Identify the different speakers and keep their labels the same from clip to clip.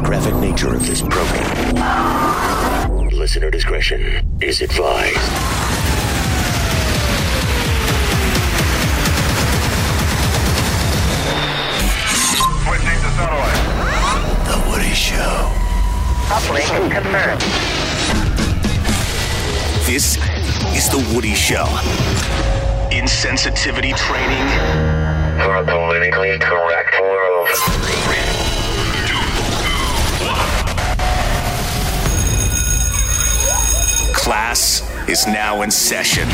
Speaker 1: graphic nature of this program. Listener discretion is advised.
Speaker 2: Switching to satellite.
Speaker 1: The Woody Show.
Speaker 3: Coupling confirmed.
Speaker 1: This is The Woody Show. Insensitivity training
Speaker 2: For a politically correct world.
Speaker 1: class is now in session.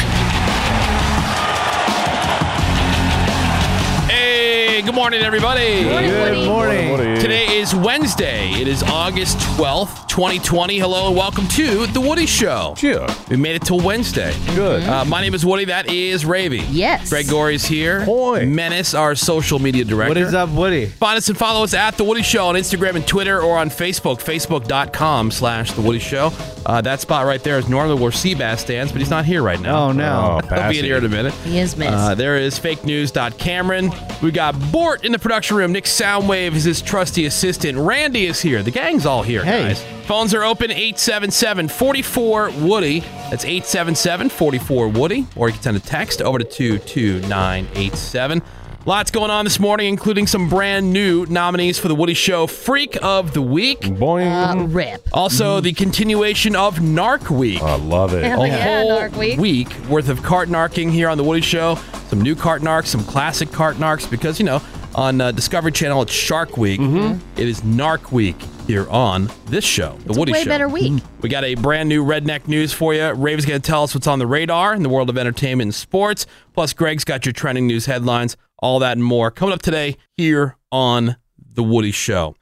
Speaker 4: Hey, good morning, everybody.
Speaker 5: Good morning.
Speaker 4: Today is Wednesday. It is August 12th, 2020. Hello and welcome to The Woody Show.
Speaker 5: Yeah.
Speaker 4: We made it till Wednesday.
Speaker 5: Good.
Speaker 4: Uh, my name is Woody. That is Ravy.
Speaker 6: Yes.
Speaker 4: Greg Gorey's here.
Speaker 5: Hoi.
Speaker 4: Menace, our social media director.
Speaker 5: What is up, Woody?
Speaker 4: Find us and follow us at The Woody Show on Instagram and Twitter or on Facebook, facebook.com slash The Woody Show. Uh, that spot right there is normally where Seabass stands, but he's not here right now.
Speaker 5: Oh, no.
Speaker 4: He'll be in here in a minute.
Speaker 6: He is missed.
Speaker 4: Uh, there is fake news. Cameron. We got Bort in the production room. Nick Soundwave is his trusty assistant. Randy is here. The gang's all here,
Speaker 5: Hey.
Speaker 4: guys. Phones are open 877 44 Woody. That's 877 44 Woody. Or you can send a text over to 22987. Lots going on this morning, including some brand new nominees for the Woody Show Freak of the Week.
Speaker 5: Boing.
Speaker 6: Uh, rip.
Speaker 4: Also, the continuation of Narc Week
Speaker 5: I love it.
Speaker 6: Hell
Speaker 4: a
Speaker 6: yeah,
Speaker 4: whole
Speaker 6: Narc Week.
Speaker 4: worth of cart narking here on the Woody Show. Some new cart narcs, some classic cart narcs, because you know on uh, Discovery Channel it's Shark Week.
Speaker 6: Mm-hmm.
Speaker 4: It is Narc Week here on this show, the Woody
Speaker 6: Way
Speaker 4: Show.
Speaker 6: better week.
Speaker 4: We got a brand new redneck news for you. Rave's going to tell us what's on the radar in the world of entertainment and sports. Plus, Greg's got your trending news headlines, all that and more coming up today here on The Woody Show.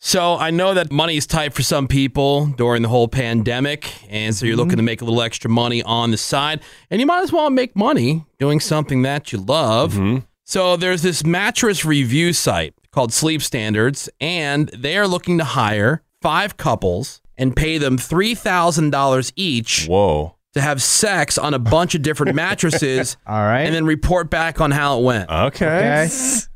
Speaker 4: So, I know that money is tight for some people during the whole pandemic. And so, you're looking to make a little extra money on the side. And you might as well make money doing something that you love. So there's this mattress review site called Sleep Standards, and they are looking to hire five couples and pay them three thousand dollars each
Speaker 5: Whoa.
Speaker 4: to have sex on a bunch of different mattresses.
Speaker 5: All right.
Speaker 4: And then report back on how it went.
Speaker 5: okay.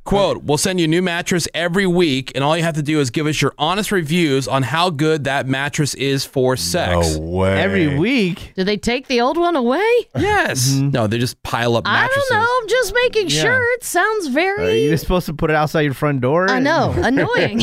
Speaker 4: Quote, we'll send you a new mattress every week, and all you have to do is give us your honest reviews on how good that mattress is for sex.
Speaker 5: No way.
Speaker 7: Every week.
Speaker 6: Do they take the old one away?
Speaker 4: Yes.
Speaker 6: Mm-hmm.
Speaker 4: No, they just pile up
Speaker 6: I
Speaker 4: mattresses.
Speaker 6: don't know. I'm just making sure. It sounds
Speaker 7: Uh, You're
Speaker 6: very.
Speaker 7: supposed to put it outside your front door.
Speaker 6: I
Speaker 7: and-
Speaker 6: know. Annoying.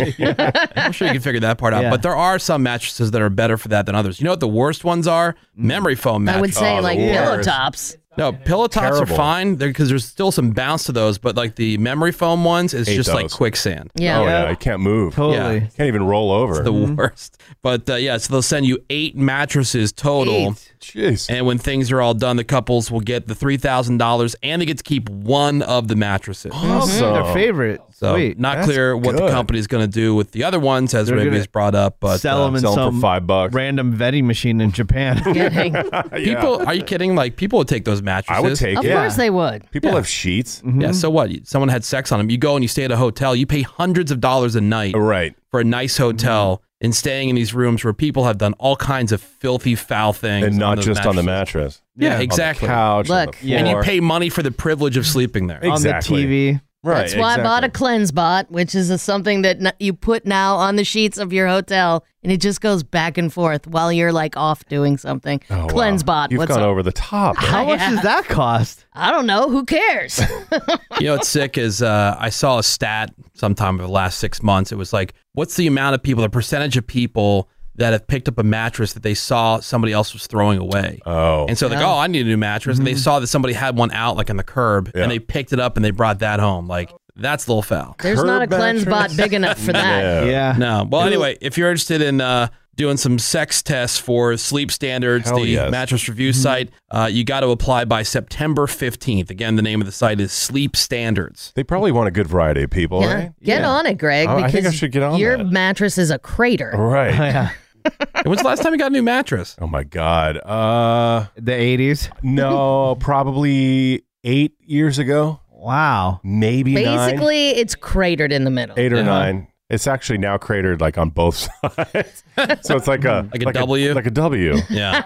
Speaker 4: I'm sure you can figure that part out.
Speaker 7: Yeah.
Speaker 4: But there are some mattresses that are better for that than others. You know what the worst ones are? Memory foam
Speaker 6: I would
Speaker 4: mattresses.
Speaker 6: say
Speaker 5: Mm. Oh,
Speaker 6: like
Speaker 5: the
Speaker 6: pillow
Speaker 5: worst.
Speaker 6: tops.
Speaker 4: No, pillow tops
Speaker 5: Terrible.
Speaker 4: are fine because there's still some bounce to those. But like the memory foam ones is
Speaker 5: Hate
Speaker 4: just like
Speaker 5: those.
Speaker 4: quicksand.
Speaker 6: Yeah.
Speaker 5: Oh, yeah. I can't move.
Speaker 7: Totally. Mm-hmm.
Speaker 4: Yeah.
Speaker 5: Can't even roll over.
Speaker 4: The worst. But uh, yeah, so they'll send you eight mattresses total.
Speaker 7: Eight.
Speaker 5: Jeez.
Speaker 4: And when things are all done, the couples will get the $3,000 and they get to keep one of the mattresses.
Speaker 5: Awesome.
Speaker 7: Mm-hmm. Their favorite.
Speaker 4: So
Speaker 7: Sweet.
Speaker 4: not
Speaker 5: that's
Speaker 4: clear what the
Speaker 5: good.
Speaker 4: company's going to do with the other ones, as
Speaker 7: They're
Speaker 4: Ravi
Speaker 7: gonna
Speaker 4: has brought up. But
Speaker 7: sell
Speaker 4: uh,
Speaker 7: them in
Speaker 5: sell 'em for
Speaker 7: some
Speaker 5: five bucks.
Speaker 7: random vetting machine in Japan.
Speaker 6: Kidding.
Speaker 4: people, are you kidding? Like people would take those mattresses.
Speaker 5: I would take
Speaker 6: Of
Speaker 5: it.
Speaker 6: course they would.
Speaker 5: People have sheets. Mm-hmm.
Speaker 4: Yeah, so what? You- Someone had sex on him. You go and you stay at a hotel. You pay hundreds of dollars a night
Speaker 5: Right. Mm-hmm.
Speaker 4: for a nice hotel and staying in these rooms where people have done all kinds of filthy, foul things.
Speaker 5: And not
Speaker 4: those
Speaker 5: just on the
Speaker 4: mattresses.
Speaker 5: mattress.
Speaker 4: Yeah,
Speaker 5: On the
Speaker 4: exactly.
Speaker 5: couch. on
Speaker 6: Look.
Speaker 5: the
Speaker 4: And you
Speaker 5: floor.
Speaker 4: pay money for the privilege of sleeping there.
Speaker 5: Ex- Exactly.
Speaker 7: On the TV.
Speaker 5: Right.
Speaker 6: That's why I bought a
Speaker 5: exactly.
Speaker 6: cleanse bot, which is a, something that n- you put now on the sheets of your hotel, and it just goes back and forth while you're like off doing something.
Speaker 5: Oh, wow.
Speaker 6: cleanse bot.
Speaker 5: You've
Speaker 6: what's
Speaker 5: gone
Speaker 6: up?
Speaker 5: over the top.
Speaker 7: How much does that cost?
Speaker 6: I don't know. Who cares?
Speaker 4: you know what's sick is uh, I saw a stat sometime over the last six months. It was like, what's the amount of people, the percentage of people that have picked up a mattress that they saw somebody else was throwing away?
Speaker 5: Oh.
Speaker 4: And so like, oh, I need a new mattress. And they
Speaker 6: Mm-hmm.
Speaker 4: saw that somebody had one out like on the curb
Speaker 5: Yeah.
Speaker 4: and they picked it up and they brought that home. Like that's a little foul.
Speaker 6: There's not a
Speaker 5: Curb
Speaker 6: cleanse bot
Speaker 5: mattress?
Speaker 6: big enough for that.
Speaker 5: Yeah.
Speaker 7: Yeah.
Speaker 4: No. Well, anyway, if you're interested in uh, doing some sex tests for sleep standards,
Speaker 5: Hell
Speaker 4: the
Speaker 5: yes.
Speaker 4: mattress review
Speaker 7: Mm-hmm.
Speaker 4: site, uh, you got to apply by September 15th. Again, the name of the site is Sleep Standards.
Speaker 5: They probably want a good variety of people,
Speaker 6: Yeah.
Speaker 5: right?
Speaker 6: Get on it, Greg.
Speaker 5: Oh, I
Speaker 6: Because
Speaker 5: think I should get on
Speaker 6: Your
Speaker 5: that.
Speaker 6: mattress is a crater.
Speaker 5: Right.
Speaker 7: Oh, Yeah.
Speaker 4: And when's the last time you got a new mattress?
Speaker 5: Oh my God. Uh
Speaker 7: The 80s.
Speaker 5: no, probably eight years ago.
Speaker 7: Wow.
Speaker 5: Maybe nine.
Speaker 6: Basically, it's cratered in the middle.
Speaker 5: eight or
Speaker 7: Uh-huh.
Speaker 4: Yeah.
Speaker 5: nine. It's actually now cratered like on both sides, so it's like a
Speaker 4: Like a W?
Speaker 5: like a W.
Speaker 4: Yeah,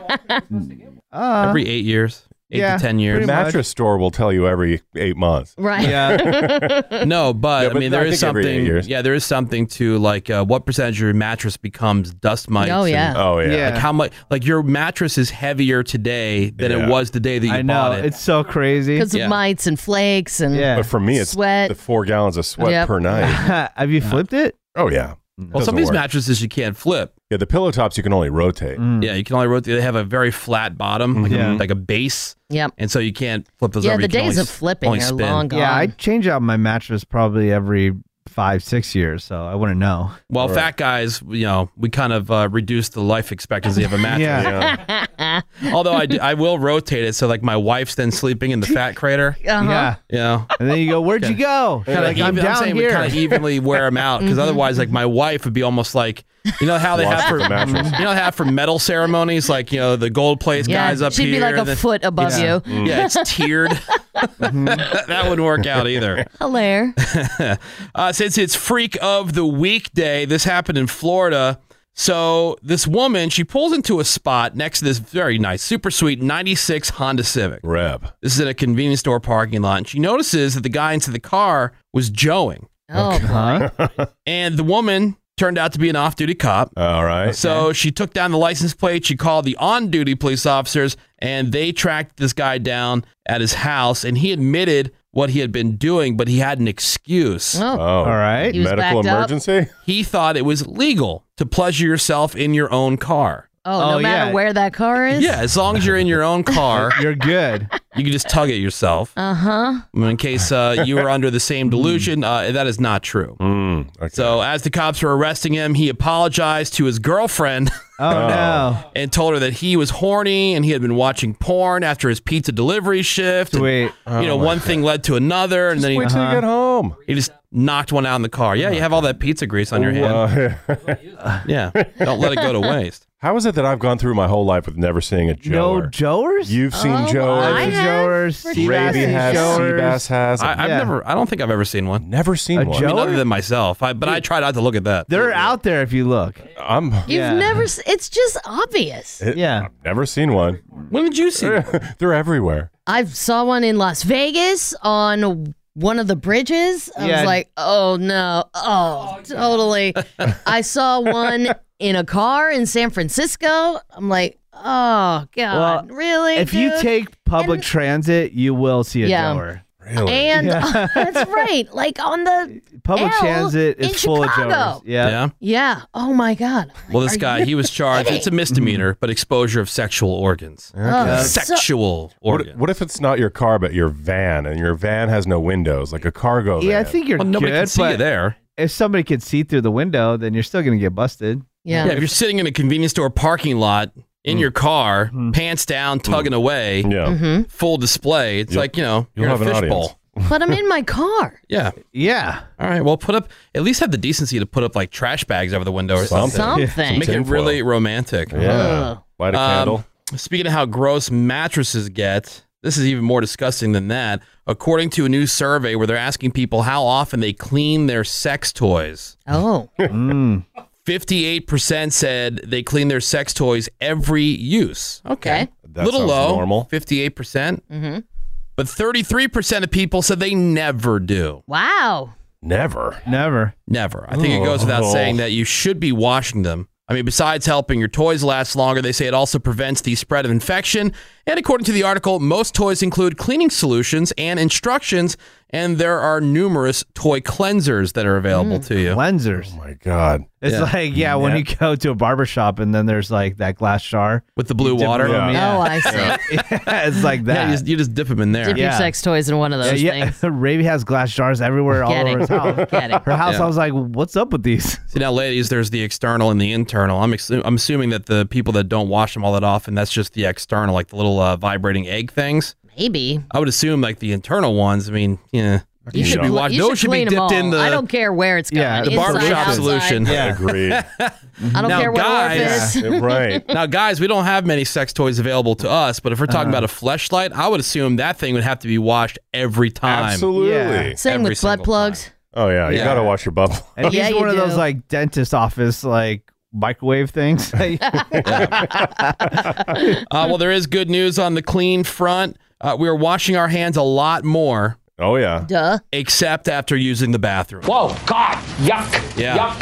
Speaker 7: Uh,
Speaker 4: every eight years. eight
Speaker 7: Yeah,
Speaker 4: to ten years.
Speaker 7: pretty much.
Speaker 5: Mattress store will tell you every eight months.
Speaker 6: Right.
Speaker 7: Yeah.
Speaker 4: Uh, No, but,
Speaker 5: Yeah,
Speaker 4: I
Speaker 5: but
Speaker 4: mean there
Speaker 5: I
Speaker 4: is
Speaker 5: think every eight
Speaker 4: something.
Speaker 5: years.
Speaker 4: Yeah, there is something to like uh, what percentage of your mattress becomes dust mites.
Speaker 6: Oh,
Speaker 4: and-
Speaker 6: yeah.
Speaker 5: Oh yeah.
Speaker 7: Yeah.
Speaker 4: like how much? Like your mattress is heavier today than
Speaker 5: Yeah.
Speaker 4: it was the day that you
Speaker 7: I know.
Speaker 4: bought it.
Speaker 7: It's so crazy.
Speaker 6: Because
Speaker 4: Yeah.
Speaker 6: of mites and flakes and
Speaker 7: Yeah.
Speaker 5: But for me, it's
Speaker 6: Sweat.
Speaker 5: the four gallons of sweat
Speaker 6: Yep.
Speaker 5: per night.
Speaker 7: Have you flipped it?
Speaker 5: Oh yeah.
Speaker 4: well, some
Speaker 5: doesn't
Speaker 4: of these
Speaker 5: work.
Speaker 4: mattresses you can't flip.
Speaker 5: Yeah, the pillow tops you can only rotate.
Speaker 7: Mm. Mm-hmm.
Speaker 4: Yeah, you can only rotate. They have a very flat bottom, like,
Speaker 7: Yeah.
Speaker 4: a, like a base,
Speaker 6: Yep.
Speaker 4: and so you can't flip those
Speaker 6: Yeah,
Speaker 4: over.
Speaker 6: the
Speaker 4: You can
Speaker 6: days
Speaker 4: only
Speaker 6: of
Speaker 4: s-
Speaker 6: flipping
Speaker 4: only
Speaker 6: are
Speaker 4: spin.
Speaker 6: long gone.
Speaker 7: Yeah, I change out my mattress probably every five, six years, so I wouldn't know.
Speaker 4: Well, fat guys, you know, we kind of uh, reduce the life expectancy of a mattress.
Speaker 7: Yeah.
Speaker 5: Yeah.
Speaker 4: Although I, d- I will rotate it so like my wife's then sleeping in the fat crater.
Speaker 6: Uh-huh.
Speaker 7: Yeah.
Speaker 4: You know,
Speaker 7: And then you go, where'd you
Speaker 6: Oh,
Speaker 7: go? You're
Speaker 4: Kinda
Speaker 7: like, I'm
Speaker 4: even-
Speaker 7: down
Speaker 4: saying
Speaker 7: here.
Speaker 4: we kind of evenly wear them out
Speaker 6: Mm-hmm.
Speaker 4: because otherwise, like my wife would be almost like you know how they have
Speaker 5: Lost
Speaker 4: for
Speaker 5: the mattress.
Speaker 4: you know how for metal ceremonies like you know the gold place
Speaker 6: Yeah,
Speaker 4: guys up
Speaker 6: she'd
Speaker 4: here.
Speaker 6: be like a
Speaker 4: and then-
Speaker 6: foot above
Speaker 7: Yeah.
Speaker 6: you. Mm-hmm.
Speaker 4: Yeah, it's tiered. that wouldn't work out either.
Speaker 6: Hilaire.
Speaker 4: Uh, since it's Freak of the Weekday, this happened in Florida. So this woman, she pulls into a spot next to this very nice, super sweet '96 Honda Civic.
Speaker 5: Reb.
Speaker 4: This is in a convenience store parking lot, and she notices that the guy into the car was joeing,
Speaker 6: Oh,
Speaker 7: huh?
Speaker 4: and the woman turned out to be an off-duty cop.
Speaker 5: All right.
Speaker 4: So she took down the license plate. She called the on-duty police officers, and they tracked this guy down at his house. And he admitted what he had been doing, but he had an excuse.
Speaker 6: oh.
Speaker 5: Oh.
Speaker 7: All right.
Speaker 6: He was
Speaker 5: Medical
Speaker 6: backed up.
Speaker 5: emergency?
Speaker 4: He thought it was legal to pleasure yourself in your own car.
Speaker 6: Oh, no
Speaker 7: Oh,
Speaker 6: matter
Speaker 7: yeah.
Speaker 6: where that car is?
Speaker 4: Yeah, as long as you're in your own car,
Speaker 7: You're good.
Speaker 4: you can just tug at yourself.
Speaker 6: Uh huh.
Speaker 4: I mean, in case uh, you were under the same delusion, uh, that is not true.
Speaker 5: Mm, okay.
Speaker 4: So, as the cops were arresting him, he apologized to his girlfriend
Speaker 7: Oh, no.
Speaker 4: and told her that he was horny and he had been watching porn after his pizza delivery shift. And,
Speaker 7: Sweet.
Speaker 4: you know, one thing led to another, and then he, Uh-huh.
Speaker 5: Wait till you get home.
Speaker 4: he just knocked one out in the car. Yeah, you have all that pizza grease on your hand.
Speaker 5: Uh,
Speaker 4: Yeah, don't let it go to waste.
Speaker 5: how is it that I've gone through my whole life with never seeing a
Speaker 7: No
Speaker 5: Joe?
Speaker 7: Joers?
Speaker 5: You've seen
Speaker 6: Oh, I
Speaker 5: Joe.
Speaker 6: have.
Speaker 7: Joers.
Speaker 6: for
Speaker 5: Raby
Speaker 6: seen
Speaker 5: has.
Speaker 7: Joers.
Speaker 5: Seabass has.
Speaker 4: I,
Speaker 5: I've
Speaker 4: I've
Speaker 7: Yeah.
Speaker 4: never, I don't think I've ever seen one.
Speaker 5: never seen
Speaker 7: A
Speaker 5: one.
Speaker 7: Joe?
Speaker 4: Other than myself, I, but I try not to look at that.
Speaker 7: They're out there if you look.
Speaker 5: I'm
Speaker 6: You've
Speaker 7: Yeah.
Speaker 6: never, s- it's just obvious.
Speaker 5: it-
Speaker 7: Yeah.
Speaker 5: I've never seen one.
Speaker 4: When did you see? it?
Speaker 5: They're everywhere.
Speaker 6: I saw one in Las Vegas on one of the bridges. I
Speaker 7: Yeah.
Speaker 6: was like, oh no, oh, totally. I saw one in a car in San Francisco. I'm like, oh
Speaker 7: Well,
Speaker 6: god, really?
Speaker 7: If you
Speaker 6: dude?
Speaker 7: take public transit, you will see a
Speaker 6: Yeah.
Speaker 7: Joer.
Speaker 5: Really?
Speaker 6: and that's right, like on the
Speaker 7: Public
Speaker 6: L
Speaker 7: transit is
Speaker 6: in
Speaker 7: full
Speaker 6: Chicago.
Speaker 7: of Joers. Yeah.
Speaker 4: Yeah.
Speaker 6: yeah. Oh my god.
Speaker 4: Well, this guy, he was charged. It's a misdemeanor, but exposure of sexual organs.
Speaker 6: Oh, so-
Speaker 4: Uh, Sexual
Speaker 5: what,
Speaker 4: organs.
Speaker 5: what if it's not your car, but your van, and your van has no windows, like a cargo
Speaker 7: Yeah, I
Speaker 5: van?
Speaker 7: think you're
Speaker 4: Well, nobody
Speaker 7: good,
Speaker 4: can see
Speaker 7: but
Speaker 4: you there.
Speaker 7: if somebody could see through the window, then you're still going to get busted.
Speaker 4: Yeah.
Speaker 6: yeah.
Speaker 4: if you're sitting in a convenience store parking lot in your car, pants down, tugging away,
Speaker 5: Mm. Mm-hmm. Yeah.
Speaker 6: hmm
Speaker 4: full display, it's
Speaker 5: You'll-
Speaker 4: like, you know,
Speaker 5: you'll
Speaker 4: you're in
Speaker 5: have an
Speaker 4: a
Speaker 5: audience.
Speaker 4: fishbowl.
Speaker 6: But I'm in my car.
Speaker 4: Yeah.
Speaker 7: Yeah.
Speaker 4: All right. Well, put up, at least have the decency to put up like trash bags over the window or something.
Speaker 5: Something.
Speaker 6: Something.
Speaker 4: Make it
Speaker 5: Tinfoil.
Speaker 4: really romantic.
Speaker 5: Yeah.
Speaker 6: Ugh.
Speaker 5: Light a
Speaker 4: Um,
Speaker 5: candle.
Speaker 4: Speaking of how gross mattresses get, this is even more disgusting than that. According to a new survey where they're asking people how often they clean their sex toys,
Speaker 6: Oh,
Speaker 4: 58% said they clean their sex toys every use.
Speaker 6: okay.
Speaker 5: That
Speaker 4: Little
Speaker 5: sounds
Speaker 4: low,
Speaker 5: normal.
Speaker 4: 58%. Mm-hmm. But 33% of people said they never do.
Speaker 6: Wow.
Speaker 5: Never.
Speaker 7: Never.
Speaker 4: Never. I think it goes without
Speaker 5: Oh.
Speaker 4: saying that you should be washing them. I mean, besides helping your toys last longer, they say it also prevents the spread of infection. And according to the article, most toys include cleaning solutions and instructions, and there are numerous toy cleansers that are available to you.
Speaker 7: Mm. Cleansers.
Speaker 5: Oh my God.
Speaker 7: It's
Speaker 4: Mm, Yeah.
Speaker 7: like, yeah, when you go to a barber shop and then there's like that glass jar.
Speaker 4: With the blue
Speaker 7: Dip
Speaker 4: water.
Speaker 7: them,
Speaker 6: Oh,
Speaker 7: yeah.
Speaker 6: I see.
Speaker 7: it's like
Speaker 4: Yeah,
Speaker 7: that.
Speaker 4: you just, you just dip them in there.
Speaker 6: Dip your
Speaker 7: Yeah.
Speaker 6: sex toys in one of those
Speaker 7: yeah,
Speaker 6: things.
Speaker 7: yeah. Ravi has glass jars everywhere all
Speaker 6: Get
Speaker 7: over
Speaker 6: it.
Speaker 7: his house.
Speaker 6: Get it.
Speaker 7: Her house,
Speaker 4: Yeah.
Speaker 7: I was like, what's up with these?
Speaker 4: See, now, ladies, there's the external and the internal. I'm, ex- I'm assuming that the people that don't wash them all that often, that's just the external, like the little uh, vibrating egg things.
Speaker 6: Maybe.
Speaker 4: I would assume, like, the internal ones, I mean, yeah.
Speaker 6: You should,
Speaker 4: be
Speaker 6: cle-
Speaker 4: wa-
Speaker 6: you
Speaker 4: those
Speaker 6: should
Speaker 4: should be
Speaker 6: clean 'em
Speaker 4: dipped in
Speaker 6: all.
Speaker 4: the-
Speaker 6: I don't care where it's
Speaker 7: Yeah,
Speaker 6: gone.
Speaker 7: the
Speaker 6: Inside,
Speaker 4: barbershop
Speaker 6: outside.
Speaker 4: solution.
Speaker 7: Yeah.
Speaker 5: Agreed.
Speaker 6: I don't
Speaker 4: Now,
Speaker 6: care what
Speaker 4: guys-
Speaker 6: orifice.
Speaker 5: right.
Speaker 4: Now, guys, we don't have many sex toys available to us, but if we're talking
Speaker 7: Uh-huh.
Speaker 4: about a fleshlight, I would assume that thing would have to be washed every time.
Speaker 5: Absolutely.
Speaker 7: Yeah.
Speaker 6: Same
Speaker 4: Every
Speaker 6: with butt
Speaker 4: single
Speaker 6: plugs.
Speaker 5: Oh yeah, you
Speaker 4: Yeah.
Speaker 5: gotta wash your bubble.
Speaker 7: And
Speaker 6: Yeah,
Speaker 7: he's
Speaker 6: you
Speaker 7: one of those
Speaker 6: do.
Speaker 7: like dentist office, like microwave things.
Speaker 4: Uh, well, there is good news on the clean front. Uh, we are washing our hands a lot more,
Speaker 5: Oh yeah.
Speaker 6: Duh.
Speaker 4: except after using the bathroom.
Speaker 8: Whoa, God, yuck,
Speaker 4: Yeah.
Speaker 8: yuck,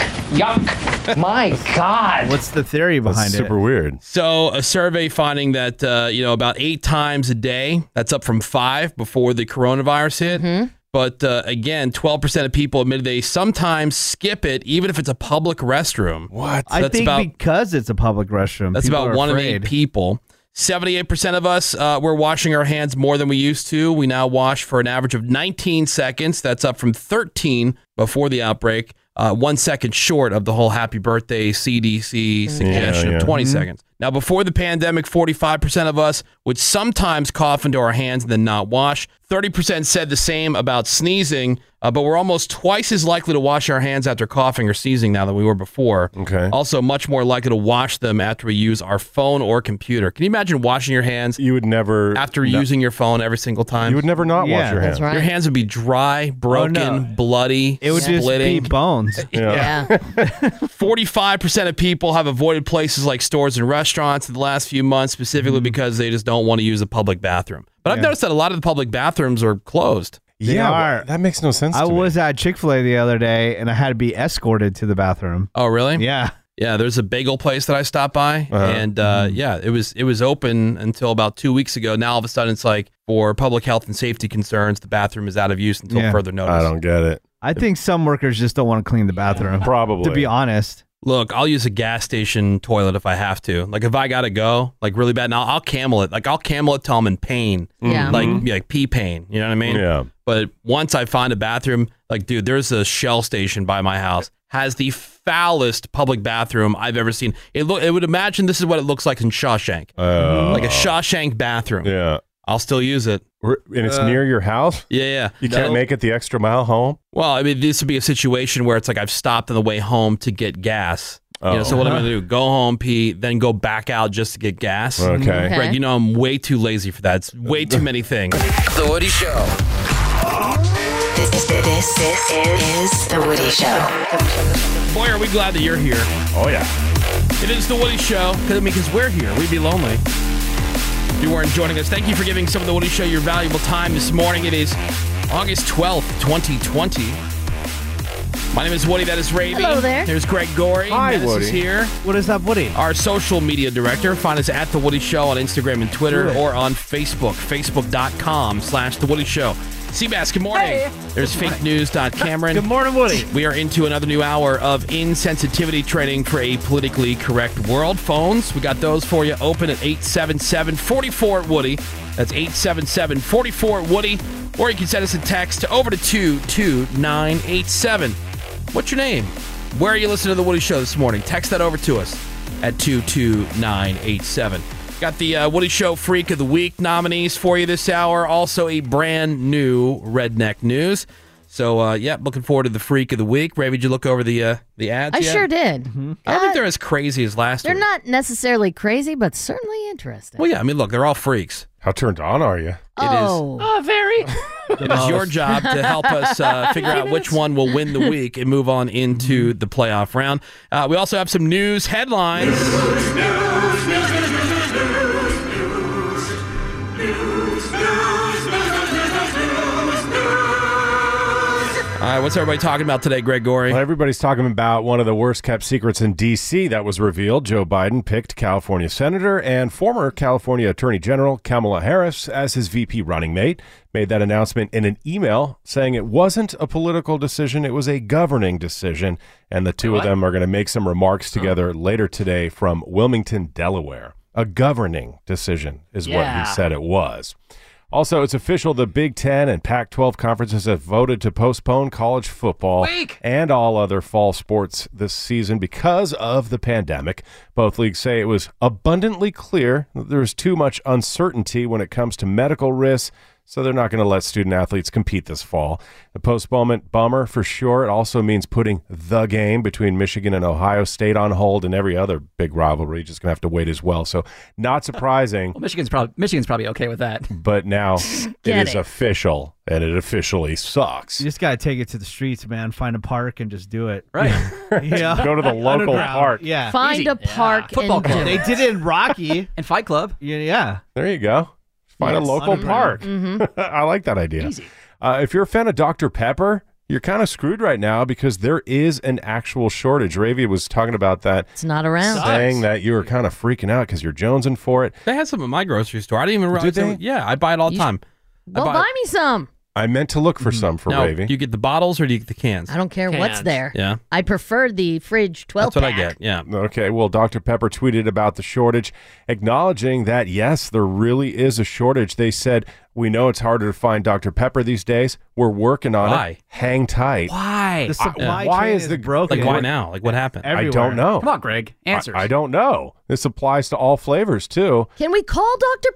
Speaker 8: yuck. My God.
Speaker 7: What's the theory behind
Speaker 5: That's super
Speaker 7: it?
Speaker 5: weird.
Speaker 4: So, a survey finding that uh, you know about eight times a day. That's up from five before the coronavirus hit. But uh, again, twelve percent of people admitted they sometimes skip it, even if it's a public restroom.
Speaker 5: What?
Speaker 7: I
Speaker 4: That's
Speaker 7: think
Speaker 4: about-
Speaker 7: because it's a public restroom.
Speaker 4: That's
Speaker 7: people
Speaker 4: about
Speaker 7: are
Speaker 4: one in
Speaker 7: afraid.
Speaker 4: eight people. 78% of us, uh, we're washing our hands more than we used to. We now wash for an average of 19 seconds. That's up from 13 before the outbreak, uh, one second short of the whole happy birthday CDC suggestion
Speaker 5: Mm. Yeah, yeah.
Speaker 4: of 20 seconds. Now, before the pandemic, 45% of us would sometimes cough into our hands and then not wash. 30% said the same about sneezing, uh, but we're almost twice as likely to wash our hands after coughing or sneezing now than we were before.
Speaker 5: Okay.
Speaker 4: Also, much more likely to wash them after we use our phone or computer. Can you imagine washing your hands
Speaker 5: You would never
Speaker 4: after using your phone every single time?
Speaker 5: You would never not wash
Speaker 7: Yeah, Oh,
Speaker 5: your hands.
Speaker 6: That's right.
Speaker 4: your hands would be dry, broken, bloody,
Speaker 7: It would just be
Speaker 4: splitting.
Speaker 7: bones.
Speaker 6: Yeah.
Speaker 4: 45% of people have avoided places like stores and restaurants in the last few months, specifically
Speaker 7: Mm-hmm.
Speaker 4: because they just don't want to use a public bathroom. But I've noticed that a lot of the public bathrooms are closed.
Speaker 7: They
Speaker 5: Yeah,
Speaker 7: are.
Speaker 5: wha- that makes no sense.
Speaker 7: I
Speaker 5: to me.
Speaker 7: was at Chick Fil A the other day, and I had to be escorted to the bathroom.
Speaker 4: Oh, really?
Speaker 7: Yeah, Uh-huh.
Speaker 4: Yeah, there's a bagel place that I stopped by, and uh,
Speaker 7: Mm-hmm.
Speaker 4: yeah, it was it was open until about two weeks ago. Now all of a sudden it's like for public health and safety concerns, the bathroom is out of use until
Speaker 7: Yeah.
Speaker 4: further notice.
Speaker 5: I don't get it.
Speaker 7: I think some workers just don't want to clean the bathroom.
Speaker 5: Probably.
Speaker 7: To be honest,
Speaker 4: Look, I'll use a gas station toilet if I have to. Like if I gotta go, like really bad, and I'll, I'll camel it. Like I'll camel it till I'm in pain,
Speaker 6: Yeah.
Speaker 4: like like pee pain. You know what I mean?
Speaker 5: Yeah.
Speaker 4: But once I find a bathroom, like dude, there's a Shell station by my house has the foulest public bathroom I've ever seen. It look, it would imagine this is what it looks like in Shawshank,
Speaker 5: Uh,
Speaker 4: like a Shawshank bathroom.
Speaker 5: yeah.
Speaker 4: I'll still use it.
Speaker 5: R- And it's near your house.
Speaker 4: Yeah, yeah.
Speaker 5: You can't make it the extra mile home.
Speaker 4: Well, I mean, this would be a situation where it's like I've stopped on the way home to get gas. You know, so
Speaker 5: Oh.
Speaker 4: what am I gonna do? Go home, pee, then go back out just to get gas.
Speaker 5: Okay.
Speaker 6: Okay.
Speaker 4: Greg, you know I'm way too lazy for that. It's way too many things.
Speaker 9: The Woody Show.
Speaker 10: This, this, this, this is The Woody Show.
Speaker 4: Boy, are we glad that you're here.
Speaker 5: Oh yeah.
Speaker 4: It is the Woody Show. 'cause- I mean, because we're here, we'd be lonely. If you weren't joining us, thank you for giving some of the Woody Show your valuable time this morning. It is August 12th, 2020. My name is Woody. That is Ravy.
Speaker 6: Hello there.
Speaker 4: There's Greg Gorey.
Speaker 5: Hi,
Speaker 4: Menace
Speaker 5: Woody.
Speaker 4: is here.
Speaker 7: what is up, Woody?
Speaker 4: our social media director. Find us at The Woody Show on Instagram and Twitter or on Facebook, facebook.com slash The Woody Show. Seabass, good morning. There's fake news. Cameron.
Speaker 7: Good morning, Woody.
Speaker 4: We are into another new hour of insensitivity training for a politically correct world. Phones, we got those for you open at 877 44 Woody. That's 877 44 Woody. Or you can send us a text over to 22987. What's your name? Where are you listening to The Woody Show this morning? Text that over to us at 22987. Got the uh, Woody Show Freak of the Week nominees for you this hour. Also, a brand new Redneck News. So, uh, yeah, looking forward to the Freak of the Week. Ray, did you look over the uh, the ads?
Speaker 6: I
Speaker 4: yet?
Speaker 6: sure did.
Speaker 5: Mm-hmm.
Speaker 6: Uh,
Speaker 4: I don't think they're as crazy as last
Speaker 6: They're
Speaker 4: week.
Speaker 6: not necessarily crazy, but certainly interesting.
Speaker 4: Well, yeah, I mean, look, they're all freaks.
Speaker 5: How turned on are you?
Speaker 6: oh,
Speaker 4: It is
Speaker 5: Oh.
Speaker 4: your job to help us uh, figure out which one will win the week and move on
Speaker 5: Mm-hmm.
Speaker 4: into the playoff round. Uh, we also have some news headlines. All right, what's everybody talking about today, Greg Gorey?
Speaker 5: Well, everybody's talking about one of the worst kept secrets in D.C. that was revealed. Joe Biden picked California Senator and former California Attorney General Kamala Harris as his VP running mate. Made that announcement in an email saying it wasn't a political decision, it was a governing decision. And the two of them are going to make some remarks together later today from Wilmington, Delaware. A governing decision is what he said it was. Also, it's official the Big Ten and Pac 12 conferences have voted to postpone college football and all other fall sports this season because of the pandemic. Both leagues say it was abundantly clear that there was too much uncertainty when it comes to medical risks, so they're not going to let student athletes compete this fall. The postponement, bummer for sure. It also means putting the game between Michigan and Ohio State on hold, and every other big rivalry You're just going to have to wait as well. So, not surprising.
Speaker 9: Well, Michigan's probably Michigan's probably okay with that.
Speaker 5: but now it
Speaker 6: Get
Speaker 5: is
Speaker 6: it.
Speaker 5: official and it officially sucks.
Speaker 7: You just gotta take it to the streets, man. Find a park and just do it.
Speaker 9: Right.
Speaker 7: Yeah.
Speaker 5: Go to the local
Speaker 7: Underground.
Speaker 5: park.
Speaker 7: Yeah.
Speaker 6: Find
Speaker 9: Easy.
Speaker 6: a park.
Speaker 9: Football
Speaker 6: and
Speaker 9: club.
Speaker 7: They did it in Rocky.
Speaker 9: and Fight Club.
Speaker 7: Yeah. yeah.
Speaker 5: There you go. Find a
Speaker 7: Yes.
Speaker 5: local
Speaker 7: Underground.
Speaker 5: park.
Speaker 6: Mm-hmm.
Speaker 5: I like that idea. Uh, if you're a fan of Dr. Pepper, you're kind of screwed right now because there is an actual shortage. Ravia was talking about that,
Speaker 6: It's not around.
Speaker 9: Sucks.
Speaker 5: saying that you were kind of freaking out because you're jonesing for it.
Speaker 4: They had some at my grocery store. I didn't even realize.
Speaker 5: they?
Speaker 4: were- yeah, I buy it all the
Speaker 6: You
Speaker 4: time.
Speaker 6: Well,
Speaker 4: I
Speaker 6: buy,
Speaker 4: bought-
Speaker 6: me some.
Speaker 5: I meant to look for some for
Speaker 4: Now,
Speaker 5: Ravy.
Speaker 4: do you get the bottles or do you get the cans?
Speaker 6: I don't care what's
Speaker 9: Cans.
Speaker 6: there.
Speaker 4: Yeah,
Speaker 6: I prefer the fridge 12
Speaker 4: that's what I get.
Speaker 6: pack.
Speaker 4: Yeah.
Speaker 5: Okay, well, Dr. Pepper tweeted about the shortage, acknowledging that yes, there really is a shortage. They said, We know it's harder to find Dr. Pepper these days. We're working on
Speaker 4: Why?
Speaker 5: it. Hang tight.
Speaker 9: Why?
Speaker 7: The supply
Speaker 5: Uh, Why
Speaker 7: chain
Speaker 5: is
Speaker 7: is,
Speaker 5: the-
Speaker 7: broken?
Speaker 4: Like why now? Like what happened?
Speaker 5: I
Speaker 7: Everywhere.
Speaker 5: don't know.
Speaker 9: Come on, Greg. Answers.
Speaker 5: I don't know. This applies to all flavors, too.
Speaker 6: Can we call Dr.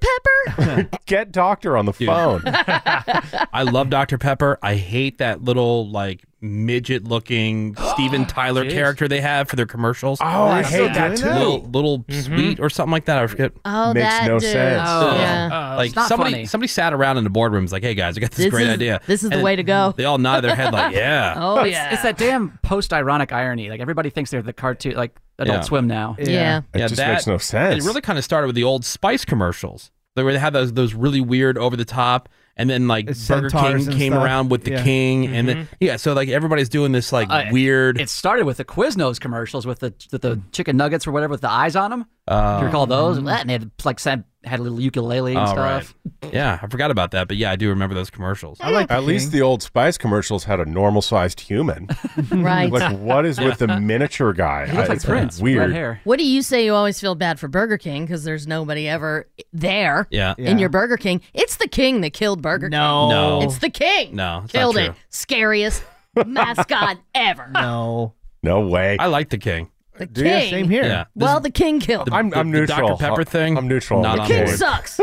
Speaker 6: Pepper?
Speaker 5: Get Doctor on the
Speaker 4: Dude.
Speaker 5: phone.
Speaker 4: I love Dr. Pepper. I hate that little like midget looking Steven Tyler
Speaker 9: Jeez.
Speaker 4: character they have for their commercials.
Speaker 5: Oh, I
Speaker 7: They're still
Speaker 5: hate that,
Speaker 7: doing
Speaker 5: too.
Speaker 7: that?
Speaker 4: little little sweet or something like that. I forget.
Speaker 6: Oh,
Speaker 5: Makes
Speaker 6: that
Speaker 5: no
Speaker 6: dude.
Speaker 5: sense.
Speaker 9: Oh,
Speaker 6: Yeah.
Speaker 9: Uh,
Speaker 4: like
Speaker 9: it's not
Speaker 4: somebody
Speaker 9: funny.
Speaker 4: somebody sat around in the boardroom was like, "Hey guys, I got this,
Speaker 6: This
Speaker 4: great
Speaker 6: is-
Speaker 4: idea."
Speaker 6: this is the
Speaker 4: And
Speaker 6: way to go.
Speaker 4: They all nodded their head like, "Yeah."
Speaker 6: Oh,
Speaker 9: It's-
Speaker 6: yeah.
Speaker 9: It's that damn post-ironic irony. Like everybody thinks they're the cartoon, like Adult
Speaker 4: Yeah.
Speaker 9: Swim now.
Speaker 6: yeah.
Speaker 5: It
Speaker 4: Yeah,
Speaker 5: just
Speaker 4: that-
Speaker 5: makes no sense.
Speaker 4: And it really kind of started with the old Spice commercials. They where they had those those really weird over the top and then like
Speaker 7: It's
Speaker 4: Burger King
Speaker 7: centaurs
Speaker 4: came
Speaker 7: and stuff.
Speaker 4: around with the
Speaker 7: Yeah.
Speaker 4: king and then
Speaker 6: Mm-hmm.
Speaker 4: yeah, so like everybody's doing this like
Speaker 9: Uh,
Speaker 4: weird
Speaker 9: It started with the Quiznos commercials with the with the chicken nuggets or whatever with the eyes on them. Uh, you recall those?
Speaker 6: Mm-hmm.
Speaker 9: And they had like Sam had a little ukulele and
Speaker 4: Oh,
Speaker 9: stuff.
Speaker 4: right. Yeah, I forgot about that, but yeah, I do remember those commercials.
Speaker 7: I like
Speaker 5: At least the old Spice commercials had a normal sized human.
Speaker 6: Right.
Speaker 5: like, what is with the miniature guy?
Speaker 9: He looks
Speaker 5: I-
Speaker 9: like
Speaker 5: it's
Speaker 9: Prince. Red
Speaker 5: Weird.
Speaker 9: hair.
Speaker 6: What do you say you always feel bad for Burger King because there's nobody ever there
Speaker 4: Yeah.
Speaker 6: in your Burger King? It's the king that killed Burger
Speaker 7: No.
Speaker 4: No.
Speaker 6: King. It's the king.
Speaker 4: No, it's not
Speaker 6: Killed it.
Speaker 4: true.
Speaker 6: Scariest mascot ever.
Speaker 7: No.
Speaker 5: No way.
Speaker 4: I like the king.
Speaker 6: The king.
Speaker 7: Dude, yeah, same here.
Speaker 4: Yeah.
Speaker 6: Well, the king killed.
Speaker 5: I'm,
Speaker 4: the-
Speaker 5: I'm
Speaker 4: the Dr.
Speaker 5: neutral.
Speaker 4: Pepper thing?
Speaker 5: I'm neutral.
Speaker 4: Not
Speaker 5: on
Speaker 4: on
Speaker 5: that
Speaker 6: king
Speaker 4: board.
Speaker 5: one.
Speaker 6: sucks.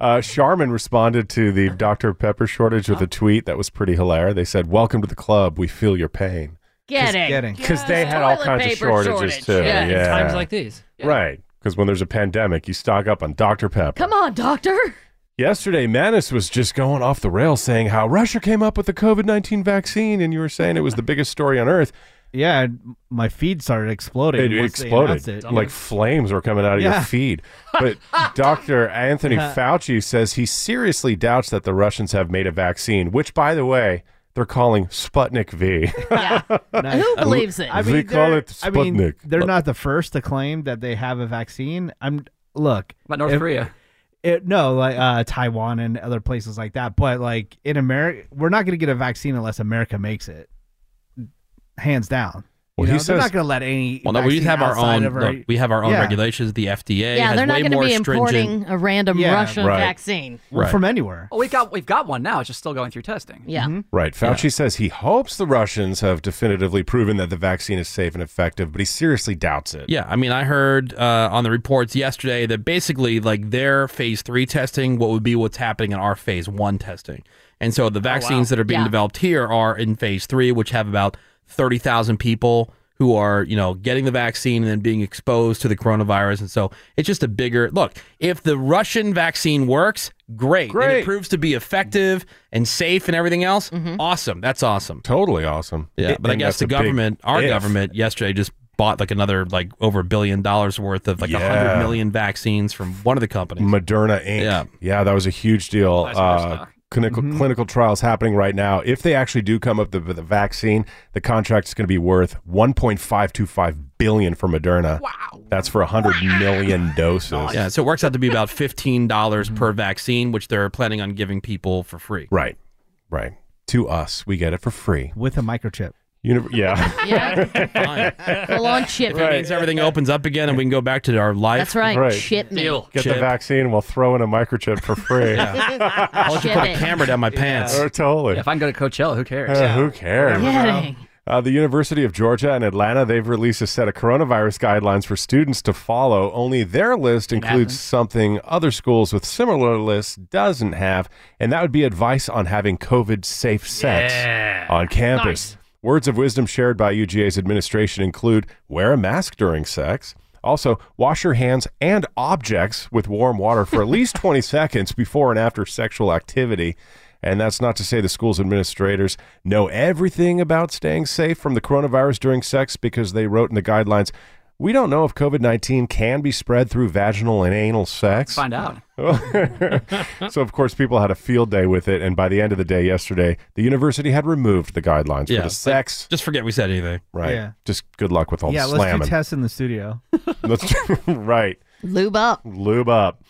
Speaker 5: Uh, Charmin responded to the Dr. Pepper shortage with a tweet that was pretty hilarious. They said, Welcome to the club. We feel your pain.
Speaker 6: Get it.
Speaker 7: Getting.
Speaker 5: Because they had all
Speaker 6: Toilet
Speaker 5: kinds of
Speaker 6: paper
Speaker 5: shortages,
Speaker 6: shortage.
Speaker 5: too.
Speaker 6: Yeah,
Speaker 5: Yeah.
Speaker 6: in
Speaker 9: Times like these.
Speaker 5: Right. Because when there's a pandemic, you stock up on Dr. Pepper.
Speaker 6: Come on, doctor.
Speaker 5: Yesterday, Manis was just going off the rails saying how Russia came up with the COVID 19 vaccine, and you were saying it was the biggest story on earth.
Speaker 7: Yeah, and my feed started exploding.
Speaker 5: It,
Speaker 7: once they announced
Speaker 5: exploded.
Speaker 7: it.
Speaker 5: Like flames were coming out of your
Speaker 7: Yeah.
Speaker 5: feed. But Dr. Anthony Fauci says he seriously doubts that the Russians have made a vaccine, which, by the way, they're calling Sputnik V.
Speaker 6: Yeah.
Speaker 7: Nice.
Speaker 6: Who believes it?
Speaker 7: I
Speaker 5: They
Speaker 7: mean,
Speaker 5: call
Speaker 7: they're-
Speaker 5: it
Speaker 7: I mean,
Speaker 5: Sputnik.
Speaker 7: they're not the first to claim that they have a vaccine. I'm look.
Speaker 9: But North
Speaker 7: if-
Speaker 9: Korea.
Speaker 7: It, no, like uh, Taiwan and other places like that. But like in America, we're not going to get a vaccine unless America makes it, hands down.
Speaker 5: Well,
Speaker 7: you
Speaker 5: he
Speaker 7: know? they're
Speaker 5: says-
Speaker 7: not going to let any.
Speaker 4: Well, no, we
Speaker 7: vaccine
Speaker 4: have our
Speaker 7: outside
Speaker 4: own.
Speaker 7: of our-
Speaker 4: look, we have our own
Speaker 7: Yeah.
Speaker 4: regulations. The FDA
Speaker 6: yeah,
Speaker 4: has
Speaker 6: they're not
Speaker 4: way
Speaker 6: going to
Speaker 4: more
Speaker 6: be
Speaker 4: stringent.
Speaker 6: importing a random
Speaker 7: Yeah.
Speaker 6: Russian
Speaker 5: Right.
Speaker 6: vaccine.
Speaker 7: well,
Speaker 4: Right.
Speaker 7: from anywhere.
Speaker 9: Oh, we've got we've got one now. It's just still going through testing.
Speaker 6: Yeah.
Speaker 5: Right. Fauci says he hopes the Russians have definitively proven that the vaccine is safe and effective, but he seriously doubts it.
Speaker 4: Yeah, I mean, I heard uh, on the reports yesterday that basically, like their phase three testing, what would be what's happening in our phase one testing, and so the vaccines that are being
Speaker 6: Yeah.
Speaker 4: developed here are in phase three, which have about thirty thousand people who are you know getting the vaccine and then being exposed to the coronavirus, and so it's just a bigger look. If the Russian vaccine works, great, and
Speaker 5: Great.
Speaker 4: it proves to be effective and safe and everything else, awesome. That's awesome.
Speaker 5: Totally awesome.
Speaker 4: Yeah, but I
Speaker 5: And
Speaker 4: guess
Speaker 5: that's
Speaker 4: the
Speaker 5: a big
Speaker 4: government, our
Speaker 5: if.
Speaker 4: government, yesterday just bought like another like over a billion dollars worth of like a
Speaker 5: Yeah.
Speaker 4: hundred million vaccines from one of the companies.
Speaker 5: Moderna Inc.
Speaker 4: Yeah.
Speaker 5: that was a huge deal. Uh,
Speaker 9: That's what I saw.
Speaker 5: clinical clinical trials happening right now. If they actually do come up with the vaccine, the contract is going to be worth 1.525 billion for Moderna. Wow, that's for 100 million doses.
Speaker 4: Yeah, so it works out to be about fifteen dollars per vaccine, which they're planning on giving people for free.
Speaker 5: Right, right. To us, we get it for free.
Speaker 7: with a microchip.
Speaker 5: Univ- yeah,
Speaker 6: Yeah.
Speaker 4: Fine.
Speaker 6: Full on shipment.
Speaker 4: That means everything opens up again and we can go back to our life.
Speaker 6: That's right.
Speaker 5: Right.
Speaker 6: Shipment.
Speaker 9: Deal.
Speaker 5: get the
Speaker 4: Chip.
Speaker 5: vaccine. We'll throw in a microchip for free.
Speaker 4: I'll let you
Speaker 6: Ship
Speaker 4: put a
Speaker 6: it.
Speaker 4: camera down my pants.
Speaker 5: Or totally.
Speaker 9: If I can go to Coachella, who cares?
Speaker 5: Uh, Who cares?
Speaker 6: Getting.
Speaker 5: Uh, the University of Georgia and Atlanta, they've released a set of coronavirus guidelines for students to follow. Only their list includes something other schools with similar lists doesn't have, and that would be advice on having COVID safe sex on campus. Words of wisdom shared by UGA's administration include wear a mask during sex. Also, wash your hands and objects with warm water for at least 20 seconds before and after sexual activity. And that's not to say the school's administrators know everything about staying safe from the coronavirus during sex because they wrote in the guidelines we don't know if COVID 19 can be spread through vaginal and anal sex.
Speaker 9: Find out.
Speaker 5: so, of course, people had a field day with it. And by the end of the day yesterday, the university had removed the guidelines
Speaker 4: Yeah,
Speaker 5: for the
Speaker 4: like-
Speaker 5: sex.
Speaker 4: Just forget we said anything.
Speaker 5: Right.
Speaker 7: Yeah.
Speaker 5: Just good luck with all
Speaker 7: yeah, let's
Speaker 5: the
Speaker 7: do
Speaker 5: slamming.
Speaker 7: tests in the studio.
Speaker 5: Let's- right.
Speaker 6: Lube up.
Speaker 5: Lube up.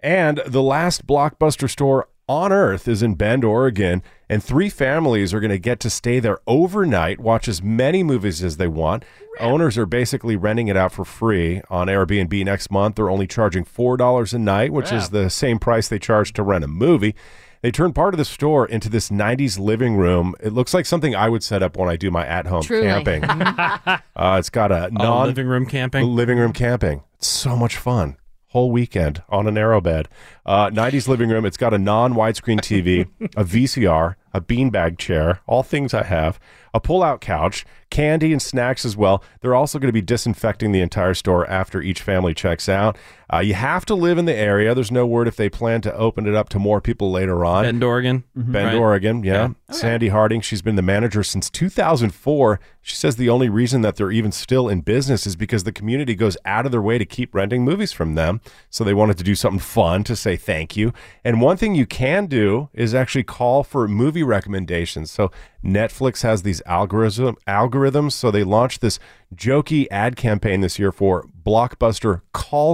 Speaker 5: And the last blockbuster store on earth is in Bend, Oregon, and three families are going to get to stay there overnight, watch as many movies as they want. Owners are basically renting it out for free on Airbnb next month. They're only charging $4 a night, which is the same price they charge to rent a movie. They turn part of the store into this 90s living room. It looks like something I would set up when I do my at home
Speaker 6: Truly. Oh,
Speaker 5: camping. uh, it's got a
Speaker 4: Oh,
Speaker 5: non
Speaker 4: living room
Speaker 5: the
Speaker 4: camping.
Speaker 5: living room camping. It's so much fun. Whole weekend on an arrow bed. Uh, 90s living room. It's got a non widescreen TV, a VCR, a beanbag chair, all things I have, a pull out couch, candy and snacks as well. They're also going to be disinfecting the entire store after each family checks out. Uh, you have to live in the area. There's no word if they plan to open it up to more people later on.
Speaker 4: Bend, Oregon.
Speaker 5: Bend,
Speaker 4: Right.
Speaker 5: Oregon. Yeah. Sandy Harding, she's been the manager since 2004. She says the only reason that they're even still in business is because the community goes out of their way to keep renting movies from them. So they wanted to do something fun to say thank you. And one thing you can do is actually call for movie recommendations. So Netflix has these algorithm algorithms. So they launched this jokey ad campaign this year for blockbuster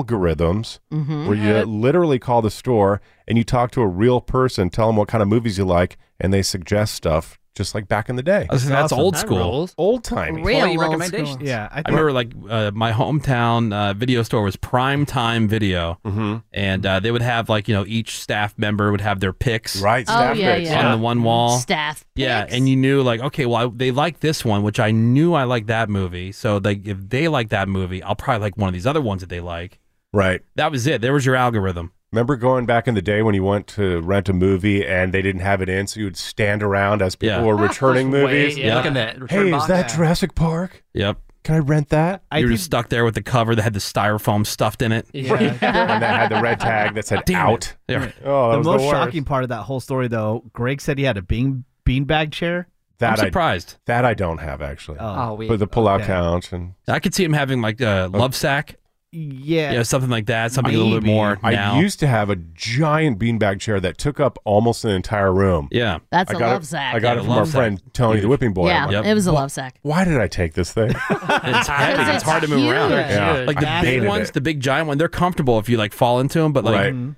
Speaker 5: callgorithms, where you literally call the store and you talk to a real person, tell them what kind of movies you like, and they suggest stuff just like back in the day,
Speaker 4: I was gonna say, That's old school.
Speaker 5: old timey.
Speaker 6: Real
Speaker 9: Quality
Speaker 6: old school.
Speaker 9: recommendations.
Speaker 7: yeah, I
Speaker 4: I
Speaker 7: think
Speaker 4: remember like uh, my hometown uh, video store was Prime Time Video,
Speaker 5: Mm-hmm.
Speaker 4: and uh, they would have like you know each staff member would have their picks
Speaker 5: Right,
Speaker 6: Oh,
Speaker 5: staff
Speaker 6: yeah,
Speaker 5: picks.
Speaker 6: yeah.
Speaker 4: on the one wall.
Speaker 6: Staff.
Speaker 4: Yeah,
Speaker 6: picks.
Speaker 4: and you knew like okay, well I, they like this one, which I knew I liked that movie. So like if they like that movie, I'll probably like one of these other ones that they like.
Speaker 5: Right.
Speaker 4: That was it. There was your algorithm.
Speaker 5: Remember going back in the day when you went to rent a movie and they didn't have it in, so you would stand around as people
Speaker 4: Yeah.
Speaker 5: were returning movies.
Speaker 9: Yeah. Look in that return
Speaker 5: Hey, is
Speaker 9: box.
Speaker 5: that Jurassic Park?
Speaker 4: Yep.
Speaker 5: Can I rent that?
Speaker 7: I
Speaker 4: you were
Speaker 7: think
Speaker 4: just stuck there with the cover that had the styrofoam stuffed in it.
Speaker 5: and that had the red tag that said
Speaker 4: Damn it.
Speaker 5: out.
Speaker 4: Yeah.
Speaker 5: Oh, that
Speaker 7: the
Speaker 5: was
Speaker 7: most
Speaker 5: the worst.
Speaker 7: shocking part of that whole story, though, Greg said he had a bean beanbag chair.
Speaker 4: I'm
Speaker 5: That I,
Speaker 4: surprised.
Speaker 5: that I don't have actually.
Speaker 9: Oh, we.
Speaker 5: but the pull-out
Speaker 7: okay.
Speaker 5: couch and
Speaker 4: I could see him having like a love sack,
Speaker 7: Yeah,
Speaker 4: you know, something like that, something a little bit
Speaker 7: Maybe.
Speaker 4: more now.
Speaker 5: I used to have a giant beanbag chair that took up almost an entire room.
Speaker 4: yeah.
Speaker 6: That's
Speaker 5: I
Speaker 6: a
Speaker 5: got
Speaker 6: love
Speaker 5: it,
Speaker 6: sack.
Speaker 5: I
Speaker 4: Yeah,
Speaker 5: got it
Speaker 4: the
Speaker 5: from our
Speaker 4: love sack.
Speaker 5: friend Tony, the whipping boy. I'm
Speaker 6: yeah,
Speaker 5: like,
Speaker 4: Yep.
Speaker 6: it was a love sack.
Speaker 5: Why did I take this thing?
Speaker 4: It's heavy.
Speaker 6: Because
Speaker 4: It's, hard to move around.
Speaker 6: huge.
Speaker 5: Yeah.
Speaker 4: Like the
Speaker 5: I
Speaker 4: big
Speaker 5: hated
Speaker 4: ones,
Speaker 5: it.
Speaker 4: the big giant one, they're comfortable if you like fall into them. But like
Speaker 5: right.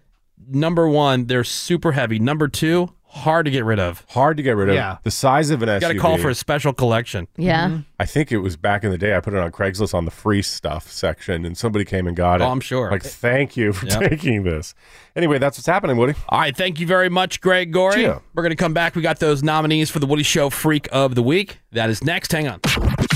Speaker 4: number one, they're super heavy. Number two, hard to get rid of.
Speaker 5: Hard to get rid of.
Speaker 7: Yeah.
Speaker 5: The size of an SUV.
Speaker 4: Got to call for a special collection.
Speaker 6: Yeah.
Speaker 7: Mm-hmm.
Speaker 5: I think it was back in the day. I put it on Craigslist on the free stuff section, and somebody came and got it.
Speaker 4: Oh, I'm sure.
Speaker 5: Like, thank you for
Speaker 4: Yep.
Speaker 5: taking this. Anyway, that's what's happening, Woody.
Speaker 4: All right, thank you very much, Greg Gorey.
Speaker 5: Yeah.
Speaker 4: We're gonna come back. We got those nominees for the Woody Show Freak of the Week. That is next. Hang on.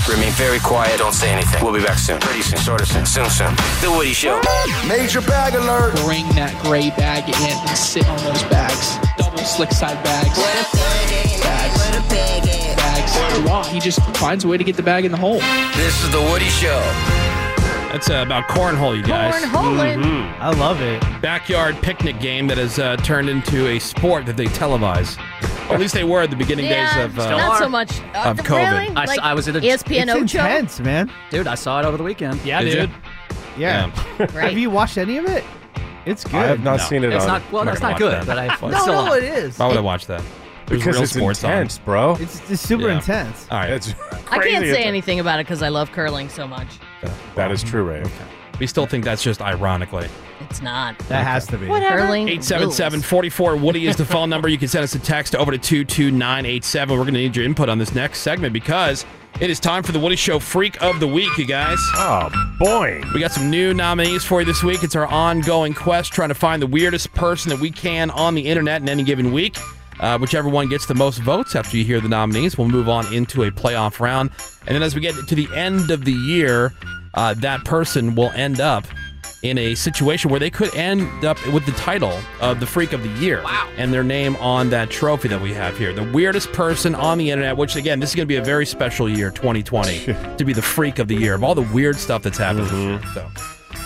Speaker 11: Remain very quiet. Don't say anything. We'll be back soon. Pretty soon. Sort of soon. Soon, soon. The Woody Show.
Speaker 2: Major bag alert.
Speaker 8: Bring that gray bag in. Sit on those bags. Double slick side bags. Bags. Wow, he just finds a way to get the bag in the hole.
Speaker 11: This is The Woody Show.
Speaker 4: That's uh, about cornhole, you guys.
Speaker 6: Cornholing.
Speaker 9: Mm-hmm.
Speaker 7: I love it.
Speaker 4: Backyard picnic game that has uh, turned into a sport that they televise. Or at least they were at the beginning
Speaker 6: Yeah,
Speaker 4: days of. Uh,
Speaker 6: not so much uh,
Speaker 4: of COVID.
Speaker 6: Really? E
Speaker 9: I s- I was at a-
Speaker 6: ESPN
Speaker 7: it's
Speaker 6: Ocho.
Speaker 7: intense, man.
Speaker 9: Dude, I saw it over the weekend.
Speaker 4: Yeah, dude.
Speaker 7: Yeah. Have
Speaker 6: Right.
Speaker 7: you watched any of it? It's good.
Speaker 5: I have not seen it
Speaker 9: It's
Speaker 5: on
Speaker 9: not well.
Speaker 4: I'm not
Speaker 9: no, It's not
Speaker 4: gonna
Speaker 9: good,
Speaker 4: watch
Speaker 9: but I
Speaker 4: that.
Speaker 9: it's
Speaker 7: No,
Speaker 9: still
Speaker 7: no,
Speaker 9: on.
Speaker 7: it is.
Speaker 4: Why would I watch that? There's
Speaker 5: because
Speaker 4: real
Speaker 5: it's
Speaker 4: sports on.
Speaker 5: intense, bro.
Speaker 7: It's, it's super
Speaker 4: Yeah.
Speaker 7: intense.
Speaker 4: All right.
Speaker 5: It's
Speaker 6: I can't
Speaker 5: crazy.
Speaker 6: say anything about it because I love curling so much.
Speaker 5: That is true, Ray.
Speaker 4: We still think that's just ironically.
Speaker 6: It's not.
Speaker 7: That has to be.
Speaker 6: Curling.
Speaker 4: 877 44 Woody is the phone number. You can send us a text over to 22987. We're going to need your input on this next segment because it is time for the Woody Show Freak of the Week, you guys.
Speaker 5: Oh, boy.
Speaker 4: We got some new nominees for you this week. It's our ongoing quest trying to find the weirdest person that we can on the internet in any given week. Uh, whichever one gets the most votes after you hear the nominees, we'll move on into a playoff round. And then as we get to the end of the year, uh, that person will end up in a situation where they could end up with the title of the Freak of the Year. Wow. And their name on that trophy that we have here. The weirdest person on the internet, which again, this is going to be a very special year, 2020, to be the Freak of the Year of all the weird stuff that's happened this year. So.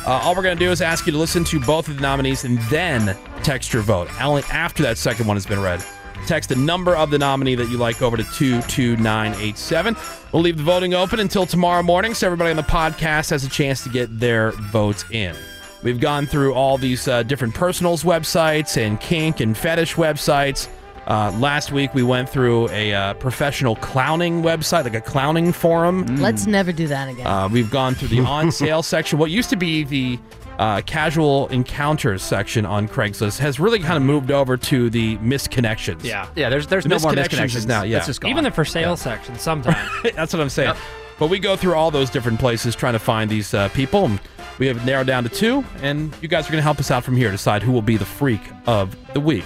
Speaker 4: Uh, all we're going to do is ask you to listen to both of the nominees and then text your vote. Only after that second one has been read. Text the number of the nominee that you like over to 22987. We'll leave the voting open until tomorrow morning so everybody on the podcast has a chance to get their votes in. We've gone through all these uh, different personals websites and kink and fetish websites. Uh, last week we went through a uh, professional clowning website, like a clowning forum.
Speaker 6: Mm. Let's never do that again.
Speaker 4: Uh, we've gone through the on sale section. What used to be the uh, casual encounters section on Craigslist has really kind of moved over to the misconnections.
Speaker 12: Yeah.
Speaker 9: Yeah, there's there's
Speaker 4: The
Speaker 9: no more
Speaker 4: misconnections
Speaker 9: misconnections
Speaker 4: is now. Yeah,
Speaker 9: That's just gone.
Speaker 12: Even the for sale section sometimes.
Speaker 4: That's what I'm saying. But we go through all those different places trying to find these uh, people. And we have narrowed down to two, and you guys are going to help us out from here. Decide who will be the freak of the week.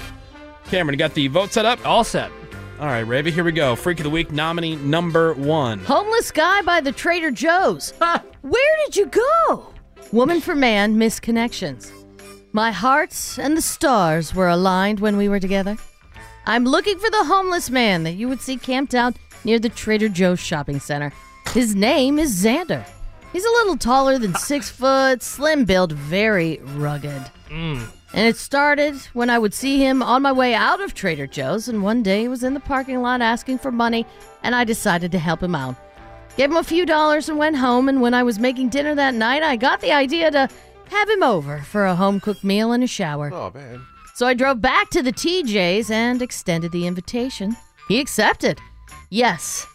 Speaker 4: Cameron, you got the vote set up?
Speaker 12: All set.
Speaker 4: All right, Ravi, here we go. Freak of the week nominee number one.
Speaker 6: Homeless guy by the Trader Joe's. Where did you go? Woman for man, misconnections. My heart and the stars were aligned when we were together. I'm looking for the homeless man that you would see camped out near the Trader Joe's shopping center. His name is Xander. He's a little taller than six foot, slim build, very rugged.
Speaker 11: Mm.
Speaker 12: Mm.
Speaker 6: And it started when I would see him on my way out of Trader Joe's, and one day he was in the parking lot asking for money, and I decided to help him out. Gave him a few dollars and went home, and when I was making dinner that night, I got the idea to have him over for a home cooked meal and a shower.
Speaker 13: Oh man.
Speaker 6: So I drove back to the TJ's and extended the invitation. He accepted. Yes,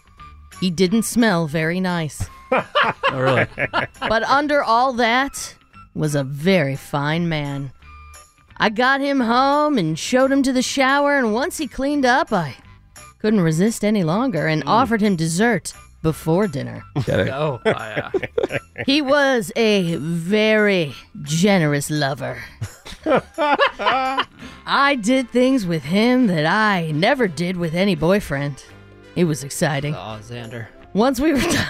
Speaker 6: he didn't smell very nice.
Speaker 9: Oh, really?
Speaker 6: but under all that was a very fine man. I got him home and showed him to the shower, and once he cleaned up, I couldn't resist any longer and offered him dessert before dinner.
Speaker 12: Oh, yeah.
Speaker 6: He was a very generous lover. I did things with him that I never did with any boyfriend. It was exciting.
Speaker 12: Oh, Xander.
Speaker 6: Once we were done,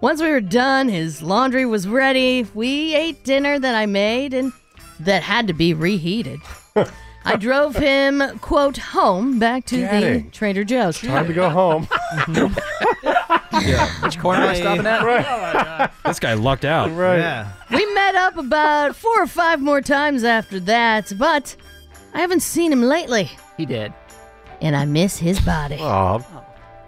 Speaker 6: once we were done, his laundry was ready. We ate dinner that I made and that had to be reheated. I drove him, quote, home back to
Speaker 5: Daddy.
Speaker 6: the Trader Joe's.
Speaker 5: Time to go home.
Speaker 9: Which corner am I stopping at? Oh
Speaker 4: This guy lucked out.
Speaker 5: Right.
Speaker 6: We met up about four or five more times after that, but I haven't seen him lately.
Speaker 9: He did.
Speaker 6: And I miss his body.
Speaker 5: Aw.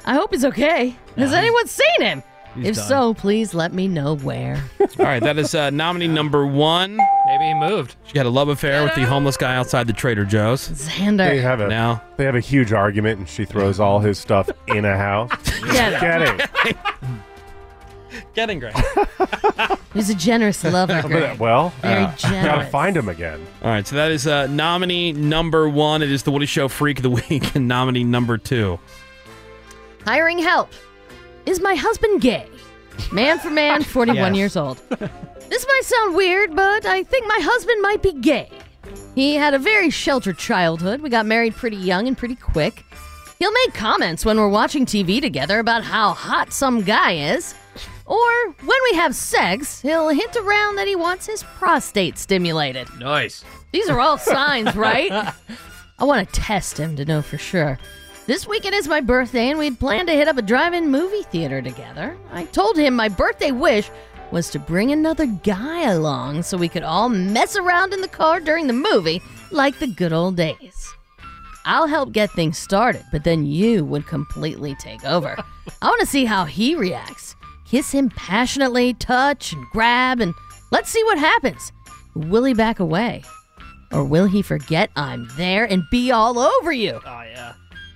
Speaker 6: I hope he's okay. Has anyone seen him?
Speaker 4: he's
Speaker 6: If
Speaker 4: done.
Speaker 6: so, please let me know where.
Speaker 4: All right, that is uh, nominee number one.
Speaker 12: Maybe he moved.
Speaker 4: She had a love affair with the homeless guy outside the Trader Joe's.
Speaker 6: Xander.
Speaker 5: They have a
Speaker 4: Now.
Speaker 5: they have a huge argument, and she throws all his stuff in a house.
Speaker 6: Get
Speaker 5: Get it.
Speaker 4: Getting great.
Speaker 6: He's a generous lover.
Speaker 5: But, uh,
Speaker 6: Greg.
Speaker 5: well,
Speaker 6: Very
Speaker 5: uh, gotta
Speaker 6: generous.
Speaker 5: find him again.
Speaker 4: All right, so that is uh, nominee number one. It is the Woody Show Freak of the Week, and nominee number two.
Speaker 6: Hiring help. Is my husband gay? Man for man, 41
Speaker 4: Yes.
Speaker 6: years old. This might sound weird, but I think my husband might be gay. He had a very sheltered childhood. We got married pretty young and pretty quick. He'll make comments when we're watching TV together about how hot some guy is. Or when we have sex, he'll hint around that he wants his prostate stimulated.
Speaker 12: Nice.
Speaker 6: These are all signs, right? I want to test him to know for sure. This weekend is my birthday, and we'd planned to hit up a drive in movie theater together. I told him my birthday wish was to bring another guy along so we could all mess around in the car during the movie like the good old days. I'll help get things started, but then you would completely take over. I want to see how he reacts. Kiss him passionately, touch and grab, and let's see what happens. Will he back away? Or will he forget I'm there and be all over you?
Speaker 12: Oh, yeah.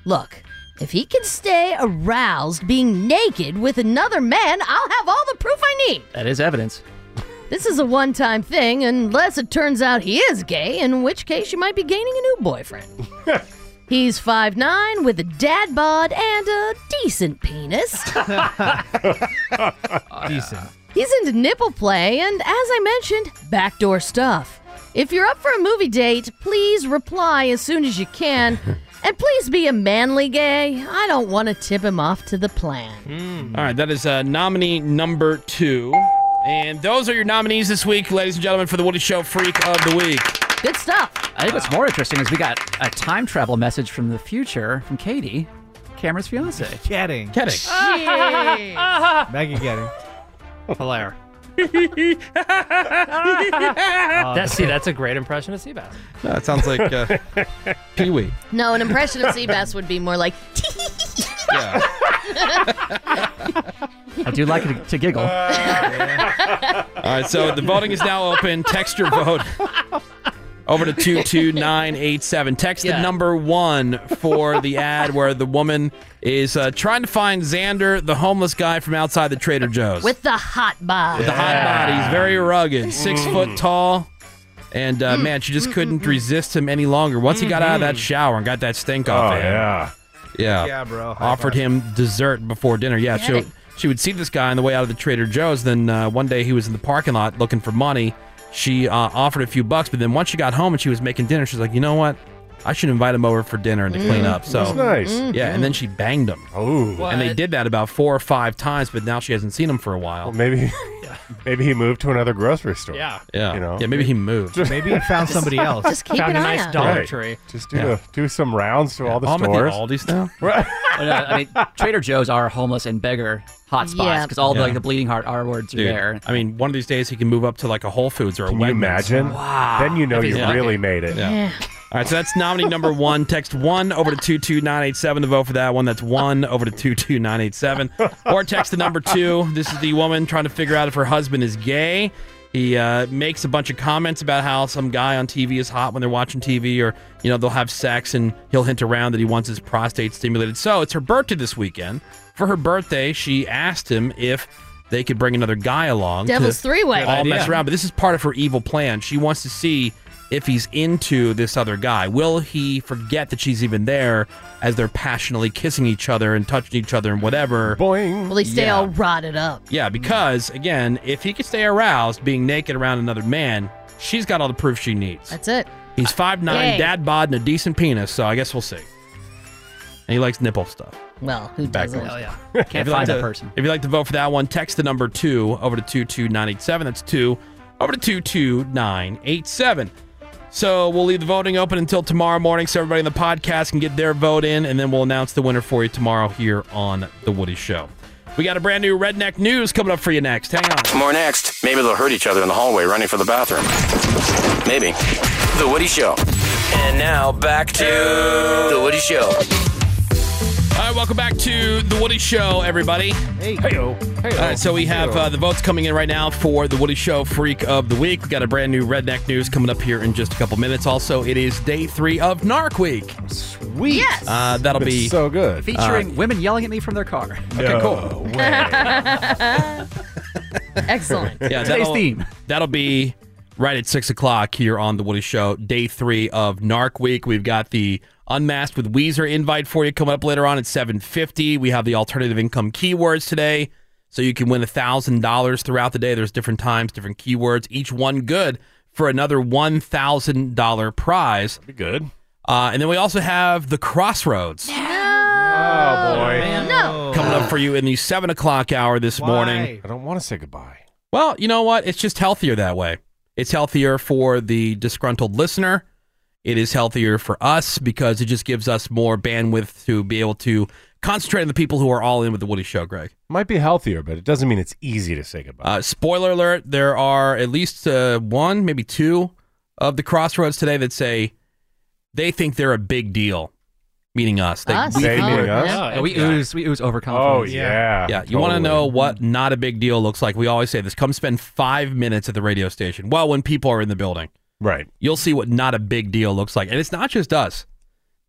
Speaker 6: Look, if he can stay aroused being naked with another man, I'll have all the proof I need.
Speaker 9: That is evidence.
Speaker 6: This is a one time thing, unless it turns out he is gay, in which case you might be gaining a new boyfriend. He's 5'9 with a dad bod and a decent penis.
Speaker 12: Oh,
Speaker 7: Decent.
Speaker 6: He's into nipple play and, as I mentioned, backdoor stuff. If you're up for a movie date, please reply as soon as you can And please be a manly gay. I don't want to tip him off to the plan.
Speaker 4: All right, that is uh, nominee number two. And those are your nominees this week, ladies and gentlemen, for the Woody Show Freak of the Week.
Speaker 6: Good stuff.
Speaker 9: I think what's more interesting is we got a time travel message from the future from Katie, Cameron's fiance.
Speaker 7: Getting.
Speaker 9: Getting.
Speaker 7: Maggie Getting.
Speaker 12: Hilaire.
Speaker 4: Hmm.
Speaker 7: Oh,
Speaker 12: That, see, that's a great impression of Seabass.
Speaker 4: That sounds like uh, Pee Wee.
Speaker 6: No, an impression of Seabass would be more like.
Speaker 9: I do like to, to giggle.
Speaker 4: All right, so the voting is now open. Text your vote over to 22987. Text the number one for the ad where the woman is uh, trying to find Xander, the homeless guy from outside the Trader Joe's.
Speaker 6: With the hot bod.
Speaker 4: With the hot body. He's very rugged, six
Speaker 6: Mm.
Speaker 4: foot tall. And uh, man, she just couldn't resist him any longer. Once he got out of that shower and got that stink off
Speaker 5: Oh,
Speaker 4: of him.
Speaker 5: yeah.
Speaker 4: Yeah.
Speaker 7: Yeah, bro. High
Speaker 4: Offered him dessert before dinner. Yeah, she would, she would see this guy on the way out of the Trader Joe's. Then uh, one day he was in the parking lot looking for money. She uh, offered a few bucks, but then once she got home and she was making dinner, she's like, you know what? I should invite him over for dinner and to clean
Speaker 5: Mm.
Speaker 4: up. So
Speaker 5: That's nice. Mm.
Speaker 4: Yeah, and then she banged him.
Speaker 5: Oh,
Speaker 4: and they
Speaker 12: What?
Speaker 4: did that about four or five times, but now she hasn't seen him for a while.
Speaker 5: maybe, maybe he moved to another grocery store.
Speaker 12: Yeah.
Speaker 4: Yeah,
Speaker 5: You know?
Speaker 4: yeah. Maybe he moved.
Speaker 7: Maybe he found somebody else.
Speaker 6: Just keep
Speaker 12: Found
Speaker 6: an
Speaker 12: a
Speaker 6: eye
Speaker 12: nice
Speaker 6: out.
Speaker 12: Dollar
Speaker 5: Right.
Speaker 12: Tree.
Speaker 5: Just do
Speaker 4: Yeah.
Speaker 5: a, do some rounds to all the
Speaker 4: Oh, I'm at
Speaker 5: stores.
Speaker 4: Aldi's now.
Speaker 9: Oh, no, I mean, Trader Joe's are homeless and beggar hotspots
Speaker 6: Yeah.
Speaker 9: because all the, like,
Speaker 4: Yeah.
Speaker 9: the bleeding heart R words are
Speaker 4: Dude,
Speaker 9: there.
Speaker 4: I mean, one of these days he can move up to like a Whole Foods or a
Speaker 5: Can you
Speaker 4: Wegmans.
Speaker 5: imagine? Then you know
Speaker 12: If
Speaker 5: you
Speaker 12: he's lucky.
Speaker 5: really made it.
Speaker 4: Yeah. All right, so that's nominee number one. Text one over to 22987 to vote for that one. That's one over to 22987. Or text the number two. This is the woman trying to figure out if her husband is gay. He uh, makes a bunch of comments about how some guy on TV is hot when they're watching TV, or, you know, they'll have sex and he'll hint around that he wants his prostate stimulated. So it's her birthday this weekend. For her birthday, she asked him if they could bring another guy along. to
Speaker 6: Devil's three-way.
Speaker 4: All
Speaker 6: Good
Speaker 4: mess
Speaker 6: idea.
Speaker 4: around around, but this is part of her evil plan. She wants to see if he's into this other guy. Will he forget that she's even there as they're passionately kissing each other and touching each other and whatever?
Speaker 5: Boing.
Speaker 6: Will he stay
Speaker 4: Yeah.
Speaker 6: all rotted up?
Speaker 4: Yeah, because again, if he could stay aroused being naked around another man, she's got all the proof she needs.
Speaker 6: That's it.
Speaker 4: He's five nine,
Speaker 6: Yay.
Speaker 4: dad bod, and a decent penis, so I guess we'll see. And he likes nipple stuff.
Speaker 6: Well, who
Speaker 4: Back
Speaker 6: doesn't?
Speaker 4: rows.
Speaker 9: Oh, yeah.
Speaker 4: If
Speaker 9: Can't
Speaker 4: you'd like
Speaker 9: find that
Speaker 4: to-
Speaker 9: person.
Speaker 4: If you'd like to vote for that one, text the number two over to 22987. That's two over to 22987. So we'll leave the voting open until tomorrow morning so everybody in the podcast can get their vote in, and then we'll announce the winner for you tomorrow here on The Woody Show. We got a brand new Redneck News coming up for you next. Hang on.
Speaker 11: More next. Maybe they'll hurt each other in the hallway running for the bathroom. Maybe. The Woody Show. And now back to The Woody Show.
Speaker 4: All right, welcome back to The Woody Show, everybody.
Speaker 7: Hey.
Speaker 5: Hey-o.
Speaker 4: All right, so we have uh, the votes coming in right now for the Woody Show Freak of the Week. We got a brand new Redneck News coming up here in just a couple minutes. Also, it is day three of Narc Week.
Speaker 5: Sweet.
Speaker 6: Yes.
Speaker 4: Uh, that'll
Speaker 5: It's
Speaker 4: be uh,
Speaker 5: so good.
Speaker 9: Featuring women yelling at me from their car.
Speaker 5: No
Speaker 4: cool.
Speaker 5: way.
Speaker 6: Excellent.
Speaker 4: yeah.
Speaker 9: Today's
Speaker 4: That'll,
Speaker 9: theme.
Speaker 4: that'll be right at six o'clock here on the Woody Show, day three of Narc Week. We've got the Unmasked with Weezer invite for you coming up later on at seven fifty. We have the alternative income keywords today, so you can win thousand dollars throughout the day. There's different times, different keywords, each one good for another one thousand dollar prize.
Speaker 5: Be good.
Speaker 4: Uh, and then we also have the Crossroads.
Speaker 5: Oh boy.
Speaker 6: No.
Speaker 4: Coming up for you in the seven o'clock hour this morning.
Speaker 5: I don't want to say goodbye.
Speaker 4: Well, you know what? It's just healthier that way. It's healthier for the disgruntled listener. It is healthier for us because it just gives us more bandwidth to be able to concentrate on the people who are all in with the Woody Show, Greg.
Speaker 5: Might be healthier, but it doesn't mean it's easy to say goodbye.
Speaker 4: Uh, spoiler alert there are at least uh, one, maybe two of the crossroads today that say they think they're a big deal, meaning us. They-
Speaker 6: Us.
Speaker 4: we-
Speaker 5: They
Speaker 6: Oh,
Speaker 5: meaning
Speaker 6: yeah.
Speaker 5: us?
Speaker 12: Oh,
Speaker 9: Yeah, we
Speaker 12: yeah.
Speaker 9: ooze, we ooze
Speaker 5: oh
Speaker 9: overconfidence.
Speaker 5: yeah.
Speaker 4: yeah, you want to
Speaker 5: Totally.
Speaker 4: know what not a big deal looks like. We always say this come spend five minutes at the radio station. Well, when people are in the building.
Speaker 5: Right.
Speaker 4: you'll see what not a big deal looks like. And it's not just us,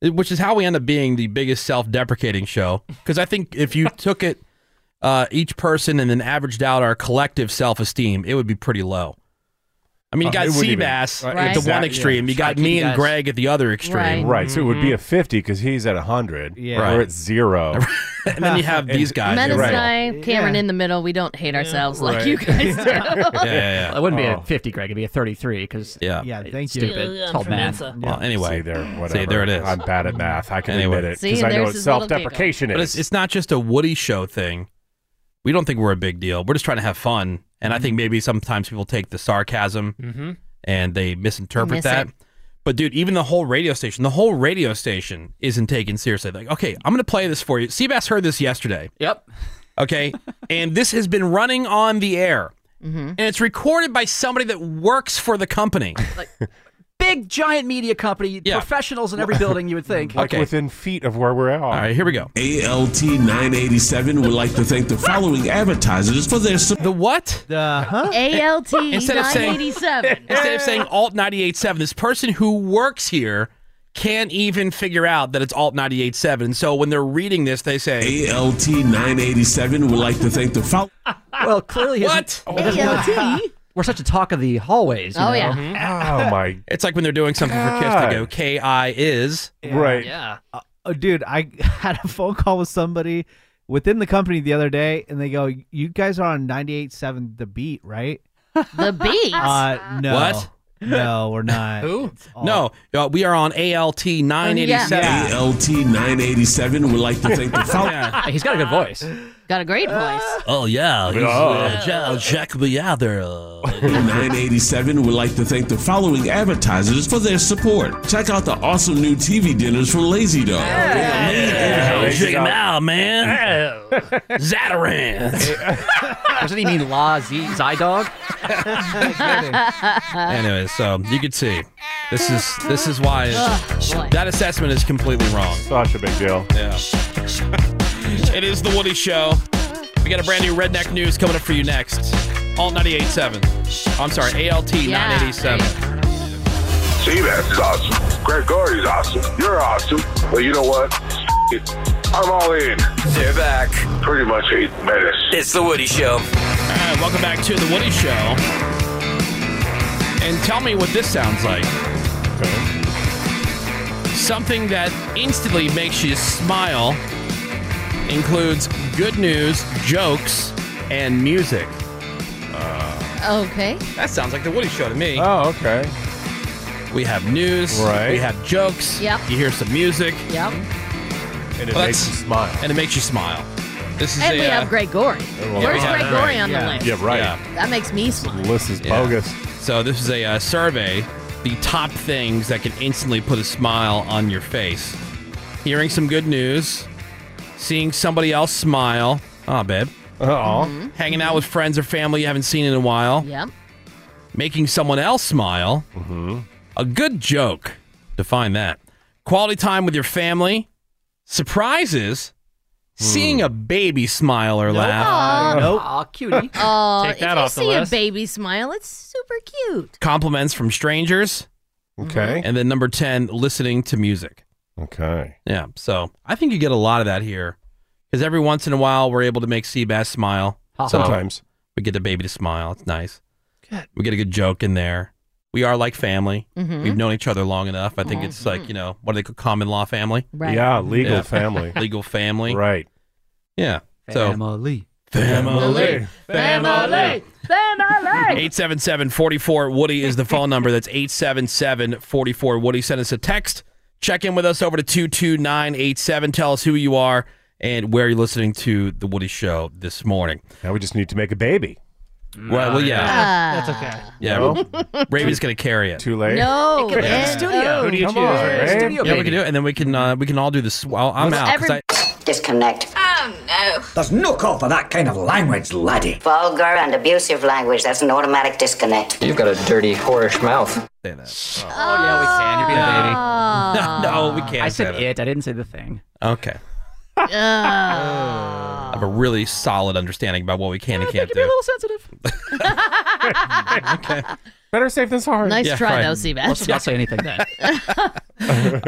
Speaker 4: it- which is how we end up being the biggest self deprecating show. Because I think if you took it, uh, each person and then averaged out our collective self esteem, it would be pretty low. I mean, you
Speaker 5: Uh,
Speaker 4: got
Speaker 5: it wouldn't even-
Speaker 4: Seabass
Speaker 5: Right.
Speaker 4: at the one
Speaker 5: Exact-
Speaker 4: extreme.
Speaker 5: yeah.
Speaker 4: You got
Speaker 5: Striking
Speaker 4: me
Speaker 5: you
Speaker 4: and
Speaker 5: guys.
Speaker 4: Greg at the other extreme.
Speaker 6: Right.
Speaker 5: Right, so it would be a 50 because he's at 100.
Speaker 4: Mm-hmm. Yeah.
Speaker 5: We're
Speaker 4: Right.
Speaker 5: at zero.
Speaker 4: and then you have these guys.
Speaker 6: Menace
Speaker 5: right.
Speaker 6: and I, Cameron in the middle. We don't hate ourselves like
Speaker 9: right.
Speaker 6: you guys do.
Speaker 4: yeah, yeah.
Speaker 9: It wouldn't be
Speaker 4: Oh.
Speaker 9: a 50, Greg. It'd be a 33 because
Speaker 4: Yeah.
Speaker 9: yeah,
Speaker 7: thank
Speaker 6: you.
Speaker 9: Stupid.
Speaker 6: Yeah,
Speaker 9: It's called
Speaker 6: from
Speaker 9: math.
Speaker 6: Mensa.
Speaker 5: Well, anyway, see there, whatever.
Speaker 4: See, there it is.
Speaker 5: I'm bad at math. I can admit it
Speaker 6: See,
Speaker 5: because I know
Speaker 6: there's
Speaker 5: it's
Speaker 6: his little
Speaker 5: self-deprecation.
Speaker 4: But
Speaker 5: Is.
Speaker 4: it's, it's not just a Woody show thing. We don't think we're a big deal. We're just trying to have fun. And
Speaker 5: Mm-hmm.
Speaker 4: I think maybe sometimes people take the sarcasm
Speaker 12: Mhm.
Speaker 4: and they misinterpret
Speaker 12: Miss
Speaker 4: that.
Speaker 12: it.
Speaker 4: But dude, even the whole radio station, the whole radio station isn't taken seriously. Like, okay, I'm going to play this for you. Seabass heard this yesterday.
Speaker 9: Yep.
Speaker 4: Okay. and this has been running on the air.
Speaker 6: Mm-hmm.
Speaker 4: And it's recorded by somebody that works for the company.
Speaker 9: Big giant media company, professionals in every building. You would think.
Speaker 5: like within feet of where we're at. All
Speaker 4: right, here we go.
Speaker 13: ALT 987 would like to thank the following advertisers for their support.
Speaker 4: The what?
Speaker 7: The huh?
Speaker 6: ALT
Speaker 4: Instead of saying-
Speaker 6: 987.
Speaker 4: Instead of saying alt 98.7, this person who works here can't even figure out that it's alt 98.7. And so when they're reading this, they say,
Speaker 13: ALT 987 would like to thank the following.
Speaker 9: Well, clearly,
Speaker 4: what?
Speaker 9: We're such a talk of the hallways. you
Speaker 4: Oh,
Speaker 9: know?
Speaker 4: yeah.
Speaker 5: Oh, my.
Speaker 4: It's like when they're doing something for kids to
Speaker 7: God.
Speaker 4: go, KI is.
Speaker 5: Right.
Speaker 12: Yeah.
Speaker 7: Uh, oh, dude, I had a phone call with somebody within the company the other day, and they go, "You guys are on 98.7 The Beat, right?"
Speaker 6: The
Speaker 4: Mm-hmm. Oh.
Speaker 6: beat.
Speaker 7: Uh, no.
Speaker 4: What?
Speaker 7: No, we're not.
Speaker 4: Who? No, uh, we are on ALT 987.
Speaker 6: Yeah.
Speaker 13: ALT 987 would like to thank the following.
Speaker 9: He's got a good voice.
Speaker 6: Got a great voice.
Speaker 4: Oh, yeah.
Speaker 13: he's, uh,
Speaker 4: check me out there.
Speaker 13: 987 would like to thank the following advertisers for their support. Check out the awesome new TV dinners from Lazy Dog.
Speaker 4: check him out, man. Zataran.
Speaker 9: Doesn't he mean La Z Zydog?
Speaker 4: Anyway, so you could see this is this is why that assessment is completely wrong.
Speaker 5: Such a big deal.
Speaker 4: Yeah. it is the Woody Show. We got a brand new redneck news coming up for you next. Alt 98.7. I'm sorry, ALT 987.
Speaker 14: Seabass is awesome. Greg Gordy's awesome. You're awesome. But you know what? It. I'm all in. They're back. Pretty much a menace.
Speaker 11: It's The Woody Show.
Speaker 4: All right, welcome back to the Woody Show. And tell me what this sounds like. Something that instantly makes you smile includes good news, jokes, and music.
Speaker 6: Okay.
Speaker 4: That sounds like the Woody Show to me.
Speaker 5: Uh. Oh, okay.
Speaker 4: We have news.
Speaker 5: Right.
Speaker 4: We have jokes.
Speaker 6: Yep.
Speaker 4: You hear some music.
Speaker 6: Yep.
Speaker 5: And it
Speaker 4: Well,
Speaker 5: makes you
Speaker 4: that's-
Speaker 5: smile.
Speaker 4: And it makes you smile. This is
Speaker 6: And
Speaker 4: a,
Speaker 6: we have
Speaker 4: uh,
Speaker 6: Greg Gorey.
Speaker 4: well,
Speaker 6: Where's
Speaker 4: yeah,
Speaker 6: Greg
Speaker 4: right. Uh,
Speaker 6: Gorey on the
Speaker 4: Yeah.
Speaker 6: list?
Speaker 5: Yeah, right.
Speaker 4: Yeah.
Speaker 6: That makes me smile.
Speaker 5: List is
Speaker 4: Yeah.
Speaker 5: bogus.
Speaker 4: So this is a uh, survey, the top things that can instantly put a smile on your face. Hearing some good news, seeing somebody else smile. Oh, babe.
Speaker 5: Uh-oh.
Speaker 4: Hanging out with friends or family you haven't seen in a while.
Speaker 6: Yep.
Speaker 4: Making someone else smile. Mm-hmm. A good joke. Define that. Quality time with your family. Surprises.
Speaker 5: Hmm.
Speaker 4: Seeing a baby smile or laugh.
Speaker 9: Aw, cutie.
Speaker 6: Oh,
Speaker 4: Take
Speaker 6: if
Speaker 4: that
Speaker 6: you
Speaker 4: off the
Speaker 6: see
Speaker 4: list.
Speaker 6: a baby smile, it's super cute.
Speaker 4: Compliments from strangers.
Speaker 5: Okay.
Speaker 4: And then number 10, listening to music.
Speaker 5: Okay.
Speaker 4: Yeah. So I think you get a lot of that here because every once in a while we're able to make Seabass smile.
Speaker 5: Ha ha.
Speaker 4: So
Speaker 5: Sometimes.
Speaker 4: we get the baby to smile. It's nice. We get a good joke in there. We are like family.
Speaker 5: Mhm.
Speaker 4: We've known each other long enough. I think it's like, you know, what do they call common law family?
Speaker 5: Right. Yeah, legal family.
Speaker 4: legal family.
Speaker 5: Right.
Speaker 4: Yeah.
Speaker 9: Family.
Speaker 4: Family.
Speaker 6: Family. Family.
Speaker 4: 877 44 Woody is the phone number. That's 877 44 Woody. Send us a text. Check in with us over to 22987. Tell us who you are and where you're listening to The Woody Show this morning.
Speaker 5: Now we just need to make a baby.
Speaker 4: Well, well yeah.
Speaker 12: That's okay.
Speaker 4: Yeah.
Speaker 5: No.
Speaker 4: Raven's going to carry it.
Speaker 5: Too late.
Speaker 6: No.
Speaker 12: It could be in the
Speaker 6: N-O.
Speaker 12: studio. Who do you
Speaker 5: Come on,
Speaker 12: choose?
Speaker 5: Ray.
Speaker 4: Yeah, we can do it. And then we can uh, we can all do this. Well, I'm out. 'cause I-
Speaker 15: Disconnect.
Speaker 10: Oh no.
Speaker 15: There's no call for that kind of language, laddie. Vulgar and abusive language. That's an automatic disconnect.
Speaker 16: You've got a dirty, whorish mouth.
Speaker 4: Say that.
Speaker 9: Oh, yeah, we can. You're being
Speaker 6: a
Speaker 9: baby.
Speaker 4: No, we can't
Speaker 9: I
Speaker 4: say
Speaker 9: said
Speaker 4: that.
Speaker 9: it. I didn't say the thing. Oh.
Speaker 4: okay. I have a really solid understanding about what we can and can't
Speaker 9: You're a
Speaker 4: do.
Speaker 9: little sensitive.
Speaker 5: Better safe than sorry.
Speaker 6: Nice
Speaker 4: Yeah,
Speaker 6: try,
Speaker 4: right.
Speaker 6: though, Seabass.
Speaker 4: Let's not say
Speaker 9: anything.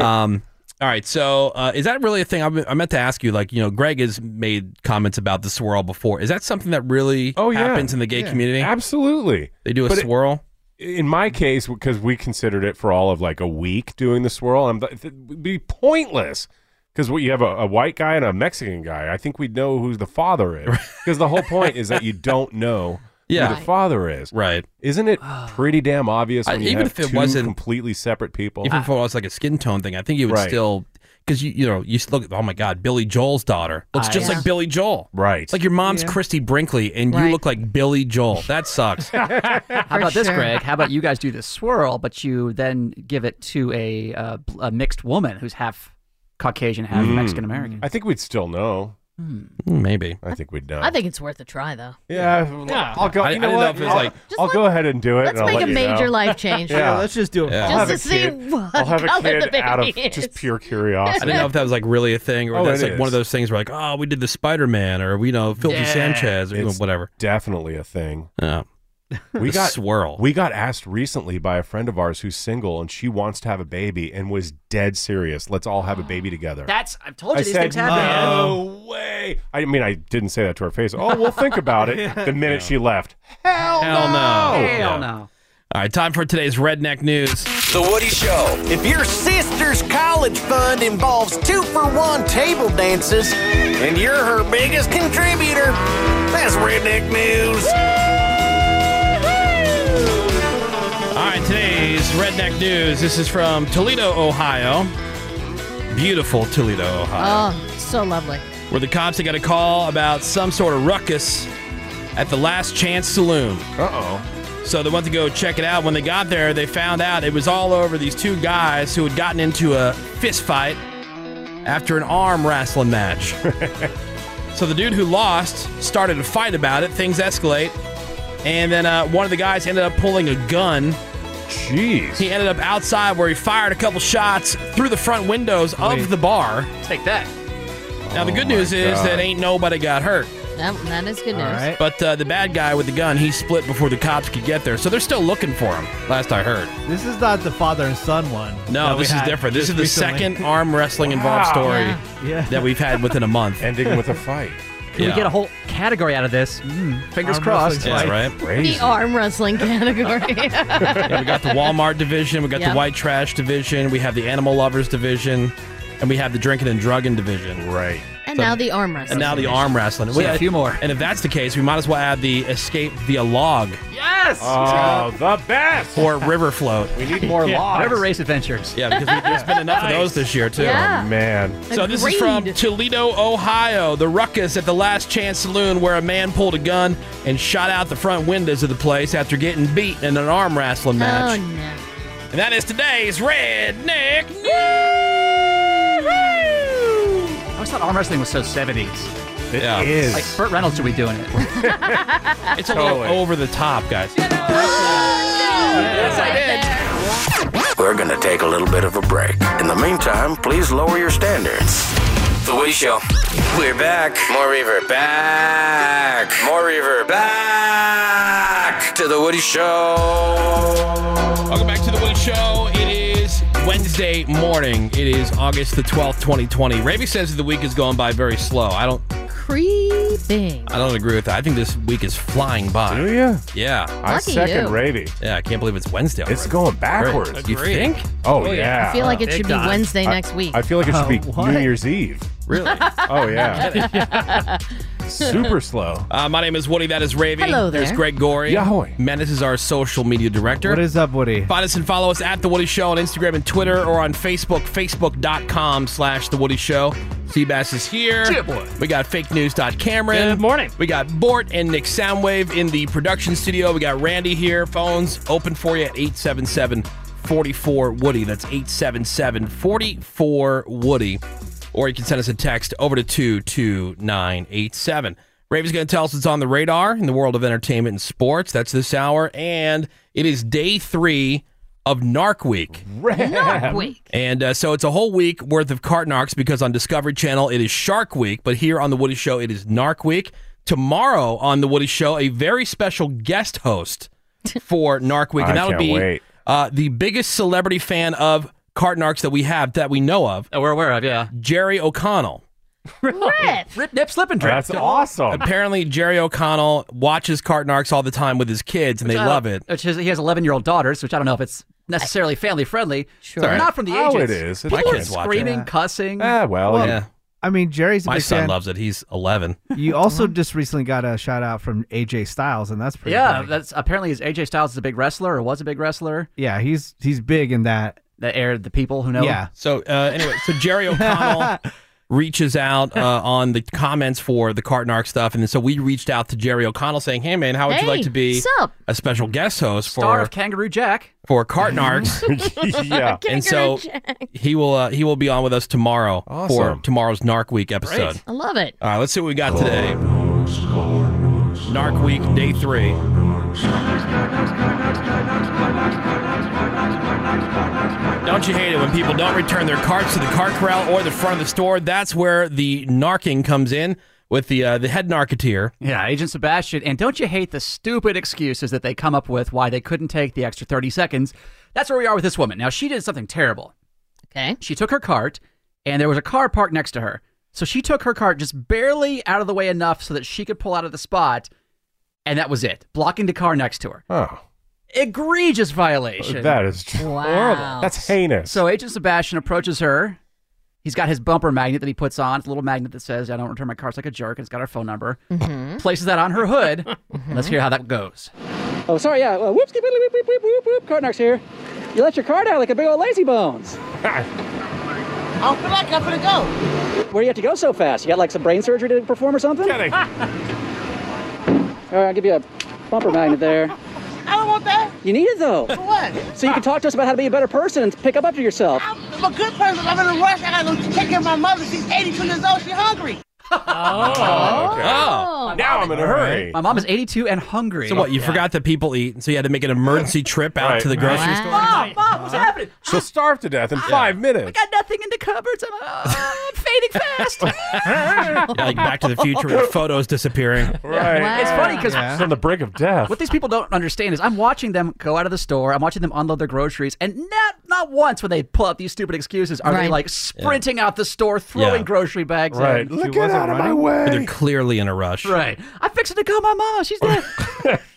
Speaker 4: um, all right. So, uh, is that really a thing? I, I meant to ask you. Like, you know, Greg has made comments about the swirl before. Is that something that really
Speaker 5: Oh, yeah.
Speaker 4: happens in the gay
Speaker 5: Yeah.
Speaker 4: community?
Speaker 5: Absolutely.
Speaker 4: They do a
Speaker 5: But it-
Speaker 4: swirl.
Speaker 5: in my case, because we considered it for all of like a week doing the swirl, I'm like, it would be pointless. Because what you have a, a white guy and a Mexican guy, I think we'd know who the father is. Because the whole point is that you don't know
Speaker 4: Yeah.
Speaker 5: who the father is. Right? Isn't it pretty damn obvious?
Speaker 4: I-
Speaker 5: When you
Speaker 4: even
Speaker 5: have
Speaker 4: if it
Speaker 5: two
Speaker 4: wasn't-
Speaker 5: completely separate people,
Speaker 4: Even if it was like a skin tone thing, I think you would
Speaker 5: Right.
Speaker 4: still because you you know you look at oh my god, Billy Joel's daughter looks
Speaker 6: Ah,
Speaker 5: I-
Speaker 4: just
Speaker 5: Yeah.
Speaker 4: like Billy Joel.
Speaker 5: Right.
Speaker 4: It's like your mom's Christy Brinkley and you
Speaker 9: Right.
Speaker 4: look like Billy Joel. That sucks.
Speaker 5: Oh,
Speaker 9: How about this,
Speaker 4: sure.
Speaker 9: Greg? How about you guys do this swirl, but you then give it to a, uh, bl- a mixed woman who's half Caucasian, half
Speaker 5: Mm.
Speaker 9: Mexican American.
Speaker 5: I think we'd still know.
Speaker 4: Hmm, Maybe.
Speaker 5: I think we'd know.
Speaker 6: I think it's worth a try, though.
Speaker 5: Yeah, I'll go.
Speaker 4: I-
Speaker 5: you
Speaker 4: I
Speaker 5: know
Speaker 4: didn't know
Speaker 5: what?
Speaker 4: if it was
Speaker 5: I'll,
Speaker 4: like-
Speaker 5: I'll go ahead and do it.
Speaker 6: let's
Speaker 5: and I'll
Speaker 6: make
Speaker 5: let
Speaker 6: a
Speaker 5: you
Speaker 6: major
Speaker 5: know.
Speaker 6: life change.
Speaker 5: Yeah,
Speaker 6: Yeah,
Speaker 4: let's just do it.
Speaker 5: Yeah.
Speaker 4: Just
Speaker 5: I'll have
Speaker 6: to
Speaker 5: a
Speaker 6: see
Speaker 5: kid.
Speaker 6: what
Speaker 5: I'll have a
Speaker 6: color
Speaker 5: kid
Speaker 6: the
Speaker 5: out of
Speaker 6: baby
Speaker 5: just
Speaker 6: is.
Speaker 5: pure
Speaker 4: I
Speaker 5: curiosity.
Speaker 4: didn't know if that was like really a thing or
Speaker 5: Oh,
Speaker 4: that's
Speaker 5: it
Speaker 4: like one of
Speaker 5: is.
Speaker 4: those things where like, oh, we did the Spider Man or you know, Filthy
Speaker 5: Yeah.
Speaker 4: Sanchez or you know,
Speaker 5: It's
Speaker 4: whatever.
Speaker 5: Definitely a thing.
Speaker 4: Yeah.
Speaker 5: We
Speaker 4: The
Speaker 5: got
Speaker 4: swirl.
Speaker 5: We got asked recently by a friend of ours who's single and she wants to have a baby and was dead serious. Let's all have a baby together.
Speaker 9: That's I've told you
Speaker 5: I
Speaker 9: these
Speaker 5: said,
Speaker 9: things happen.
Speaker 5: No way. I mean, I didn't say that to her face. Oh, we'll think about it. The minute she left,
Speaker 9: Hell,
Speaker 4: Hell no.
Speaker 9: Hell
Speaker 4: Yeah.
Speaker 9: no.
Speaker 4: All right, time for today's redneck news.
Speaker 17: The Woody Show. If your sister's college fund involves two for one table dances, and you're her biggest contributor, that's redneck news.
Speaker 4: All right, today's redneck news. This is from Toledo, Ohio. Beautiful Toledo, Ohio.
Speaker 6: Oh, so lovely.
Speaker 4: where the cops they got a call about some sort of ruckus at the Last Chance Saloon. Uh oh. So they went to go check it out. When they got there, they found out it was all over these two guys who had gotten into a fist fight after an arm wrestling match. so the dude who lost started a fight about it. Things escalate, and then uh, one of the guys ended up pulling a gun.
Speaker 5: Jeez.
Speaker 4: He ended up outside where he fired a couple shots through the front windows of the bar.
Speaker 9: Take that.
Speaker 4: Now the
Speaker 9: Oh
Speaker 4: good news
Speaker 9: my
Speaker 4: is
Speaker 9: God.
Speaker 4: that ain't nobody got hurt.
Speaker 6: That, that is good news.
Speaker 4: But uh, the bad guy with the gun, he split before the cops could get there, so they're still looking for him. Last I heard.
Speaker 7: This is not the father and son one.
Speaker 4: No,
Speaker 7: that we
Speaker 4: this is
Speaker 7: had
Speaker 4: different. This
Speaker 7: just
Speaker 4: is the
Speaker 7: recently.
Speaker 4: second arm wrestling involved
Speaker 7: Wow.
Speaker 4: story
Speaker 7: Yeah. Yeah.
Speaker 4: that we've had within a month,
Speaker 5: ending with a fight.
Speaker 9: Can we get a whole category out of this? Mm, fingers
Speaker 4: Arm
Speaker 9: crossed.
Speaker 4: wrestling's Yeah, like- right. Crazy.
Speaker 6: The arm wrestling category.
Speaker 4: Yeah, we got the Walmart division, we got
Speaker 6: Yeah.
Speaker 4: the white trash division, we have the animal lovers division, and we have the drinking and drugging division.
Speaker 5: Right.
Speaker 6: And now the arm wrestling.
Speaker 4: And now the arm wrestling.
Speaker 9: So a few
Speaker 4: more. And if that's the case, we might as well add the escape via log
Speaker 9: Yes.
Speaker 5: Oh, the best.
Speaker 4: or river float.
Speaker 5: We need more
Speaker 4: Uh, Yeah.
Speaker 5: logs.
Speaker 9: River race adventures.
Speaker 4: Yeah, because we, there's been enough of those this year too.
Speaker 5: Oh, man.
Speaker 4: So this is from
Speaker 9: Agreed.
Speaker 4: Toledo, Ohio. The ruckus at the Last Chance Saloon, where a man pulled a gun and shot out the front windows of the place after getting beat in an arm wrestling match.
Speaker 6: Oh, no.
Speaker 4: And that is today's redneck.
Speaker 9: I always thought arm wrestling was so 70s.
Speaker 5: It is.
Speaker 9: Like Burt Reynolds should be doing it.
Speaker 4: It's a little over the top, guys.
Speaker 11: We're going to take a little bit of a break. In the meantime, please lower your standards. The Woody Show. We're back. More reverb. Back. More reverb. Back to The Woody Show.
Speaker 4: Welcome back to the Woody Show. It is Wednesday morning. It is August the twelfth, twenty twenty. Ravi says that the week is going by very slow. I don't.
Speaker 6: Creeping.
Speaker 4: I don't agree with that. I think this week is flying by.
Speaker 5: Do you?
Speaker 4: Yeah.
Speaker 5: I
Speaker 6: Lucky
Speaker 5: second
Speaker 6: you.
Speaker 5: Ravy.
Speaker 4: Yeah, I can't believe it's Wednesday.
Speaker 5: It's going backwards.
Speaker 4: You think?
Speaker 5: Oh, yeah.
Speaker 6: I feel like it should be Wednesday next week.
Speaker 5: I feel like it should be
Speaker 6: Uh, what?
Speaker 5: New Year's Eve.
Speaker 4: Really?
Speaker 5: oh yeah. Super slow.
Speaker 4: Uh, my name is Woody. That is Ravy.
Speaker 6: Hello
Speaker 4: There's
Speaker 6: there.
Speaker 4: Greg Gorey.
Speaker 5: Yahoi.
Speaker 4: Menace is our social media director.
Speaker 7: What is up, Woody?
Speaker 4: Find us and follow us at The Woody Show on Instagram and Twitter or on Facebook, facebook.com slash The Woody Show. Seabass is here.
Speaker 12: Yeah, boy.
Speaker 4: We got fake news. Cameron.
Speaker 12: Good morning.
Speaker 4: We got Bort and Nick Soundwave in the production studio. We got Randy here. Phones open for you at 877 44 Woody. That's 877 44 Woody. Or you can send us a text over to 22987. Raven's going to tell us what's on the radar in the world of entertainment and sports. That's this hour. And it is day three of NARC Week.
Speaker 6: Not week.
Speaker 4: And uh, so it's a whole week worth of cart narcs because on Discovery Channel it is Shark Week, but here on The Woody Show it is Narc Week. Tomorrow on The Woody Show, a very special guest host for Narc Week.
Speaker 5: I
Speaker 4: and that'll
Speaker 5: can't
Speaker 4: be
Speaker 5: wait.
Speaker 4: Uh, the biggest celebrity fan of cart narcs that we have, that we know of.
Speaker 9: That we're aware of, yeah.
Speaker 4: Jerry O'Connell.
Speaker 6: Rip.
Speaker 9: Rip, nip, slip, and
Speaker 4: That's awesome. Apparently, Jerry O'Connell watches Cartnarks all the time with his kids, and
Speaker 9: Which
Speaker 4: they
Speaker 9: I don't-
Speaker 4: love it.
Speaker 9: Which is, he has 11 year old daughters, which I don't know if it's necessarily family friendly. Sure.
Speaker 4: Sorry.
Speaker 9: Not from the
Speaker 4: Oh,
Speaker 9: agents.
Speaker 4: it is. It's- My
Speaker 9: People are
Speaker 4: kids watch Eh, it.
Speaker 9: screaming,
Speaker 4: Yeah.
Speaker 9: cussing.
Speaker 7: Well, I mean, Jerry's a
Speaker 4: My
Speaker 7: big
Speaker 4: son
Speaker 7: fan.
Speaker 4: loves it. He's 11.
Speaker 7: You also just recently got a shout out from AJ Styles, and that's pretty.
Speaker 9: yeah,
Speaker 7: big.
Speaker 9: that's apparently is AJ Styles is a big wrestler or was a big wrestler.
Speaker 7: yeah, he's he's big in that.
Speaker 9: The air, the people who know.
Speaker 7: Yeah.
Speaker 4: So uh, anyway, so Jerry O'Connell reaches out uh, on the comments for the Cartnark stuff, and so we reached out to Jerry O'Connell saying, "Hey man, how would
Speaker 9: Hey,
Speaker 4: you like to be
Speaker 9: sup?"
Speaker 4: a special guest host
Speaker 9: Star
Speaker 4: for
Speaker 9: of Kangaroo Jack.
Speaker 4: for Cartnarks?"
Speaker 9: Yeah.
Speaker 4: and so
Speaker 9: Kangaroo Jack.
Speaker 4: he will uh, he will be on with us tomorrow for
Speaker 6: Awesome.
Speaker 4: tomorrow's Narc Week episode.
Speaker 6: I love it.
Speaker 4: All right, let's see what we got today. Narc Week, day three. Don't you hate it when people don't return their carts to the cart corral or the front of the store? That's where the narking comes in with the uh, the head narketeer.
Speaker 9: Yeah, Agent Sebastian. And don't you hate the stupid excuses that they come up with why they couldn't take the extra 30 seconds? That's where we are with this woman. Now, she did something terrible.
Speaker 6: Okay.
Speaker 9: She took her cart, and there was a car parked next to her. So she took her cart just barely out of the way enough so that she could pull out of the spot, and that was it, blocking the car next to her.
Speaker 5: Oh.
Speaker 9: Egregious violation.
Speaker 5: That is horrible. That's heinous.
Speaker 9: So Agent Sebastian approaches her. He's got his bumper magnet that he puts on. It's a little magnet that says, I don't return my cars like a jerk. and It's got our phone number. Places that on her hood. Let's hear how that goes.
Speaker 8: Oh, sorry, yeah. Uh, whoops, whoop, whoop, whoop, whoop, whoop, whoop. Cartnark's here. You let your car down like a big old lazy bones.
Speaker 3: Off the back, I'm gonna go.
Speaker 8: Where do you have to go so fast? You got like some brain surgery to perform or something? Kidding. All right, I'll give you a bumper magnet there.
Speaker 3: I don't want that.
Speaker 8: You need it though.
Speaker 3: For what?
Speaker 8: So you can talk to us about how to be a better person and pick up after yourself.
Speaker 3: I'm a good person. I'm in a rush. I gotta go take care of my mother. She's 82 years old. She's hungry.
Speaker 9: Oh,
Speaker 4: okay. Oh. Now I'm in a hurry.
Speaker 9: My mom is 82 and hungry.
Speaker 4: So what? You forgot that people eat, and so you had to make an emergency trip out to the grocery store.
Speaker 9: Mom, mom, what's happening?
Speaker 5: She'll starve to death in five minutes.
Speaker 9: Got nothing in the cupboards. I'm, uh, I'm fading fast.
Speaker 4: Yeah, like Back to the Future with photos disappearing.
Speaker 9: Right. It's funny 'cause- Yeah.
Speaker 5: on the brink of death.
Speaker 9: What these people don't understand is I'm watching them go out of the store. I'm watching them unload their groceries, and not not once when they pull out these stupid excuses are they
Speaker 4: Right.
Speaker 9: like sprinting out the store, throwing
Speaker 4: Yeah.
Speaker 9: grocery bags. In.
Speaker 4: They're clearly in a rush.
Speaker 9: Right. I'm fixing to go, my mom. She's dead.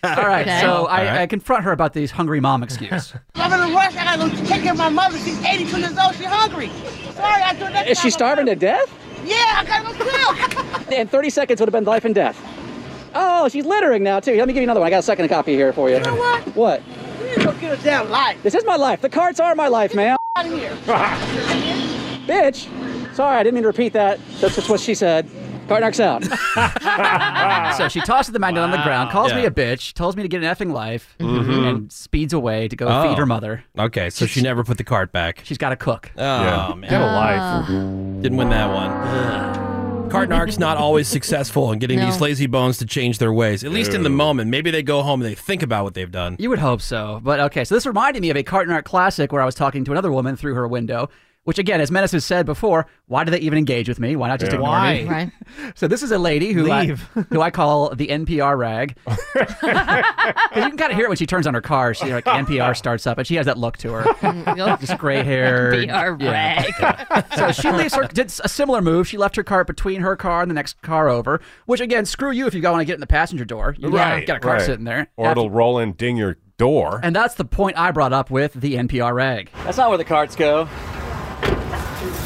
Speaker 9: All right.
Speaker 3: Okay.
Speaker 9: So
Speaker 3: All
Speaker 9: I,
Speaker 3: right.
Speaker 9: I confront her about these hungry mom excuse.
Speaker 3: I'm in a rush. I gotta go take care of my mother. She's 82 years old. She's hungry. Sorry, I do that.
Speaker 8: Is she starving to death?
Speaker 3: Yeah, I gotta go cook.
Speaker 8: And 30 seconds would have been life and death. Oh, she's littering now too. Let me give you another one. I got a second copy here for you. You know
Speaker 3: what?
Speaker 8: What?
Speaker 3: You need to go get a damn life.
Speaker 8: This is my life. The carts are my life, man.
Speaker 3: Out of here.
Speaker 8: Bitch. Sorry, I didn't mean to repeat that. That's just what she said. Cartnark's out.
Speaker 9: so she tosses the magnet on the ground, calls me
Speaker 4: Yeah.
Speaker 9: a bitch, tells me to get an effing life,
Speaker 4: Mhm.
Speaker 9: and speeds away to go
Speaker 4: Oh.
Speaker 9: feed her mother.
Speaker 4: Okay, so she never put the cart back.
Speaker 9: She's got to cook.
Speaker 4: Oh
Speaker 9: Yeah.
Speaker 4: man,
Speaker 9: Get a life.
Speaker 4: Didn't win that one. Cartnark's not always successful in getting
Speaker 9: No.
Speaker 4: these lazy bones to change their ways. At least in the
Speaker 9: No.
Speaker 4: moment, maybe they go home and they think about what they've done.
Speaker 9: You would hope so. But okay, so this reminded me of a Carton Art classic where I was talking to another woman through her window, which again, as Menace has said before, why do they even engage with me? Why not just
Speaker 7: Yeah.
Speaker 9: ignore
Speaker 7: Why?
Speaker 9: me?
Speaker 7: Right.
Speaker 9: So this is a lady who I,
Speaker 7: Leave.
Speaker 9: who I call the NPR rag. 'Cause you can kind of hear it when she turns on her car. She like NPR starts up, and she has that look to her, just gray hair.
Speaker 6: NPR
Speaker 9: rag. so she leaves her did a similar move. She left her cart between her car and the next car over. Which again, screw you if you want to get in the passenger door. You
Speaker 5: right.
Speaker 9: got a car
Speaker 5: right.
Speaker 9: sitting there.
Speaker 5: Or it'll roll in, ding your door.
Speaker 9: And that's the point I brought up with the NPR rag.
Speaker 8: That's not where the carts go.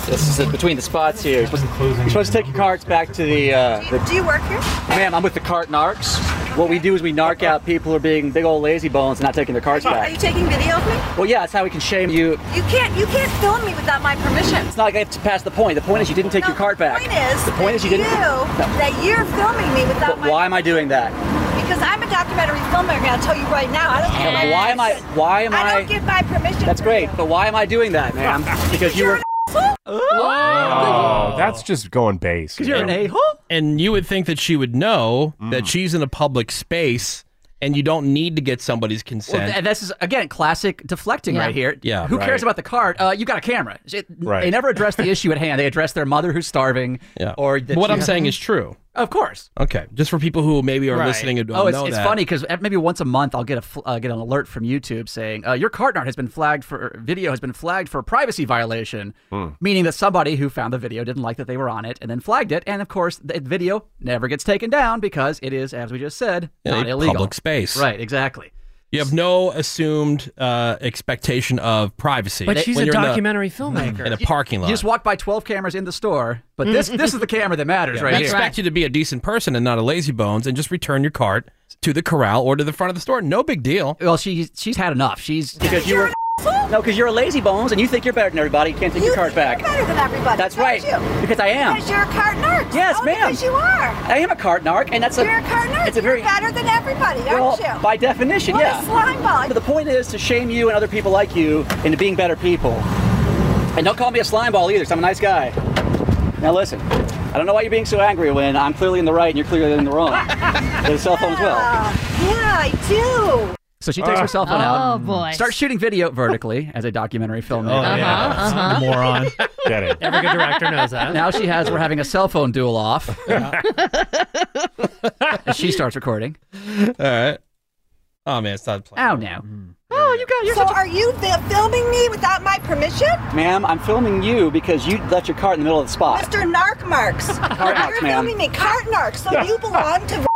Speaker 8: This is it, between the spots here. You're supposed, you're supposed to take your carts back to the. Uh, the
Speaker 18: Do you work here?
Speaker 8: ma'am, I'm with the cart narcs. What we do is we narc out people who are being big old lazy bones and not taking their carts
Speaker 18: Are you
Speaker 8: back.
Speaker 18: taking video of me?
Speaker 8: Well, yeah, that's how we can shame you.
Speaker 18: You can't. You can't film me without my permission.
Speaker 8: It's not like it's past the point. The point is you didn't take your cart back.
Speaker 18: The point is,
Speaker 8: the point is you
Speaker 18: that
Speaker 8: didn't. No.
Speaker 18: that you're filming me without
Speaker 8: But
Speaker 18: my
Speaker 8: why am I doing that?
Speaker 18: because I'm a documentary filmmaker. and I'll tell you right now. I don't give my
Speaker 8: But why am I?
Speaker 18: permission.
Speaker 8: Why am
Speaker 18: I
Speaker 8: I?
Speaker 18: don't give my permission.
Speaker 8: That's great. But why am I doing that, ma'am? Because you were.
Speaker 5: Oh, that's just going base. Mm.
Speaker 4: And you would think that she would know that she's in a public space and you don't need to get somebody's consent.
Speaker 9: Well, th- this is again classic deflecting
Speaker 4: Yeah.
Speaker 9: right here.
Speaker 4: Yeah,
Speaker 9: Who
Speaker 4: right.
Speaker 9: cares about the card? Uh, you got a camera. It-
Speaker 4: Right.
Speaker 9: They never address the issue at hand. They address their mother who's starving.
Speaker 4: Yeah.
Speaker 9: Or that
Speaker 4: What
Speaker 9: you
Speaker 4: I'm
Speaker 9: have-
Speaker 4: saying is true.
Speaker 9: Of course.
Speaker 4: Okay, just for people who maybe are listening and don't
Speaker 9: oh, it's,
Speaker 4: know
Speaker 9: it's
Speaker 4: that.
Speaker 9: funny because maybe once a month I'll get a fl- uh, get an alert from YouTube saying uh, your Cartnart has been flagged for video has been flagged for privacy violation, meaning that somebody who found the video didn't like that they were on it and then flagged it. And of course, the video never gets taken down because it is, as we just said,
Speaker 4: In a
Speaker 9: not illegal.
Speaker 4: public space.
Speaker 9: Right. Exactly.
Speaker 4: You have no assumed uh, expectation of privacy.
Speaker 9: But she's a
Speaker 4: when you're in
Speaker 9: documentary
Speaker 11: filmmaker.
Speaker 4: in a parking
Speaker 9: You
Speaker 4: lot.
Speaker 9: just walk by twelve cameras in the store, but this this is the camera that matters
Speaker 4: Yeah,
Speaker 9: right
Speaker 4: they
Speaker 9: here.
Speaker 4: expect you to be a decent person and not a lazy bones, and just return your cart to the corral or to the front of the store. No big deal.
Speaker 9: Well, she's she's had enough. She's
Speaker 19: Because you were. No, because you're a lazy bones and you think you're better than everybody. You can't take your card back.
Speaker 8: Better than everybody.
Speaker 19: That's right. Because I am.
Speaker 8: Because you're a cart narc.
Speaker 19: Yes,
Speaker 8: Oh,
Speaker 19: ma'am.
Speaker 8: Because you are.
Speaker 19: I am a cart narc, and that's a.
Speaker 8: you're a cart narc.
Speaker 19: It's a very.
Speaker 8: You're better than everybody,
Speaker 19: well,
Speaker 8: aren't you?
Speaker 19: by definition,
Speaker 8: What a
Speaker 19: yeah.
Speaker 8: slimeball.
Speaker 19: But the point is to shame you and other people like you into being better people. And don't call me a slimeball either, 'cause I'm a nice guy. Now listen, I don't know why you're being so angry when I'm clearly in the right and you're clearly in the wrong. There's a cell phone as well.
Speaker 8: yeah, I do.
Speaker 9: So she
Speaker 19: Uh,
Speaker 9: takes her cell phone out. Mm.
Speaker 8: Oh, boy.
Speaker 9: Starts Uh, shooting video vertically as a documentary filmmaker.
Speaker 8: Oh, yeah. Uh-huh, uh-huh.
Speaker 11: Moron.
Speaker 5: Get it.
Speaker 11: Every good director knows that.
Speaker 9: Now she has. We're having a cell phone duel off. As she starts recording.
Speaker 4: All right. Oh man, it's not playing.
Speaker 9: Oh no.
Speaker 19: Mm.
Speaker 8: Oh, you got. You're so are you fi- filming me without my permission,
Speaker 19: Ma'am, I'm filming you because you left your cart in the middle of the spot.
Speaker 8: Mr. Narc Marks?
Speaker 19: Cart narcs,
Speaker 8: you're
Speaker 19: ma'am.
Speaker 8: filming me, cart narc. So you belong to.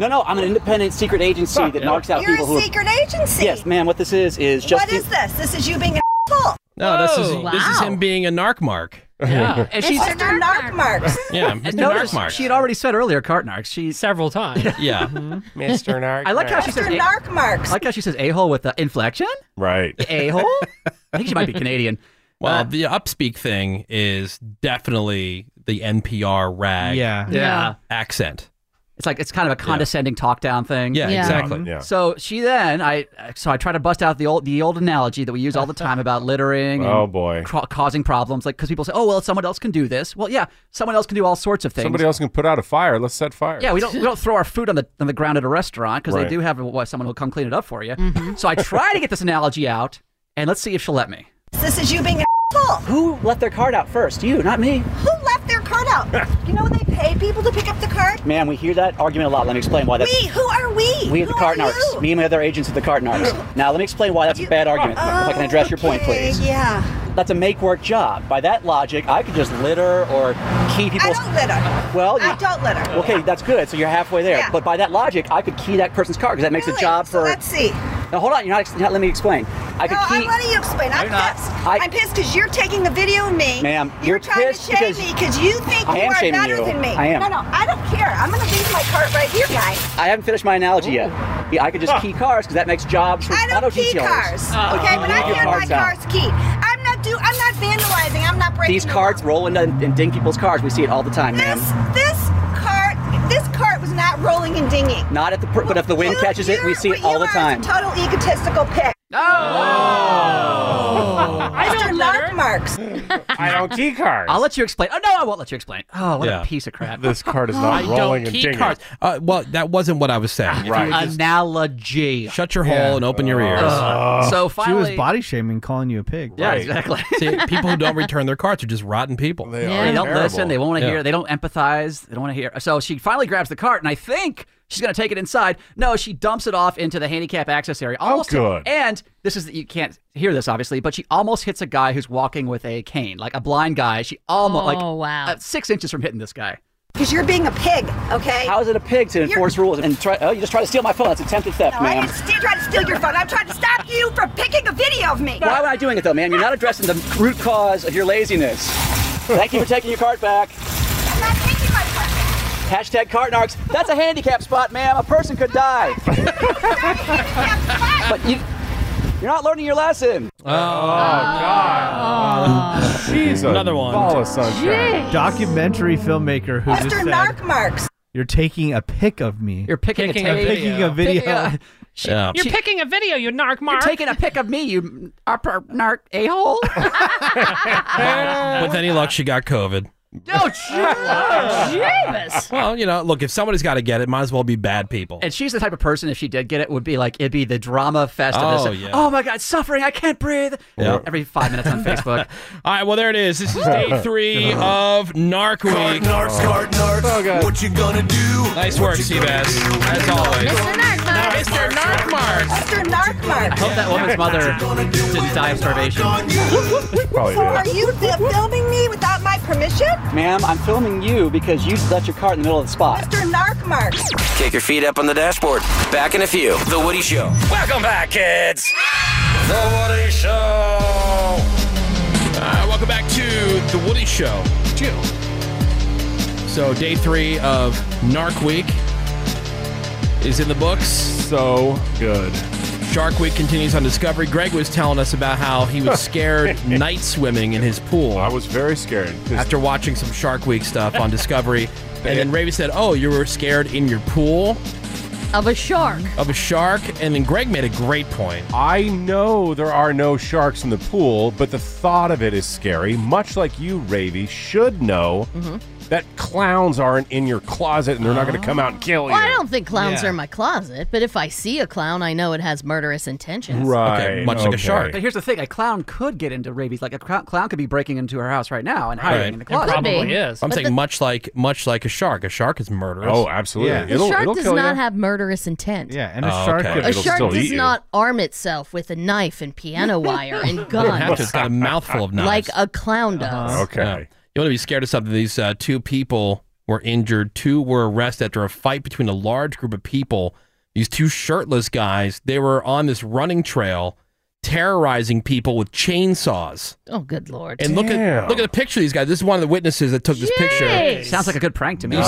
Speaker 19: No, no, I'm an independent secret agency that narcs out
Speaker 8: You're
Speaker 19: people who.
Speaker 8: a secret agency.
Speaker 19: Yes, ma'am. What this is is just.
Speaker 8: What
Speaker 19: the-
Speaker 8: is this? This is you being an asshole.
Speaker 4: No, this is
Speaker 8: Whoa.
Speaker 4: this is
Speaker 8: Wow.
Speaker 4: him being a narc mark.
Speaker 9: Oh, Yeah.
Speaker 8: It's Mr. Narc Marks.
Speaker 4: Yeah,
Speaker 9: And
Speaker 4: Mr.
Speaker 9: notice
Speaker 4: Narc Mark.
Speaker 9: She had already said earlier, cart narcs. She Mm-hmm.
Speaker 11: several times.
Speaker 4: Yeah.
Speaker 11: Mr. Narc
Speaker 9: I like how she
Speaker 8: Narc.
Speaker 9: says
Speaker 8: Mr.
Speaker 9: a-
Speaker 8: Narc Marks.
Speaker 9: I like how she says a hole with the inflection.
Speaker 5: Right.
Speaker 9: A hole. I think she might be Canadian. Uh,
Speaker 4: Well, the upspeak thing is definitely the NPR rag.
Speaker 9: Yeah. Yeah.
Speaker 4: Accent.
Speaker 9: It's like it's kind of a condescending talk down thing.
Speaker 4: Yeah, Yeah. exactly. Yeah.
Speaker 9: So she then I so I try to bust out the old the old analogy that we use all the time about littering. and
Speaker 5: Oh, boy.
Speaker 9: ca- causing problems like because people say, oh well, someone else can do this. Well, yeah, someone else can do all sorts of things.
Speaker 5: Somebody else can put out a fire. Let's set fire.
Speaker 9: Yeah, we don't we don't throw our food on the on the ground at a restaurant because
Speaker 5: Right.
Speaker 9: they do have what, someone who'll come clean it up for you.
Speaker 8: Mm-hmm.
Speaker 9: So I try to get this analogy out, and let's see if she'll let me.
Speaker 8: This is you being an asshole.
Speaker 19: Who left their card out first? You, not me.
Speaker 8: Who left their cart out? you know they pay people to pick up the cart.
Speaker 19: Ma'am, we hear that argument a lot. Let me explain why that's.
Speaker 8: We? Who are we?
Speaker 19: We at
Speaker 8: Who
Speaker 19: the cart
Speaker 8: are
Speaker 19: narcs.
Speaker 8: you?
Speaker 19: Me and my other agents at the cart narcs. Now, let me explain why that's a bad argument. if I can address your point,
Speaker 8: Okay,
Speaker 19: please.
Speaker 8: Yeah.
Speaker 19: That's a make work job. By that logic, I could just litter or key people's.
Speaker 8: Litter.
Speaker 19: Well,
Speaker 8: I don't litter.
Speaker 19: Okay, that's good. So you're halfway there.
Speaker 8: Yeah.
Speaker 19: But by that logic, I could key that person's car because that makes a job for.
Speaker 8: Let's see.
Speaker 19: Now hold on. You're not. ex- not- let me explain. I could
Speaker 8: no,
Speaker 19: key.
Speaker 8: I'm letting you explain. I'm pissed. I'm pissed because you're taking the video of me.
Speaker 19: Ma'am,
Speaker 8: you're,
Speaker 19: you're
Speaker 8: trying
Speaker 19: pissed
Speaker 8: to shame
Speaker 19: because-
Speaker 8: me because you think
Speaker 19: I
Speaker 8: you
Speaker 19: am
Speaker 8: are
Speaker 19: shaming
Speaker 8: better
Speaker 19: you.
Speaker 8: than me.
Speaker 19: I am.
Speaker 8: No, no, I don't care. I'm gonna leave my cart right here, guys.
Speaker 19: I haven't finished my analogy yet. Yeah, I could just key cars because that makes jobs for
Speaker 8: I
Speaker 19: auto
Speaker 8: don't key
Speaker 19: detailers.
Speaker 8: cars.
Speaker 5: Uh,
Speaker 19: Like,
Speaker 8: okay,
Speaker 19: Uh, you
Speaker 8: when I
Speaker 19: leave your
Speaker 8: have my
Speaker 19: cards out.
Speaker 8: car's keyed, I'm not do. I'm not vandalizing. I'm not breaking.
Speaker 19: These
Speaker 8: the
Speaker 19: carts roll into and ding people's cars. We see it all the time, ma'am.
Speaker 8: law. This cart. This cart was not rolling and dinging.
Speaker 19: Not if the per- but if the wind catches it, we see it all the time.
Speaker 8: Total egotistical pick. Oh.
Speaker 9: Oh.
Speaker 8: I don't knock marks.
Speaker 5: I don't key cars.
Speaker 9: I'll let you explain. Oh no, I won't let you explain. Oh, what
Speaker 4: Yeah.
Speaker 9: a piece of crap.
Speaker 5: This card is
Speaker 4: I
Speaker 5: not rolling
Speaker 4: don't
Speaker 5: and
Speaker 4: key
Speaker 5: dinging.
Speaker 4: cards. Uh, well, that wasn't what I was saying. If you would just
Speaker 9: analogy.
Speaker 4: Shut your hole and open your ears.
Speaker 9: Uh, so
Speaker 7: she was body shaming, calling you a pig.
Speaker 4: See, people who don't return their carts are just rotten people. They
Speaker 9: They don't listen. They won't want to hear. They don't empathize. They don't want to hear. So she finally grabs the cart, and I think she's going to take it inside. No, she dumps it off into the handicap access area. Almost
Speaker 5: good.
Speaker 9: And this is you can't hear this obviously, but she almost hits a guy who's walking with a cane, like a blind guy. She almost like
Speaker 8: Oh, wow.
Speaker 9: uh, six inches from hitting this guy.
Speaker 8: Because you're being a pig, okay?
Speaker 19: How is it a pig to enforce rules and try? Oh, you just try to steal my phone. That's attempted theft,
Speaker 8: No, I
Speaker 19: ma'am.
Speaker 8: didn't st- try to steal your phone. I'm trying to stop you from picking a video of me.
Speaker 19: Why am I doing it though, ma'am? You're not addressing the root cause of your laziness. Thank you for taking your cart back. Hashtag cart narcs. That's a handicap spot, ma'am. A person could die. but you, you're not learning your lesson.
Speaker 4: Oh,
Speaker 9: Oh.
Speaker 4: God.
Speaker 5: She's
Speaker 4: Another one.
Speaker 5: Ball of sunshine.
Speaker 7: Documentary filmmaker who just
Speaker 8: Mr.
Speaker 7: said,
Speaker 8: Narc Marks.
Speaker 7: "You're taking a pic of me.
Speaker 9: You're picking,
Speaker 11: Picking
Speaker 9: a
Speaker 11: a
Speaker 9: tape.
Speaker 11: video.
Speaker 7: Picking a video.
Speaker 9: Picking a-
Speaker 4: Yeah.
Speaker 11: You're picking a video, you narc
Speaker 9: You're
Speaker 11: mark.
Speaker 9: taking a pic of me, you upper narc a hole.
Speaker 4: With any luck, she got COVID.
Speaker 9: No, Oh, Jeebus.
Speaker 4: Well, you know, look, if somebody's got to get it, might as well be bad people.
Speaker 9: And she's the type of person, if she did get it, would be like, it'd be the drama fest of this.
Speaker 4: Oh, yeah.
Speaker 9: oh my God, suffering, I can't breathe.
Speaker 4: Yeah.
Speaker 9: Every five minutes on Facebook. Uh-huh.
Speaker 4: All right, well, there it is. This is day three of Narc Week.
Speaker 9: narcs, cart
Speaker 4: narcs. What you gonna do? Nice work, Seabass, as always.
Speaker 18: Mr. Narkmark. Mr. Narkmark.
Speaker 9: I hope that woman's mother didn't die of starvation.
Speaker 18: So are you fi- filming me without my permission?
Speaker 8: Ma'am, I'm filming you because you left your cart in the middle of the spot.
Speaker 18: Mr. Narkmark.
Speaker 11: Kick your feet up on the dashboard. Back in a few. The Woody Show. Welcome back, kids. The Woody Show.
Speaker 4: Uh, welcome back to The Woody Show. Jill. So, day three of Narc Week is in the books. So good. Shark Week continues on Discovery. Greg was telling us about how he was scared night swimming in his pool. I
Speaker 5: was very scared.
Speaker 4: After watching some Shark Week stuff on Discovery. and then Ravi said, Oh, you were scared in your pool
Speaker 6: Of a shark.
Speaker 4: of a shark? And then Greg made a great point.
Speaker 5: I know there are no sharks in the pool, but the thought of it is scary. Much like you, Ravy, should know
Speaker 6: Mm-hmm.
Speaker 5: that clowns aren't in your closet and they're not going to come out and kill you.
Speaker 6: Well, I don't think clowns
Speaker 5: Oh, Yeah.
Speaker 6: are in my closet, but if I see a clown, I know it has murderous intentions.
Speaker 5: Right. much like a okay. shark.
Speaker 9: But here's the thing: a clown could get into rabies. Like a clown, clown could be breaking into her house right now and hiding
Speaker 4: Right.
Speaker 9: in the closet.
Speaker 4: I'm saying much like much like a shark. A shark is murderous.
Speaker 5: Oh, absolutely.
Speaker 6: The shark does not have murderous intent.
Speaker 4: Yeah,
Speaker 7: and
Speaker 5: a shark could-
Speaker 6: A
Speaker 5: It'll
Speaker 6: shark
Speaker 5: still
Speaker 6: does
Speaker 5: eat you.
Speaker 6: not arm itself with a knife and piano wire and
Speaker 4: It
Speaker 6: guns
Speaker 4: has got a mouthful of knives.
Speaker 6: like a clown does.
Speaker 4: Uh-huh. Uh, Yeah. You want to be scared of something. These uh, two people were injured. Two were arrested after a fight between a large group of people. These two shirtless guys, they were on this running trail terrorizing people with chainsaws.
Speaker 6: Oh, good lord!
Speaker 4: And look at look at the picture of these guys. This is one of the witnesses that took this picture.
Speaker 6: Jeez. Sounds like
Speaker 9: a good prank to
Speaker 6: me. No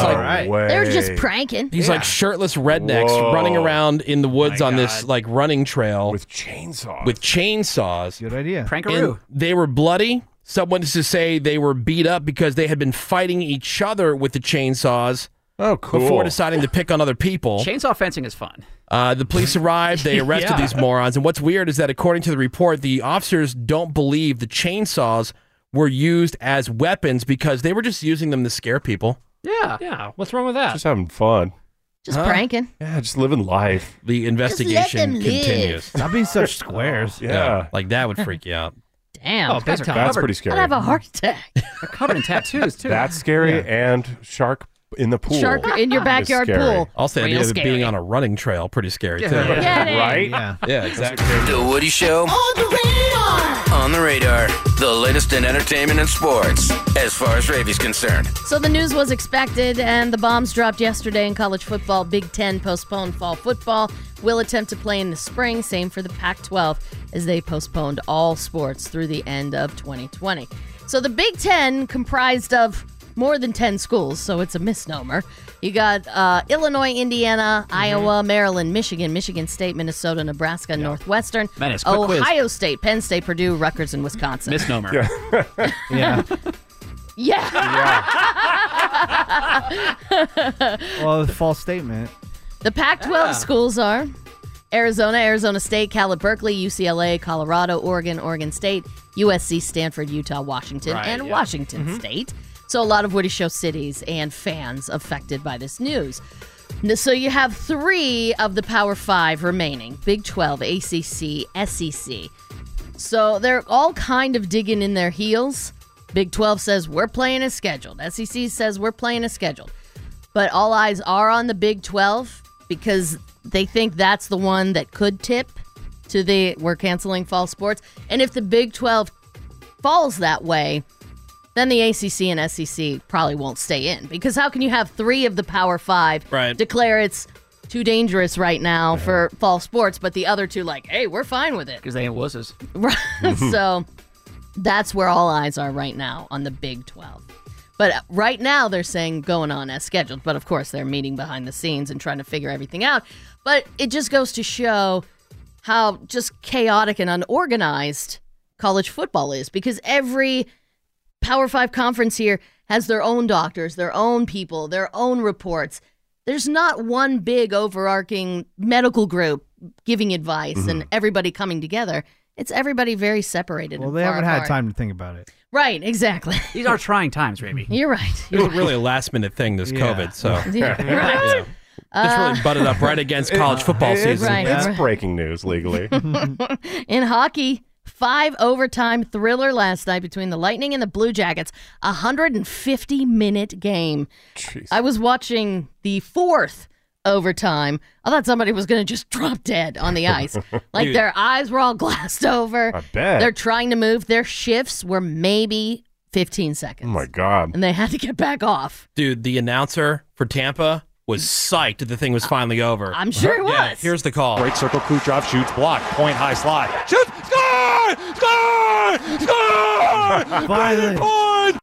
Speaker 6: They're just pranking.
Speaker 4: He's like shirtless rednecks
Speaker 5: Whoa.
Speaker 4: running around in the woods on this like running trail with
Speaker 5: chainsaws.
Speaker 4: With chainsaws.
Speaker 7: Good idea.
Speaker 4: And they were bloody. Some witnesses say they were beat up because they had been fighting each other with the chainsaws.
Speaker 5: Oh,
Speaker 9: cool.
Speaker 4: Before deciding to pick on other people.
Speaker 9: Chainsaw fencing is fun.
Speaker 4: Uh, the police arrived. They arrested
Speaker 9: Yeah.
Speaker 4: these morons. And what's weird is that, according to the report, the officers don't believe the chainsaws were used as weapons because they were just using them to scare people.
Speaker 9: Yeah.
Speaker 12: Yeah. What's wrong with that?
Speaker 5: Just having fun.
Speaker 6: Just pranking.
Speaker 5: Yeah, just living life.
Speaker 4: The investigation
Speaker 6: live.
Speaker 4: continues.
Speaker 7: Stop being such squares.
Speaker 5: Yeah.
Speaker 4: Like that would freak you out.
Speaker 6: Damn.
Speaker 5: Oh, big time. That's pretty scary.
Speaker 6: I'd have a heart attack.
Speaker 9: They're covered in tattoos too.
Speaker 5: That's scary. And shark in the pool.
Speaker 6: Shark in your
Speaker 5: is
Speaker 6: backyard
Speaker 5: scary.
Speaker 6: pool.
Speaker 4: Also, the
Speaker 6: Real
Speaker 4: idea of it
Speaker 6: scary.
Speaker 4: being on a running trail, pretty scary
Speaker 11: Yeah.
Speaker 4: too.
Speaker 11: Get it. Right?
Speaker 4: Yeah.
Speaker 11: Yeah.
Speaker 4: exactly.
Speaker 11: The Woody Show. On the radar. On the radar. The latest in entertainment and sports, as far as Ravy's concerned.
Speaker 6: So the news was expected, and the bombs dropped yesterday in college football. Big Ten postponed fall football, will attempt to play in the spring. Same for the Pac 12, as they postponed all sports through the end of 2020. So the Big Ten comprised of more than 10 schools, so it's a misnomer. You got uh, Illinois, Indiana,
Speaker 5: Mm-hmm.
Speaker 6: Iowa, Maryland, Michigan, Michigan State, Minnesota, Nebraska, Northwestern,
Speaker 9: Menace, quick quiz.
Speaker 6: Ohio State, Penn State, Purdue, Rutgers, and Wisconsin.
Speaker 9: Misnomer. Yeah.
Speaker 6: Yeah.
Speaker 7: Well, false statement.
Speaker 6: The Pac 12
Speaker 7: Yeah.
Speaker 6: schools are Arizona, Arizona State, Cal at Berkeley, UCLA, Colorado, Oregon, Oregon State, USC, Stanford, Utah, Washington,
Speaker 10: Right,
Speaker 6: and
Speaker 10: yeah.
Speaker 6: Washington
Speaker 10: Mhm.
Speaker 6: State. So a lot of Woody Show cities and fans affected by this news. N- So you have three of the Power Five remaining Big 12, ACC, SEC. So they're all kind of digging in their heels. Big 12 says we're playing as scheduled. SEC E says we're playing as scheduled. But all eyes are on the Big 12 because they think that's the one that could tip to the we're canceling fall sports. And if the Big 12 falls that way, then the ACC and SEC probably won't stay in because how can you have three of the Power Five declare it's too dangerous right now for fall sports, but the other two like, hey, we're fine with it.
Speaker 9: Because they ain't wusses.
Speaker 6: so that's where all eyes are right now on the Big 12. But uh, right now they're saying going on as scheduled, but of course they're meeting behind the scenes and trying to figure everything out. But it just goes to show how just chaotic and unorganized college football is because every Power 5 conference here has their own doctors, their own people, their own reports. There's not one big overarching medical group giving advice and
Speaker 10: Mhm.
Speaker 6: everybody coming together. It's everybody very separated.
Speaker 7: Well,
Speaker 6: and
Speaker 7: they
Speaker 6: far
Speaker 7: haven't had
Speaker 6: apart.
Speaker 7: time to think about it.
Speaker 6: Right, exactly.
Speaker 9: These are trying times, Raby.
Speaker 6: You're right.
Speaker 4: It was really a last minute thing, this COVID. So
Speaker 6: Yeah, right.
Speaker 4: Yeah. This
Speaker 6: Uh,
Speaker 4: really butted up right against college football
Speaker 5: It's-
Speaker 4: season.
Speaker 6: Right.
Speaker 5: It's breaking news legally.
Speaker 6: In hockey, five overtime thriller last night between the Lightning and the Blue Jackets. A 150 minute game. I was watching the fourth overtime. I thought somebody was going to just drop dead on the ice. like
Speaker 10: Dude.
Speaker 6: their eyes were all glassed over.
Speaker 5: I bet.
Speaker 6: They're trying to move. Their shifts were maybe 15 seconds.
Speaker 5: Oh my God.
Speaker 6: And they had to get back off.
Speaker 4: Dude, the announcer for Tampa was psyched that the thing was finally over.
Speaker 6: I'm sure it
Speaker 4: Yeah,
Speaker 6: was.
Speaker 4: here's the call.
Speaker 20: Right circle, Kucherov shoots, block, point high slide.
Speaker 4: Shoot! Score! Score!
Speaker 20: Score!
Speaker 7: Finally.
Speaker 4: Point!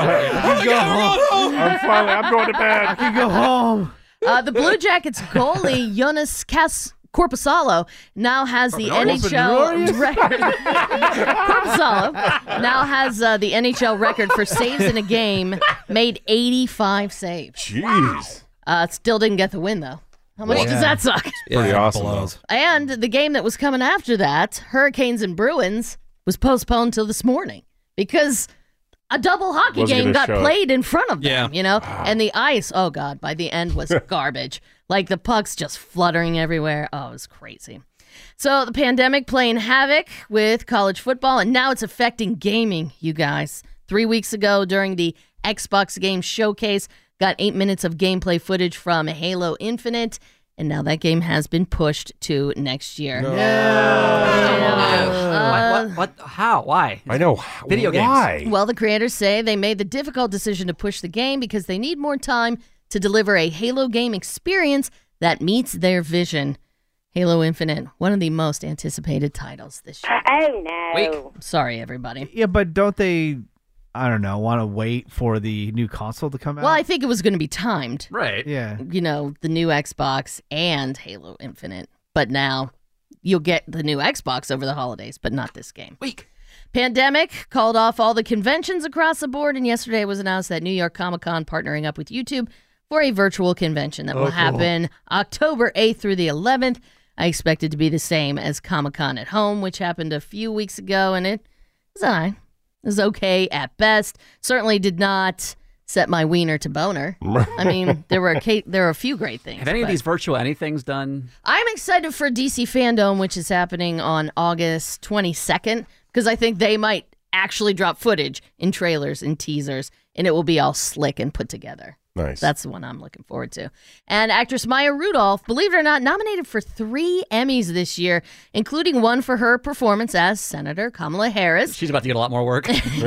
Speaker 20: I go home.
Speaker 5: I'm finally, I'm going to bed. I
Speaker 7: can go home.
Speaker 6: Uh, the Blue Jackets goalie Jonas Cas Corposalo now has the
Speaker 10: Corpus-
Speaker 6: NHL
Speaker 10: Corpus-
Speaker 6: record. Corposalo now has uh, the NHL record for saves in a game, made 85 saves.
Speaker 5: Jeez.
Speaker 6: Uh, still didn't get the win though. How much
Speaker 5: Well,
Speaker 6: does that suck?
Speaker 5: Pretty awesome. though.
Speaker 6: And the game that was coming after that, Hurricanes and Bruins, was postponed till this morning because a double hockey
Speaker 10: Wasn't
Speaker 6: game
Speaker 10: gonna
Speaker 6: got
Speaker 10: show it.
Speaker 6: played in front of them,
Speaker 10: Yeah.
Speaker 6: you know? And the ice, oh God, by the end was garbage. Like the pucks just fluttering everywhere. Oh, it was crazy. So the pandemic playing havoc with college football, and now it's affecting gaming, you guys. Three weeks ago during the Xbox Game Showcase, got eight minutes of gameplay footage from Halo Infinite, and now that game has been pushed to next year. Uh,
Speaker 9: what, what, what? How? Why?
Speaker 5: I know.
Speaker 9: Video games.
Speaker 6: Well, the creators say they made the difficult decision to push the game because they need more time to deliver a Halo game experience that meets their vision. Halo Infinite, one of the most anticipated titles this year.
Speaker 21: Oh no!
Speaker 6: Sorry, everybody.
Speaker 7: Yeah, but don't they? I don't know. Want to wait for the new console to come out?
Speaker 6: Well, I think it was going to be timed.
Speaker 9: Right.
Speaker 7: Yeah.
Speaker 6: You know, the new Xbox and Halo Infinite. But now you'll get the new Xbox over the holidays, but not this game.
Speaker 9: Week.
Speaker 6: Pandemic called off all the conventions across the board, and yesterday it was announced that New York Comic Con partnering up with YouTube for a virtual convention that
Speaker 10: Oh,
Speaker 6: will
Speaker 10: cool.
Speaker 6: happen October 8th through the 11th. I expect it to be the same as Comic Con at home, which happened a few weeks ago, and it was all right. It was okay at best. Certainly did not set my wiener to boner. I mean, there were a ca- there were a few great things.
Speaker 9: Have any of
Speaker 6: but-
Speaker 9: these virtual anythings done?
Speaker 6: I'm excited for DC Fandom, which is happening on August 22nd, because I think they might actually drop footage in trailers and teasers, and it will be all slick and put together.
Speaker 5: Nice.
Speaker 6: That's the one I'm looking forward to. And actress Maya Rudolph, believe it or not, nominated for three Emmys this year, including one for her performance as Senator Kamala Harris.
Speaker 9: She's about to get a lot more work.
Speaker 6: who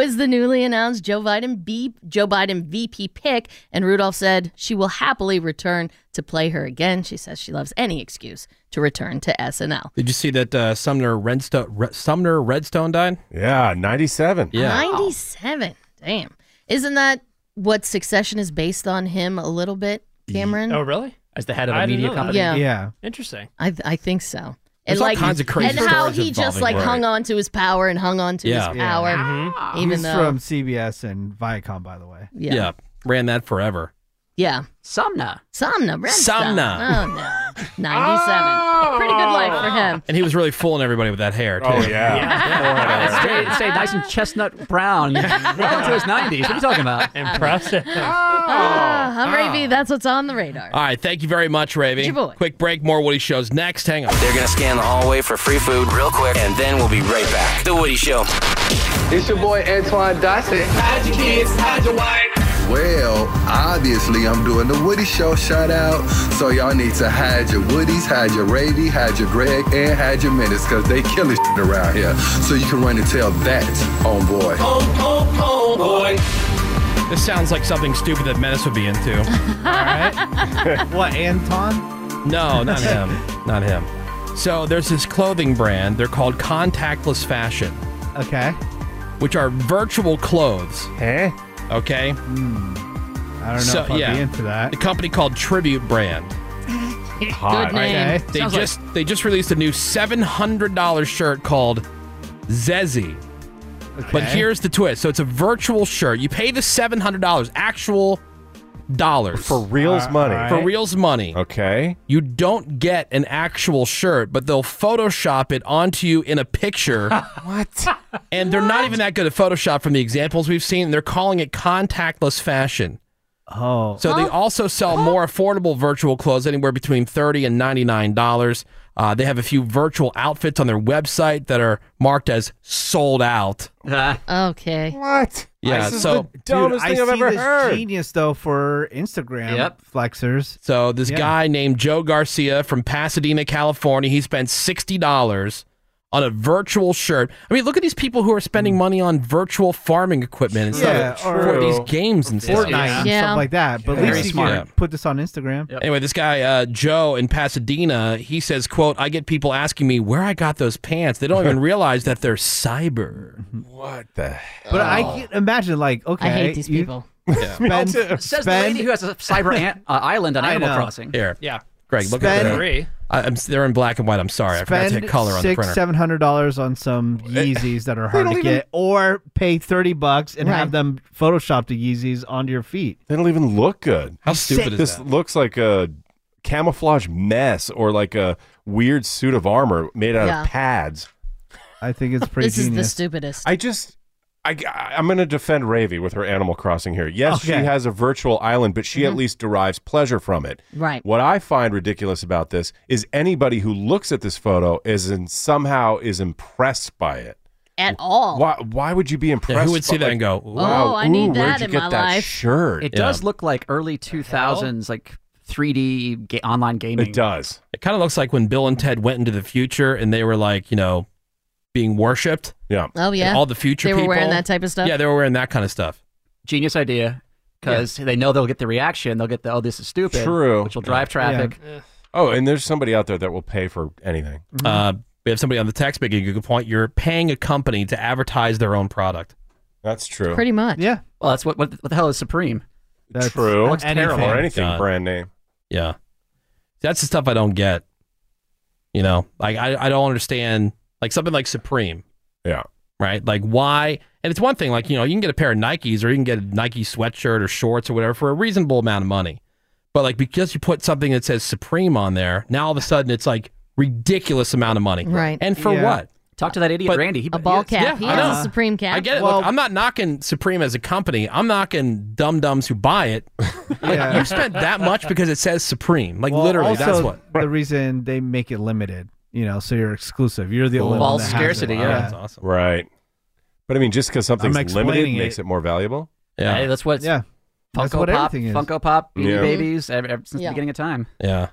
Speaker 6: is the newly announced Joe Biden B, Joe Biden VP pick, and Rudolph said she will happily return to play her again. She says she loves any excuse to return to SNL.
Speaker 4: Did you see that uh, Sumner Redstone Re- Sumner Redstone died?
Speaker 5: Yeah, 97.
Speaker 4: Yeah.
Speaker 6: 97. Damn. Isn't that what Succession is based on him a little bit, Cameron?
Speaker 12: Oh, really?
Speaker 9: As the head of
Speaker 12: I
Speaker 9: a
Speaker 12: didn't
Speaker 9: media
Speaker 12: know that.
Speaker 9: company.
Speaker 6: Yeah. Yeah.
Speaker 12: Interesting.
Speaker 6: I, I think so.
Speaker 12: There's all kinds of crazy
Speaker 6: and how
Speaker 12: stories
Speaker 6: he just
Speaker 12: involving
Speaker 6: like
Speaker 12: him.
Speaker 6: hung on to his power and hung on to
Speaker 4: Yeah.
Speaker 6: his
Speaker 4: Yeah.
Speaker 6: power,
Speaker 4: Mm-hmm.
Speaker 6: Ah. even
Speaker 7: He's
Speaker 6: though
Speaker 7: from CBS and Viacom, by the way.
Speaker 6: Yeah.
Speaker 4: yeah. Ran that forever.
Speaker 6: yeah,
Speaker 9: Somna,
Speaker 6: Somna, Redstone.
Speaker 4: Somna.
Speaker 6: Oh no, ninety-seven. Pretty good life
Speaker 9: Oh,
Speaker 6: for him.
Speaker 4: And he was really fooling everybody with that hair. Too.
Speaker 5: Oh, yeah.
Speaker 9: It's Stay, stay nice and chestnut brown. well into his 90s. What are you talking about?
Speaker 12: Impressive.
Speaker 6: Ah, I'm Ravy. That's what's on the radar.
Speaker 4: All right. Thank you very much, Ravy.
Speaker 6: Your boy.
Speaker 4: Quick break. More Woody shows next. Hang on.
Speaker 11: They're gonna scan the hallway for free food real quick, and then we'll be right back. The Woody Show.
Speaker 22: It's your boy Antoine Dotson. Hide your kids, hide your wife. Well, obviously I'm doing the Woody Show shout out. So y'all need to hide your Woodies, hide your Ravy, hide your Greg, and hide your minutes, cause they killing shit around here. So you can run and tell that, homeboy.
Speaker 4: This sounds like something stupid that Menace would be into.
Speaker 7: what, Anton?
Speaker 4: No, not him. Not him. So there's this clothing brand. They're called Contactless Fashion.
Speaker 7: Okay.
Speaker 4: Which are virtual clothes.
Speaker 7: Huh?
Speaker 4: Okay.
Speaker 7: Hmm. I don't know if I'd be into that.
Speaker 4: The company called Tribute Brand.
Speaker 7: Hot. Good name. Okay.
Speaker 4: They
Speaker 7: Sounds like-
Speaker 4: just they just released a new seven hundred dollar shirt called Zezzy. But here's the twist. So it's a virtual shirt. You pay the seven hundred dollars, actual dollars for
Speaker 5: reals money.
Speaker 4: For reals money.
Speaker 5: Okay.
Speaker 4: You don't get an actual shirt, but they'll Photoshop it onto you in a picture.
Speaker 5: what?
Speaker 4: And they're not even that good at Photoshop from the examples we've seen. They're calling it contactless fashion.
Speaker 7: Oh.
Speaker 4: So they also sell more affordable virtual clothes, anywhere between thirty and ninety nine dollars. Uh, they have a few virtual outfits on their website that are marked as sold out.
Speaker 6: Okay.
Speaker 5: What?
Speaker 4: Yeah, This is so- the dumbest
Speaker 7: Dude,
Speaker 4: thing
Speaker 7: I
Speaker 4: I've
Speaker 7: see
Speaker 4: ever
Speaker 7: this
Speaker 4: heard.
Speaker 7: Genius though for Instagram
Speaker 4: Yep.
Speaker 7: flexers.
Speaker 4: So this
Speaker 7: Yeah.
Speaker 4: guy named Joe Garcia from Pasadena, California, he spent sixty dollars on a virtual shirt. I mean, look at these people who are spending money on virtual farming equipment and
Speaker 7: Yeah,
Speaker 4: stuff
Speaker 7: or-
Speaker 4: for these games and stuff.
Speaker 7: Fortnite and stuff like that. But at
Speaker 4: Very
Speaker 7: least you
Speaker 4: smart.
Speaker 7: can put this on Instagram.
Speaker 4: Anyway, this guy uh, Joe in Pasadena, he says, "quote I get people asking me where I got those pants. They don't even realize that they're cyber."
Speaker 5: What the?
Speaker 7: But I can imagine like okay, you
Speaker 4: Oh. Yeah.
Speaker 7: Spend,
Speaker 9: Says the
Speaker 7: spend-
Speaker 9: lady who has a cyber ant, uh, island on
Speaker 7: I
Speaker 9: Animal
Speaker 7: know.
Speaker 9: Crossing.
Speaker 4: Here, Greg, look
Speaker 7: Spend-
Speaker 4: at that. I, I'm, they're in black and white. I'm sorry, I forgot to
Speaker 7: spend
Speaker 4: hit color on the
Speaker 7: six
Speaker 4: printer.
Speaker 7: seven hundred dollars on some Yeezys that are hard to
Speaker 5: don't even-
Speaker 7: get, or pay thirty bucks and
Speaker 5: Right.
Speaker 7: have them Photoshop the Yeezys onto your feet.
Speaker 5: They don't even look good.
Speaker 4: How stupid is
Speaker 5: this
Speaker 4: that?
Speaker 5: looks like a camouflage mess or like a weird suit of armor made out
Speaker 6: Yeah.
Speaker 5: of pads.
Speaker 7: I think it's
Speaker 6: This is the stupidest.
Speaker 5: I just I, am going to defend Ravy with her Animal Crossing here. Yes, she
Speaker 6: Okay.
Speaker 5: has a virtual island, but she at least derives pleasure from it.
Speaker 6: Mm-hmm. Right.
Speaker 5: What I find ridiculous about this is anybody who looks at this photo is and somehow is impressed by it.
Speaker 6: At all.
Speaker 5: Why? Why would you be impressed?
Speaker 4: who would
Speaker 5: by-
Speaker 4: see that and go,
Speaker 5: "Wow,
Speaker 6: "Ooh, I
Speaker 5: ooh,
Speaker 6: need
Speaker 5: where'd
Speaker 6: that
Speaker 5: you
Speaker 6: in
Speaker 5: get
Speaker 6: my
Speaker 5: that
Speaker 6: life."
Speaker 5: Shirt.
Speaker 9: It
Speaker 5: Yeah.
Speaker 9: does look like early 2000s, like 3D ga- online gaming.
Speaker 5: It does.
Speaker 4: It kind of looks like when Bill and Ted went into the future and they were like, you know, being worshipped.
Speaker 5: Yeah.
Speaker 6: Oh, yeah.
Speaker 4: all the future
Speaker 6: They were
Speaker 4: people.
Speaker 6: wearing that type of stuff?
Speaker 4: Yeah, they were wearing that kind of stuff.
Speaker 9: Genius idea, because they know they'll get the reaction. They'll get the, oh, this is stupid.
Speaker 5: True.
Speaker 9: Which will drive traffic.
Speaker 5: Oh, and there's somebody out there that will pay for anything.
Speaker 4: Uh, we have somebody on the text making a good point. You're paying a company to advertise their own product.
Speaker 5: That's true.
Speaker 6: Pretty much.
Speaker 7: Yeah.
Speaker 9: Well, that's what, what, what the hell is Supreme?
Speaker 7: That's
Speaker 5: True.
Speaker 9: That looks terrible.
Speaker 5: Or anything
Speaker 4: God.
Speaker 5: brand name.
Speaker 4: Yeah. That's the stuff I don't get. You know, like I, I don't understand like something like Supreme.
Speaker 5: Yeah.
Speaker 4: Right? Like why and it's one thing, like, you know, you can get a pair of Nikes or you can get a Nike sweatshirt or shorts or whatever for a reasonable amount of money. But like because you put something that says Supreme on there, now all of a sudden it's like ridiculous amount of money.
Speaker 6: Right.
Speaker 4: And for
Speaker 6: Yeah.
Speaker 4: what?
Speaker 9: Talk to that idiot Randy. He,
Speaker 6: a ball cap.
Speaker 4: yeah,
Speaker 6: he
Speaker 4: I
Speaker 6: has
Speaker 4: know.
Speaker 6: a Supreme cap.
Speaker 4: I get it. Look, I'm not knocking Supreme as a company. I'm knocking dum dums who buy it. Like,
Speaker 7: Yeah.
Speaker 4: You spent that much because it says Supreme. Like literally,
Speaker 7: also,
Speaker 4: that's what.
Speaker 7: the reason they make it limited. You know, so you're exclusive. You're the only
Speaker 9: Well,
Speaker 7: one that has it.
Speaker 9: scarcity, yeah. That's
Speaker 4: awesome.
Speaker 5: Right. But I mean, just because something's limited
Speaker 7: explaining
Speaker 5: makes
Speaker 7: it.
Speaker 5: it more valuable.
Speaker 9: Hey, that's what.
Speaker 7: Yeah. That's
Speaker 9: Funko
Speaker 7: what
Speaker 9: Pop,
Speaker 7: everything is.
Speaker 9: Funko Pop, Beanie
Speaker 4: Yeah.
Speaker 9: Babies, ever, ever since
Speaker 6: Yeah.
Speaker 9: the beginning of time.
Speaker 4: Yeah.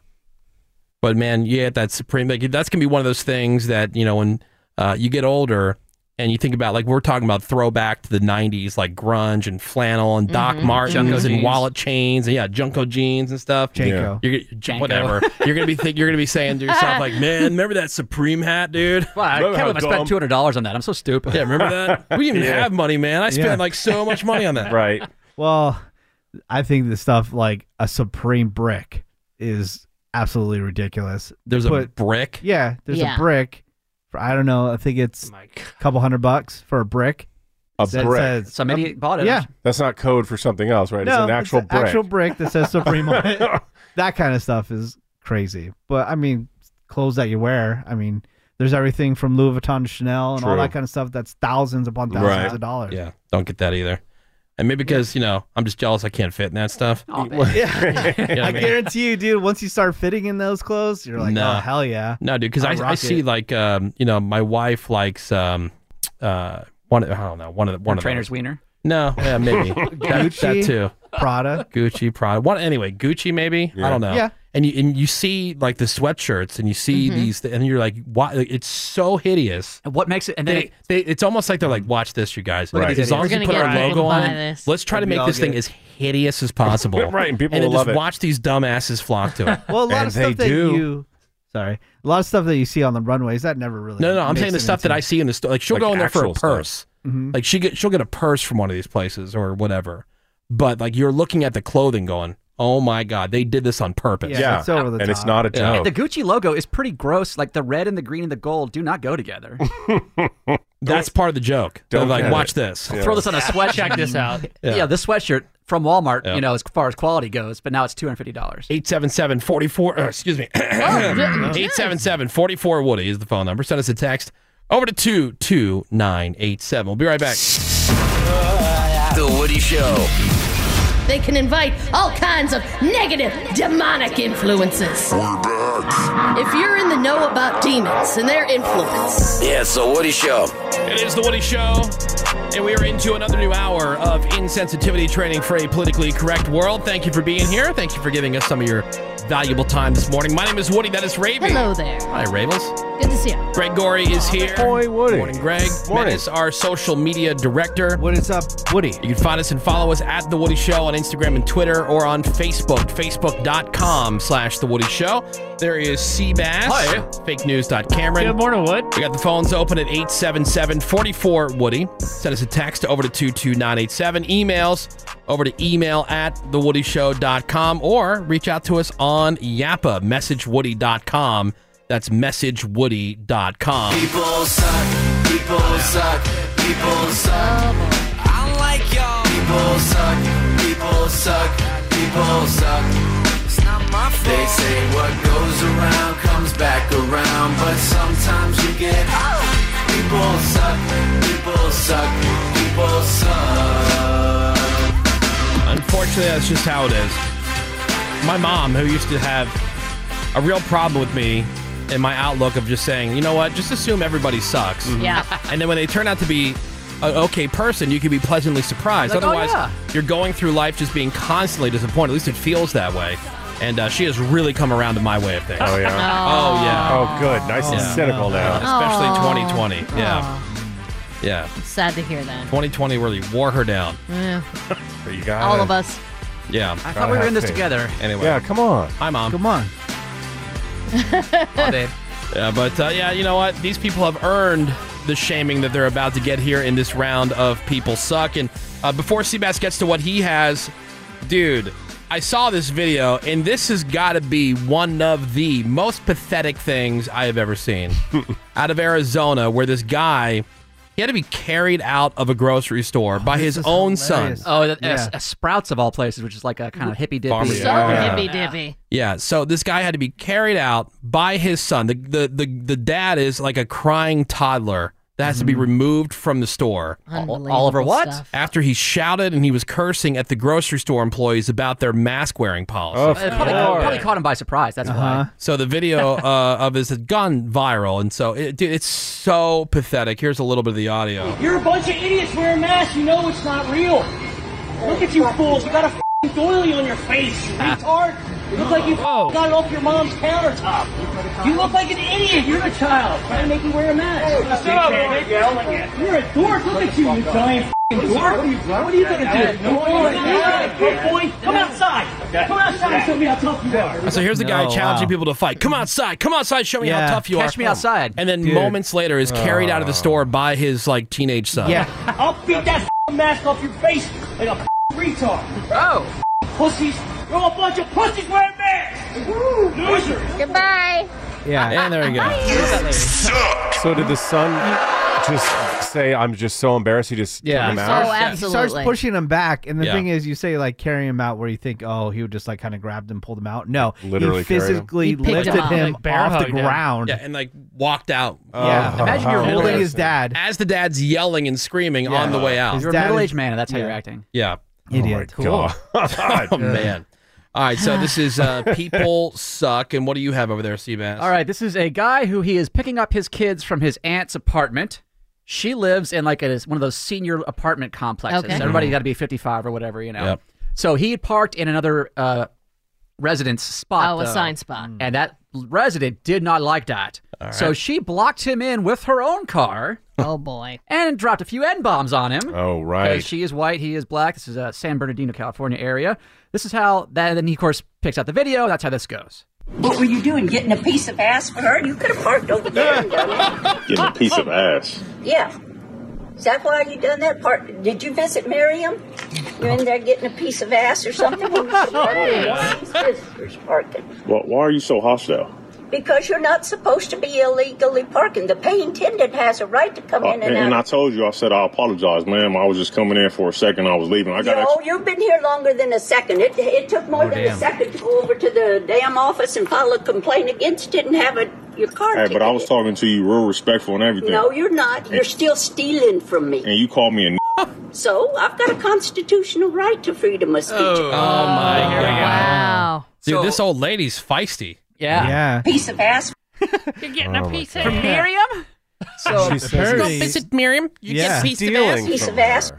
Speaker 4: But man, yeah, that Supreme, like, that's going to be one of those things that, you know, when uh, you get older and you think about, like, we're talking about throwback to the 90s, like grunge and flannel and Doc
Speaker 9: Mhm.
Speaker 4: Martens
Speaker 9: Junko
Speaker 4: and
Speaker 9: jeans.
Speaker 4: wallet chains and, yeah, Junko jeans and stuff.
Speaker 7: Janko.
Speaker 4: You're, g- Whatever. you're going to be think, you're going to be saying to yourself, like, man, remember that Supreme hat, dude?
Speaker 9: Wow, I can't
Speaker 4: how
Speaker 9: believe I spent two hundred dollars on that. I'm so stupid.
Speaker 4: Yeah, remember that? We didn't
Speaker 9: Yeah.
Speaker 4: have money, man. I spent
Speaker 7: Yeah.
Speaker 4: like so much money on that.
Speaker 5: Right.
Speaker 7: Well, I think the stuff like a Supreme brick is absolutely ridiculous.
Speaker 4: There's a brick?
Speaker 7: Yeah, there's
Speaker 6: Yeah.
Speaker 7: a brick. For, I don't know. I think it's a couple hundred bucks for a brick.
Speaker 5: A
Speaker 7: That
Speaker 5: brick.
Speaker 7: says-
Speaker 9: Some idiot bought it.
Speaker 7: Yeah.
Speaker 5: That's not code for something else, right? it's
Speaker 7: No,
Speaker 5: an actual
Speaker 7: it's an
Speaker 5: brick.
Speaker 7: actual brick that says Supreme on it. That kind of stuff is crazy. But I mean, clothes that you wear. I mean, there's everything from Louis Vuitton to Chanel and all
Speaker 4: True.
Speaker 7: that kind of stuff. That's thousands upon thousands of dollars.
Speaker 4: Yeah, don't get that either. And maybe because, you know, I'm just jealous I can't fit in that stuff.
Speaker 9: Oh,
Speaker 4: You know what
Speaker 7: I
Speaker 4: I mean?
Speaker 7: guarantee you, dude. Once you start fitting in those clothes, you're like,
Speaker 4: Nah.
Speaker 7: oh hell yeah.
Speaker 4: No, dude, because
Speaker 7: I'll
Speaker 4: I, I
Speaker 7: rock
Speaker 4: see
Speaker 7: it.
Speaker 4: like um, you know, my wife likes um uh one of I don't know, one of the one
Speaker 9: Your
Speaker 4: of
Speaker 9: trainer's
Speaker 4: those.
Speaker 9: wiener?
Speaker 4: No, yeah, maybe. that, that
Speaker 7: Gucci,
Speaker 4: too.
Speaker 7: Prada.
Speaker 4: Gucci, Prada. One anyway, Gucci maybe? I don't know.
Speaker 7: Yeah. Mm-hmm.
Speaker 4: And you and you see like the sweatshirts and you see
Speaker 9: Mhm.
Speaker 4: these th- and you're like, why like, it's so hideous.
Speaker 9: And what makes it? And then
Speaker 4: They, they, it's almost like they're like, watch this, you guys.
Speaker 9: Look at these
Speaker 4: As long as
Speaker 9: idiots.
Speaker 4: you
Speaker 9: We're
Speaker 4: put
Speaker 9: gonna
Speaker 4: our
Speaker 9: get
Speaker 4: logo
Speaker 9: people to
Speaker 4: on,
Speaker 9: buy
Speaker 4: it,
Speaker 9: this.
Speaker 4: let's try to
Speaker 9: And we
Speaker 4: make
Speaker 9: all
Speaker 4: this
Speaker 9: get
Speaker 4: thing
Speaker 9: it.
Speaker 4: as hideous as possible.
Speaker 5: Right, and people
Speaker 4: and then
Speaker 5: will
Speaker 4: just
Speaker 5: love it.
Speaker 4: watch these dumbasses flock to it.
Speaker 7: Well, a lot
Speaker 4: And
Speaker 7: of stuff
Speaker 4: they
Speaker 7: that
Speaker 4: do.
Speaker 7: you. Sorry, a lot of stuff that you see on the runways that never really.
Speaker 4: No, no, I'm saying the
Speaker 7: makes it
Speaker 4: stuff that
Speaker 7: into-
Speaker 4: I see in the store. Like she'll
Speaker 7: Like
Speaker 4: go in there for a
Speaker 7: actual stuff.
Speaker 4: purse.
Speaker 7: Mhm.
Speaker 4: Like she get she'll get a purse from one of these places or whatever. But like you're looking at the clothing, going, "Oh my god, they did this on purpose."
Speaker 5: Yeah, it's over the and it's top. not a
Speaker 4: Yeah.
Speaker 9: And the Gucci logo is pretty gross. Like the red and the green and the gold do not go together.
Speaker 4: That's part of the joke. They're
Speaker 9: Don't
Speaker 4: like,
Speaker 9: get
Speaker 4: "Watch
Speaker 9: it."
Speaker 4: this.
Speaker 9: Throw this on a sweatshirt.
Speaker 12: Check this out.
Speaker 9: Yeah.
Speaker 4: Yeah.
Speaker 9: this sweatshirt from Walmart,
Speaker 4: Yeah.
Speaker 9: you know, as far as quality goes, but now it's $250.
Speaker 4: 877 44, uh, excuse
Speaker 9: Oh,
Speaker 4: me, 877 44 Woody is the phone number. Send us a text over to 22987. We'll be right back.
Speaker 11: The Woody Show.
Speaker 6: They can invite all kinds of negative, demonic influences. If you're in the know about demons and their influence,
Speaker 11: Yeah, it's The Woody Show.
Speaker 4: It is The Woody Show, and we are into another new hour of insensitivity training for a politically correct world. Thank you for being here. Thank you for giving us some of your valuable time this morning. My name is Woody. That is Raven.
Speaker 6: hello there.
Speaker 4: Hi, Ravens.
Speaker 6: Good to see you.
Speaker 4: Greg Gorey is here. Boy, Woody. Morning, Greg. Morning. Matt is our social media director. What is up, Woody? You can find us and follow us at The Woody Show on Instagram and Twitter or on Facebook, facebook.com slash The Woody Show. There is Seabass.
Speaker 12: Hi.
Speaker 4: FakeNews.Cameron. Good morning, Wood. We got the phones open at 877-44-WOODY. Send us a text over to 22987. Emails over to email at thewoodyshow.com or reach out to us on Yappa, messagewoody.com. That's messagewoody.com.
Speaker 20: People suck. People suck. People suck. I like y'all. People suck. People suck. People suck. It's not my fault. They say what goes around comes back around, but sometimes you get. People suck. People suck. People suck.
Speaker 4: Unfortunately, that's just how it is. My mom, who used to have a real problem with me and my outlook of just saying, you know what, just assume everybody sucks.
Speaker 20: Mm-hmm. Yeah.
Speaker 4: And then when they turn out to be an okay person, you can be pleasantly surprised.
Speaker 20: Like, oh,
Speaker 4: Otherwise,
Speaker 20: yeah.
Speaker 4: you're going through life just being constantly disappointed. At least it feels that way. And uh, she has really come around to my way of things.
Speaker 5: Oh, yeah.
Speaker 4: Oh, yeah.
Speaker 5: Oh, good. Nice and cynical now.
Speaker 4: Especially
Speaker 6: Aw.
Speaker 4: 2020. Yeah. Yeah.
Speaker 6: sad to hear that.
Speaker 4: 2020 really wore her down.
Speaker 6: Yeah.
Speaker 4: But you
Speaker 6: All of us.
Speaker 4: Yeah.
Speaker 9: Mm. I thought we were in this together.
Speaker 4: Anyway.
Speaker 5: Yeah, come on.
Speaker 4: Hi, Mom.
Speaker 7: Come on.
Speaker 4: Yeah, but uh, yeah, you know what? These people have earned the shaming that they're about to get here in this round of people suck. And uh, before Seabass gets to what he has, dude, I saw this video, and this has got to be one of the most pathetic things I have ever seen. Out of Arizona, where this guy. He had to be carried out of a grocery store by his own son.
Speaker 9: Oh, that, uh, uh, Sprouts of all places, which is like a kind of hippie
Speaker 4: Farmer.
Speaker 9: dippy.
Speaker 4: So Yeah. hippie
Speaker 6: dippy.
Speaker 4: Yeah, so this guy had to be carried out by his son. The the the, the dad is like a crying toddler that has to be removed from the store.
Speaker 9: Unbelievable Oliver what? stuff.
Speaker 4: After he shouted and he was cursing at the grocery store employees about their mask wearing policy.
Speaker 9: Uh, probably, probably caught him by surprise.
Speaker 4: Uh-huh.
Speaker 9: That's why.
Speaker 4: So the video uh, of this has gone viral, and so it, dude, it's so pathetic. Here's a little bit of the audio.
Speaker 3: You're a bunch of idiots wearing masks. You know it's not real. Look at you fools. You got a f***ing doily on your face, you retard. You look like you f***ing got it off your mom's countertop. You look like an idiot. You're the child. Trying to make you wear a mask.
Speaker 20: Shut up, Nick.
Speaker 3: You're a dork. Look at you, you giant f***ing dork. What are you going to do? No boy. boy. Come outside. Come outside and show me how tough you are.
Speaker 4: So here's the guy
Speaker 9: No,
Speaker 4: challenging
Speaker 9: wow.
Speaker 4: people to fight. Come outside, come outside, show me
Speaker 9: Yeah.
Speaker 4: how tough you are.
Speaker 9: Catch me outside.
Speaker 4: And then
Speaker 9: Dude.
Speaker 4: moments later, is carried out of the
Speaker 7: Oh.
Speaker 4: store by his like teenage son.
Speaker 3: I'll beat that f***ing mask off your face like a f***ing retard. Oh. Pussies. You're all a bunch of pussies wearing masks. Losers. Goodbye.
Speaker 5: Yeah,
Speaker 4: and there you
Speaker 5: go. so did the son just say, "I'm just so embarrassed"? He just took him out.
Speaker 7: He starts pushing him back, and the
Speaker 5: Yeah.
Speaker 7: thing is, you say like carry him out where you think, oh, he would just like kind of grabbed him, pulled him out. No,
Speaker 5: Literally
Speaker 7: he
Speaker 5: carried him.
Speaker 7: physically
Speaker 5: He picked him
Speaker 7: lifted
Speaker 5: up.
Speaker 7: him,
Speaker 5: Like bear
Speaker 7: off the
Speaker 5: hugged him.
Speaker 7: ground.
Speaker 4: Yeah, and like walked out.
Speaker 7: Yeah. Imagine
Speaker 9: Oh,
Speaker 7: you're holding his
Speaker 4: dad. As the dad's yelling and screaming on the way out.
Speaker 9: You're a middle-aged man, and that's how you're acting.
Speaker 4: Yeah.
Speaker 7: Idiot.
Speaker 4: Cool. oh, man. All right, so this is uh, People Suck. And what do you have over there, Seabass?
Speaker 9: All right, this is a guy who he is picking up his kids from his aunt's apartment. She lives in like a, one of those senior apartment complexes.
Speaker 8: Okay.
Speaker 9: Everybody got to be 55 or whatever, you know.
Speaker 8: Yep.
Speaker 9: So he had parked in another uh, residence spot.
Speaker 6: Oh,
Speaker 9: though, Mm.
Speaker 6: assigned spot.
Speaker 9: And that resident did not like that. So
Speaker 6: right.
Speaker 9: she blocked him in with her own car.
Speaker 6: Oh boy.
Speaker 9: And dropped a few N bombs on him.
Speaker 5: Oh,
Speaker 9: Because She is white. He is black. This is a San Bernardino, California area. This is how that. And then he, of course, picks out the video. That's how this goes.
Speaker 18: What were you doing? Getting a piece of ass for her? You could have parked over there and done it.
Speaker 21: Getting a piece of ass.
Speaker 18: Yeah. Is that why you done that part? Did you visit Miriam? You in there getting a piece of ass or something? Well, she parked in her sister's parking.
Speaker 21: Well, why are you so hostile?
Speaker 18: because you're not supposed to be illegally parking. The paying attendant has a right to come in and,
Speaker 21: Oh, Uh, and,
Speaker 18: out.
Speaker 21: I told you, I said I apologize, ma'am. I was just coming in for a second. I was leaving. I got.
Speaker 18: Yo, you've been here longer than a second. It, it took more
Speaker 21: Oh,
Speaker 18: than
Speaker 21: damn.
Speaker 18: a second to go over to the damn office and file a complaint against it and have a, your car
Speaker 21: Hey, but I was
Speaker 18: ticket.
Speaker 21: talking to you real respectful and everything.
Speaker 18: No, you're not. You're still stealing from me.
Speaker 21: And you called me a. N-
Speaker 18: So I've got a constitutional right to freedom of speech.
Speaker 4: Oh, my god!
Speaker 18: Wow.
Speaker 4: dude, this old lady's feisty.
Speaker 9: Yeah.
Speaker 7: Yeah.
Speaker 18: Piece of ass.
Speaker 12: You're getting a piece of
Speaker 9: From Miriam? So
Speaker 12: She says- Let's go visit Miriam. You get a piece of ass.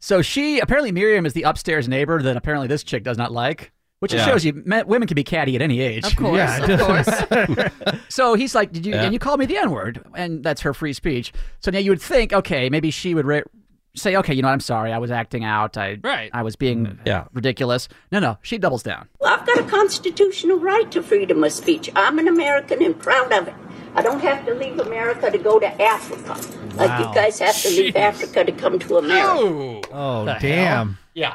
Speaker 9: So she apparently Miriam is the upstairs neighbor that apparently this chick does not like, which just
Speaker 12: Yeah.
Speaker 9: shows you men, women can be catty at any age.
Speaker 12: Of course, Yeah, it of
Speaker 9: so he's like, "Did you
Speaker 12: Yeah.
Speaker 9: and you called me the N word?" And that's her free speech. So now you would think, okay, maybe she would re- say, "Okay, you know, what, I'm sorry, I was acting out. I
Speaker 18: Right.
Speaker 9: I was being ridiculous." No, no, she doubles down.
Speaker 18: Well, I've got a constitutional right to freedom of speech. I'm an American and proud of it. I don't have to leave America to go to Africa. Like
Speaker 9: Wow.
Speaker 18: you guys have to leave Africa to come to America.
Speaker 7: Oh,
Speaker 9: The hell?
Speaker 7: damn.
Speaker 9: Yeah.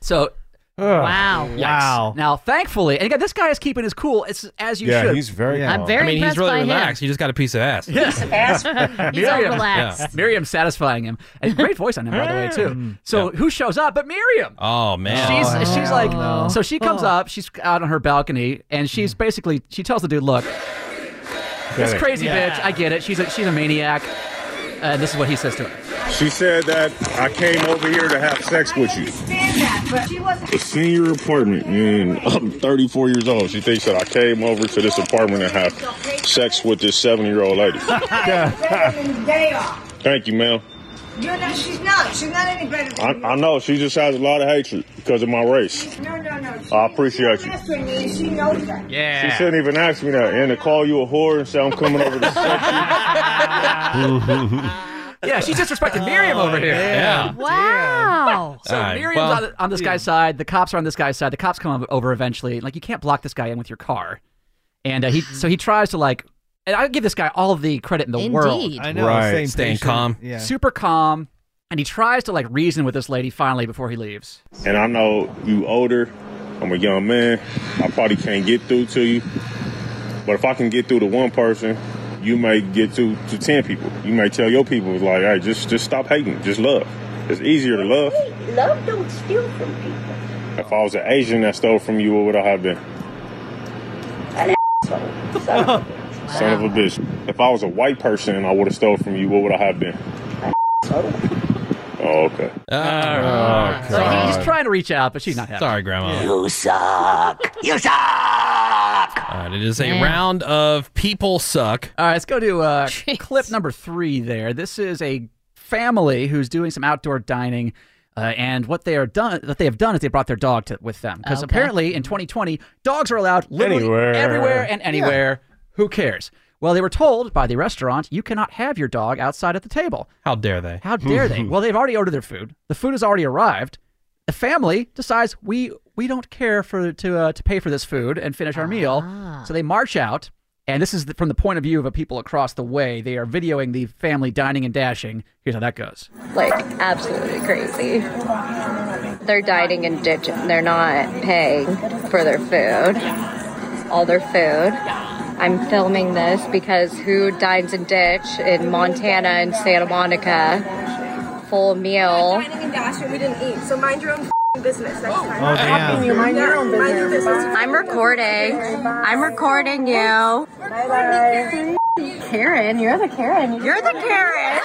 Speaker 9: So. Wow!
Speaker 7: Wow.
Speaker 9: Now, thankfully, and again, this guy is keeping his cool. It's as you should.
Speaker 4: I mean, he's really relaxed. He just got a piece of ass.
Speaker 9: Yes.
Speaker 4: He's all relaxed. Yeah.
Speaker 9: Miriam satisfying him. And great voice on him, by the way,
Speaker 7: Hmm.
Speaker 9: too. So who shows up but Miriam?
Speaker 4: Oh man.
Speaker 9: She's she's like so she comes up, she's out on her balcony, and
Speaker 7: Hmm.
Speaker 9: she's basically she tells the dude, look, this
Speaker 21: Yeah.
Speaker 9: crazy
Speaker 21: Yeah.
Speaker 9: bitch, I get it. She's a she's a maniac. And this is what he says to her.
Speaker 21: She said that I came over here to have sex with you. A senior apartment, and I'm 34 years old. She thinks that I came over to this apartment and have sex with this 70 year old lady.
Speaker 23: Day off.
Speaker 21: Thank you, ma'am.
Speaker 23: You're not, she's not. She's not any better
Speaker 21: I,
Speaker 23: than
Speaker 21: I know she just has a lot of hatred because of my race.
Speaker 23: you. No, no, no.
Speaker 21: I appreciate you.
Speaker 23: That's her name. She knows that.
Speaker 21: She shouldn't even ask me that. And to call you a whore and say I'm coming over to sex you.
Speaker 9: Yeah, she's disrespecting Miriam over here.
Speaker 21: Yeah.
Speaker 6: Wow.
Speaker 9: So Miriam's on, the- on this guy's side. The cops are on this guy's side. The cops come over eventually. Like you can't block this guy in with your car, and uh, he so he tries to like. And I give this guy all of the credit in the world.
Speaker 7: Indeed. I know, Right. same
Speaker 4: Staying patient. calm.
Speaker 7: Yeah.
Speaker 9: super calm, and he tries to like reason with this lady finally before he leaves.
Speaker 21: And I know you older. I'm a young man. I probably can't get through to you. But if I can get through to one person, you may get through to ten people. You may tell your people like, hey, just just stop hating. Just love. It's easier to love.
Speaker 18: Love don't steal from people.
Speaker 21: If I was an Asian that stole from you, what would I have been?
Speaker 18: An asshole. Son of a-
Speaker 21: Son of a bitch. If I was a white person and I would have stole from you, what would I have been? Oh, okay.
Speaker 9: So he's trying to reach out, but she's not happy.
Speaker 4: Ah, Sorry, Grandma.
Speaker 9: You suck. You suck.
Speaker 4: All right, it is a round of people suck.
Speaker 9: All right, let's go to uh, clip number three there. This is a family who's doing some outdoor dining. Uh, and what they are done, what they have done, is they brought their dog to, with them because
Speaker 7: Okay.
Speaker 9: apparently in 2020, dogs are allowed literally
Speaker 7: Anywhere.
Speaker 9: everywhere, and
Speaker 7: Yeah.
Speaker 9: anywhere. Who cares? Well, they were told by the restaurant you cannot have your dog outside at the table.
Speaker 4: How dare they?
Speaker 9: How dare they? Well, they've already ordered their food. The food has already arrived. The family decides we we don't care for to uh, to pay for this food and finish our meal. So they march out, and this is the, from the point of view of the people across the way. They are videoing the family dining and dashing. Here's how that goes.
Speaker 24: like absolutely crazy. They're dining and ditching. They're not paying for their food, all their food. I'm filming this because who dines and ditch in Montana and Santa Monica? Full meal.
Speaker 23: Dining and dashing, we didn't eat. So mind your
Speaker 21: Oh,
Speaker 23: own business next time.
Speaker 24: Oh, damn.
Speaker 23: Yeah, Mind your own business.
Speaker 24: I'm recording. I'm recording you. Karen, you're the Karen. You're the Karen.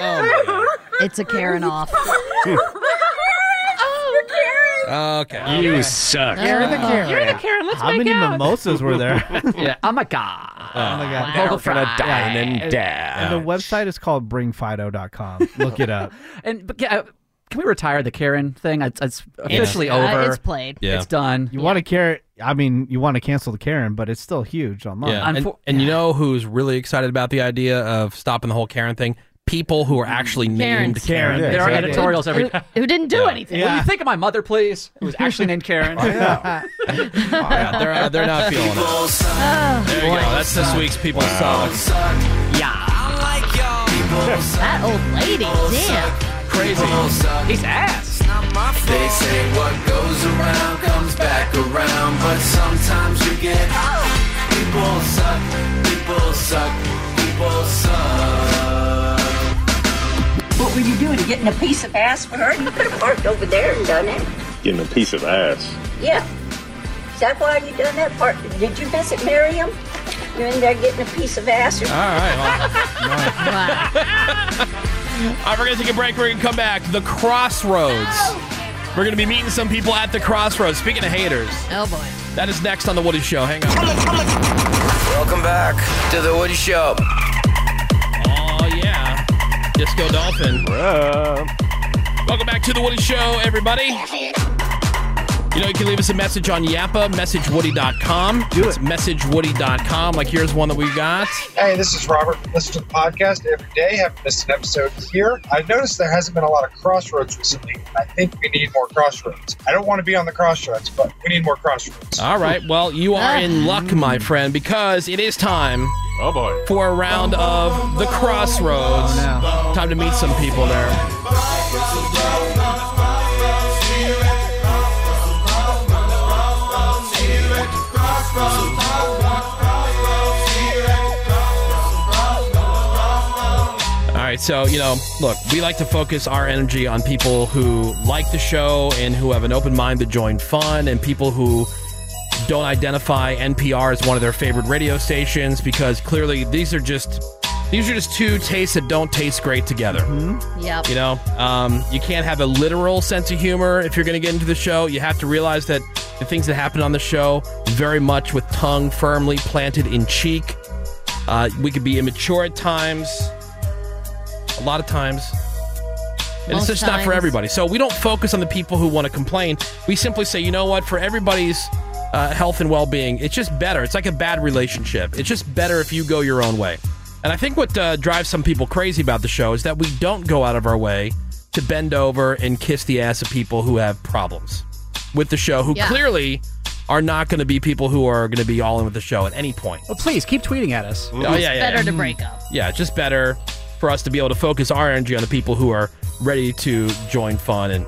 Speaker 4: Oh,
Speaker 6: It's a Karen off.
Speaker 11: Oh.
Speaker 4: Okay.
Speaker 7: You suck.
Speaker 9: Oh, You're the Karen.
Speaker 12: You're the Karen. Let's
Speaker 7: How
Speaker 12: make
Speaker 7: many
Speaker 12: out.
Speaker 7: mimosas were there?
Speaker 9: yeah. Oh my god.
Speaker 7: Oh my god.
Speaker 9: Wow. They're gonna dine and
Speaker 7: And the website is called bringfido.com. Look it up.
Speaker 9: And but, yeah, can we retire the Karen thing? It's, it's officially over. It's done.
Speaker 7: You want to care? I mean, you want to cancel the Karen, but it's still huge online.
Speaker 4: Yeah. And, and you know who's really excited about the idea of stopping the whole Karen thing? People who are actually named
Speaker 9: Karens.
Speaker 4: Karen.
Speaker 9: There are
Speaker 4: Exactly.
Speaker 9: editorials every.
Speaker 6: Who didn't do anything?
Speaker 9: Will you think of my mother, please? Who was actually named
Speaker 7: Oh,
Speaker 9: Karen.
Speaker 4: Yeah, they're, uh, they're not feeling
Speaker 20: People
Speaker 4: it.
Speaker 20: suck.
Speaker 6: Oh,
Speaker 4: There you go. That's this week's people
Speaker 20: People
Speaker 4: suck.
Speaker 20: suck. People suck.
Speaker 6: That old lady,
Speaker 20: People
Speaker 6: damn.
Speaker 20: suck. People suck.
Speaker 9: He's ass.
Speaker 20: It's not my my fault. They say what goes around comes back around, but sometimes you get people suck, people suck, people suck.
Speaker 18: What were you doing? Getting a piece of ass for her? You could have parked over there and done it.
Speaker 21: Getting a piece of ass.
Speaker 18: Yeah. Is that why you done that part? Did you visit Miriam? You in there getting a piece of ass? Or-
Speaker 4: All right, All right, we're going to take a break. We're going to come back. The Crossroads. We're going to be meeting some people at the Crossroads. Speaking of haters,
Speaker 6: Oh boy.
Speaker 4: that is next on The Woody Show. Hang on.
Speaker 11: Welcome back to the Woody Show.
Speaker 4: Oh, yeah. Disco Dolphin. Welcome back to The Woody Show, everybody. You know, you can leave us a message on Yappa, messagewoody.com. Do it. It's messagewoody.com. Like, here's one that we got.
Speaker 1: Hey, this is Robert. Listen to the podcast every day. Haven't missed an episode here. I've noticed there hasn't been a lot of crossroads recently. I think we need more crossroads. I don't want to be on the crossroads, but we need more crossroads.
Speaker 4: All right. Well, you are in luck, my friend, because it is time.
Speaker 5: Oh boy.
Speaker 4: For a round of the crossroads. Time to meet some people there. All right. So you know, look, we like to focus our energy on people who like the show and who have an open mind to join fun, and people who don't identify NPR as one of their favorite radio stations because clearly these are just these are just two tastes that don't taste great together.
Speaker 6: Yep.
Speaker 4: You know, um, you can't have a literal sense of humor if you're going to get into the show. You have to realize that the things that happen on the show, very much with tongue firmly planted in cheek. Uh, we could be immature at times, a lot of times. And
Speaker 2: Most
Speaker 4: it's just not for
Speaker 2: times.
Speaker 4: everybody. So we don't focus on the people who want to complain. We simply say, you know what, for everybody's uh, health and well being, it's just better. It's like a bad relationship. It's just better if you go your own way. And I think what uh, drives some people crazy about the show is that we don't go out of our way to bend over and kiss the ass of people who have problems with the show, who
Speaker 9: Yeah.
Speaker 4: clearly are not going to be people who are going to be all in with the show at any point.
Speaker 9: Well, please keep tweeting at us.
Speaker 4: Oh, yeah, yeah,
Speaker 7: Mm.
Speaker 4: yeah. Yeah, it's just better for us to be able to focus our energy on the people who are ready to join fun and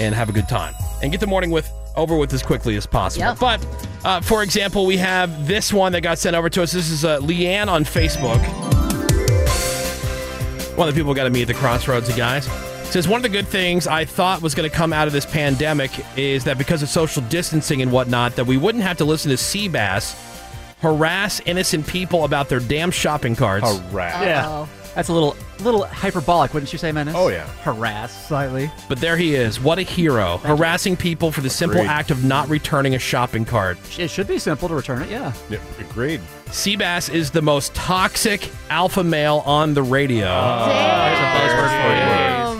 Speaker 4: and have a good time and get the morning with over with as quickly as possible. But uh, for example, we have this one that got sent over to us. This is uh, Leanne on Facebook. One of the people got to meet at the crossroads, you guys. Says one of the good things I thought was going to come out of this pandemic is that because of social distancing and whatnot, that we wouldn't have to listen to Seabass harass innocent people about their damn shopping carts.
Speaker 5: Harass.
Speaker 9: Yeah. That's a little little hyperbolic, wouldn't you say, Menace? Oh yeah. Harass.
Speaker 7: Slightly.
Speaker 4: But there he is. What a hero. Harassing people for the simple
Speaker 9: Agreed.
Speaker 4: act of not returning a shopping cart.
Speaker 9: It should be simple to return it, yeah.
Speaker 5: Agreed.
Speaker 4: Seabass is the most toxic alpha male on the radio.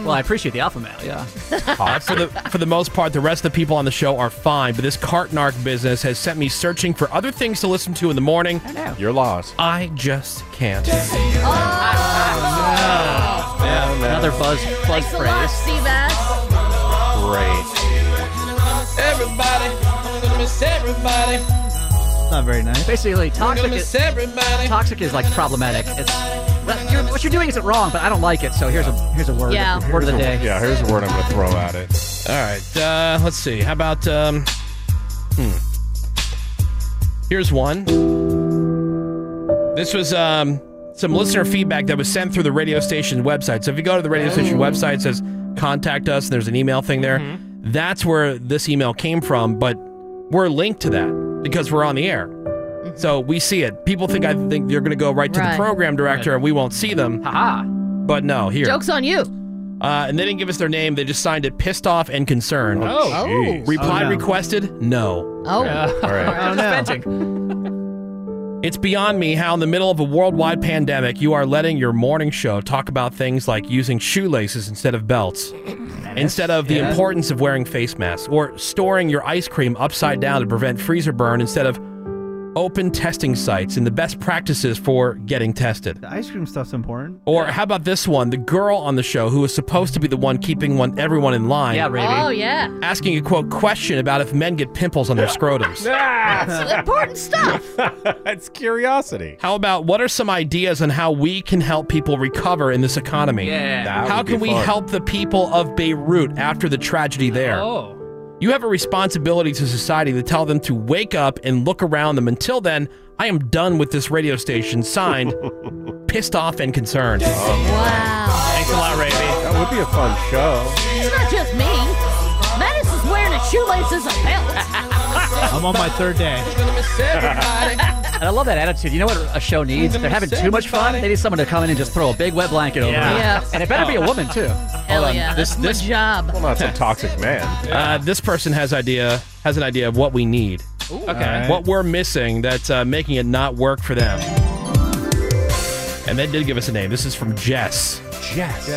Speaker 9: Well, I appreciate the alpha male, yeah.
Speaker 4: Uh, for the for the most part, the rest of the people on the show are fine, but this cart narc business has sent me searching for other things to listen to in the morning. I
Speaker 9: know.
Speaker 5: You're lost.
Speaker 4: I just can't.
Speaker 6: Oh.
Speaker 9: Another buzz buzz
Speaker 6: Thanks a lot,
Speaker 9: phrase.
Speaker 6: Seabass.
Speaker 4: Great.
Speaker 20: Everybody, I'm gonna miss everybody.
Speaker 7: Not very nice.
Speaker 9: Basically, toxic
Speaker 20: gonna
Speaker 9: is,
Speaker 20: miss everybody.
Speaker 9: toxic is like problematic. It's well, you're, what you're doing isn't wrong, but I don't like it. So here's a here's a word.
Speaker 6: Yeah.
Speaker 9: Word of the day.
Speaker 5: Yeah, here's a word I'm going to throw at it.
Speaker 4: All right. Uh, let's see. How about um, hmm. Here's one. This was um, some listener feedback that was sent through the radio station website. So if you go to the radio station
Speaker 6: Oh.
Speaker 4: website, it says contact us. And there's an email thing there.
Speaker 6: Mm-hmm.
Speaker 4: That's where this email came from, but we're linked to that because we're on the air. So we see it. People think I think they're going to go right to
Speaker 6: Mm-hmm. Right.
Speaker 4: the program director
Speaker 6: Right.
Speaker 4: and we won't see them.
Speaker 9: Haha.
Speaker 4: But no, here.
Speaker 6: Joke's on you.
Speaker 4: Uh, and they didn't give us their name. They just signed it pissed off and concerned.
Speaker 6: Oh, Oh. jeez.
Speaker 4: Reply
Speaker 6: Oh, no.
Speaker 4: requested? No.
Speaker 6: Oh.
Speaker 4: All right.
Speaker 9: Oh, no.
Speaker 4: It's beyond me how, in the middle of a worldwide pandemic, you are letting your morning show talk about things like using shoelaces instead of belts, instead of the
Speaker 9: Yeah.
Speaker 4: importance of wearing face masks, or storing your ice cream upside down to prevent freezer burn instead of open testing sites and the best practices for getting tested.
Speaker 7: The ice cream stuff's important.
Speaker 4: Or how about this one? The girl on the show who was supposed to be the one keeping one everyone in line.
Speaker 6: Yeah, Ravi. Oh, yeah.
Speaker 4: Asking a quote question about if men get pimples on their scrotums.
Speaker 6: That's important stuff.
Speaker 4: That's curiosity. How about what are some ideas on how we can help people recover in this economy?
Speaker 9: Yeah. That
Speaker 4: How
Speaker 9: would be
Speaker 4: can we
Speaker 9: fun.
Speaker 4: help the people of Beirut after the tragedy there?
Speaker 9: Oh.
Speaker 4: You have a responsibility to society to tell them to wake up and look around them. Until then, I am done with this radio station. Signed, pissed off and concerned.
Speaker 6: Wow.
Speaker 4: Thanks a lot, Ravy. That
Speaker 5: would be a fun show.
Speaker 6: It's not just me. Menace is wearing a shoelace as a belt.
Speaker 7: I'm on my third day.
Speaker 9: And I love that attitude. You know what a show needs? If they're having too much fun, they need someone to come in and just throw a big wet blanket over
Speaker 4: Yeah.
Speaker 9: them.
Speaker 4: Yeah.
Speaker 9: And it better be a woman, too.
Speaker 6: Hell yeah.
Speaker 4: This, this
Speaker 6: job.
Speaker 5: Well, that's a toxic man.
Speaker 4: Uh, this person has idea has an idea of what we need. okay.
Speaker 5: Alright.
Speaker 4: What we're missing that's uh, making it not work for them. And they did give us a name. This is from Jess.
Speaker 5: Jess.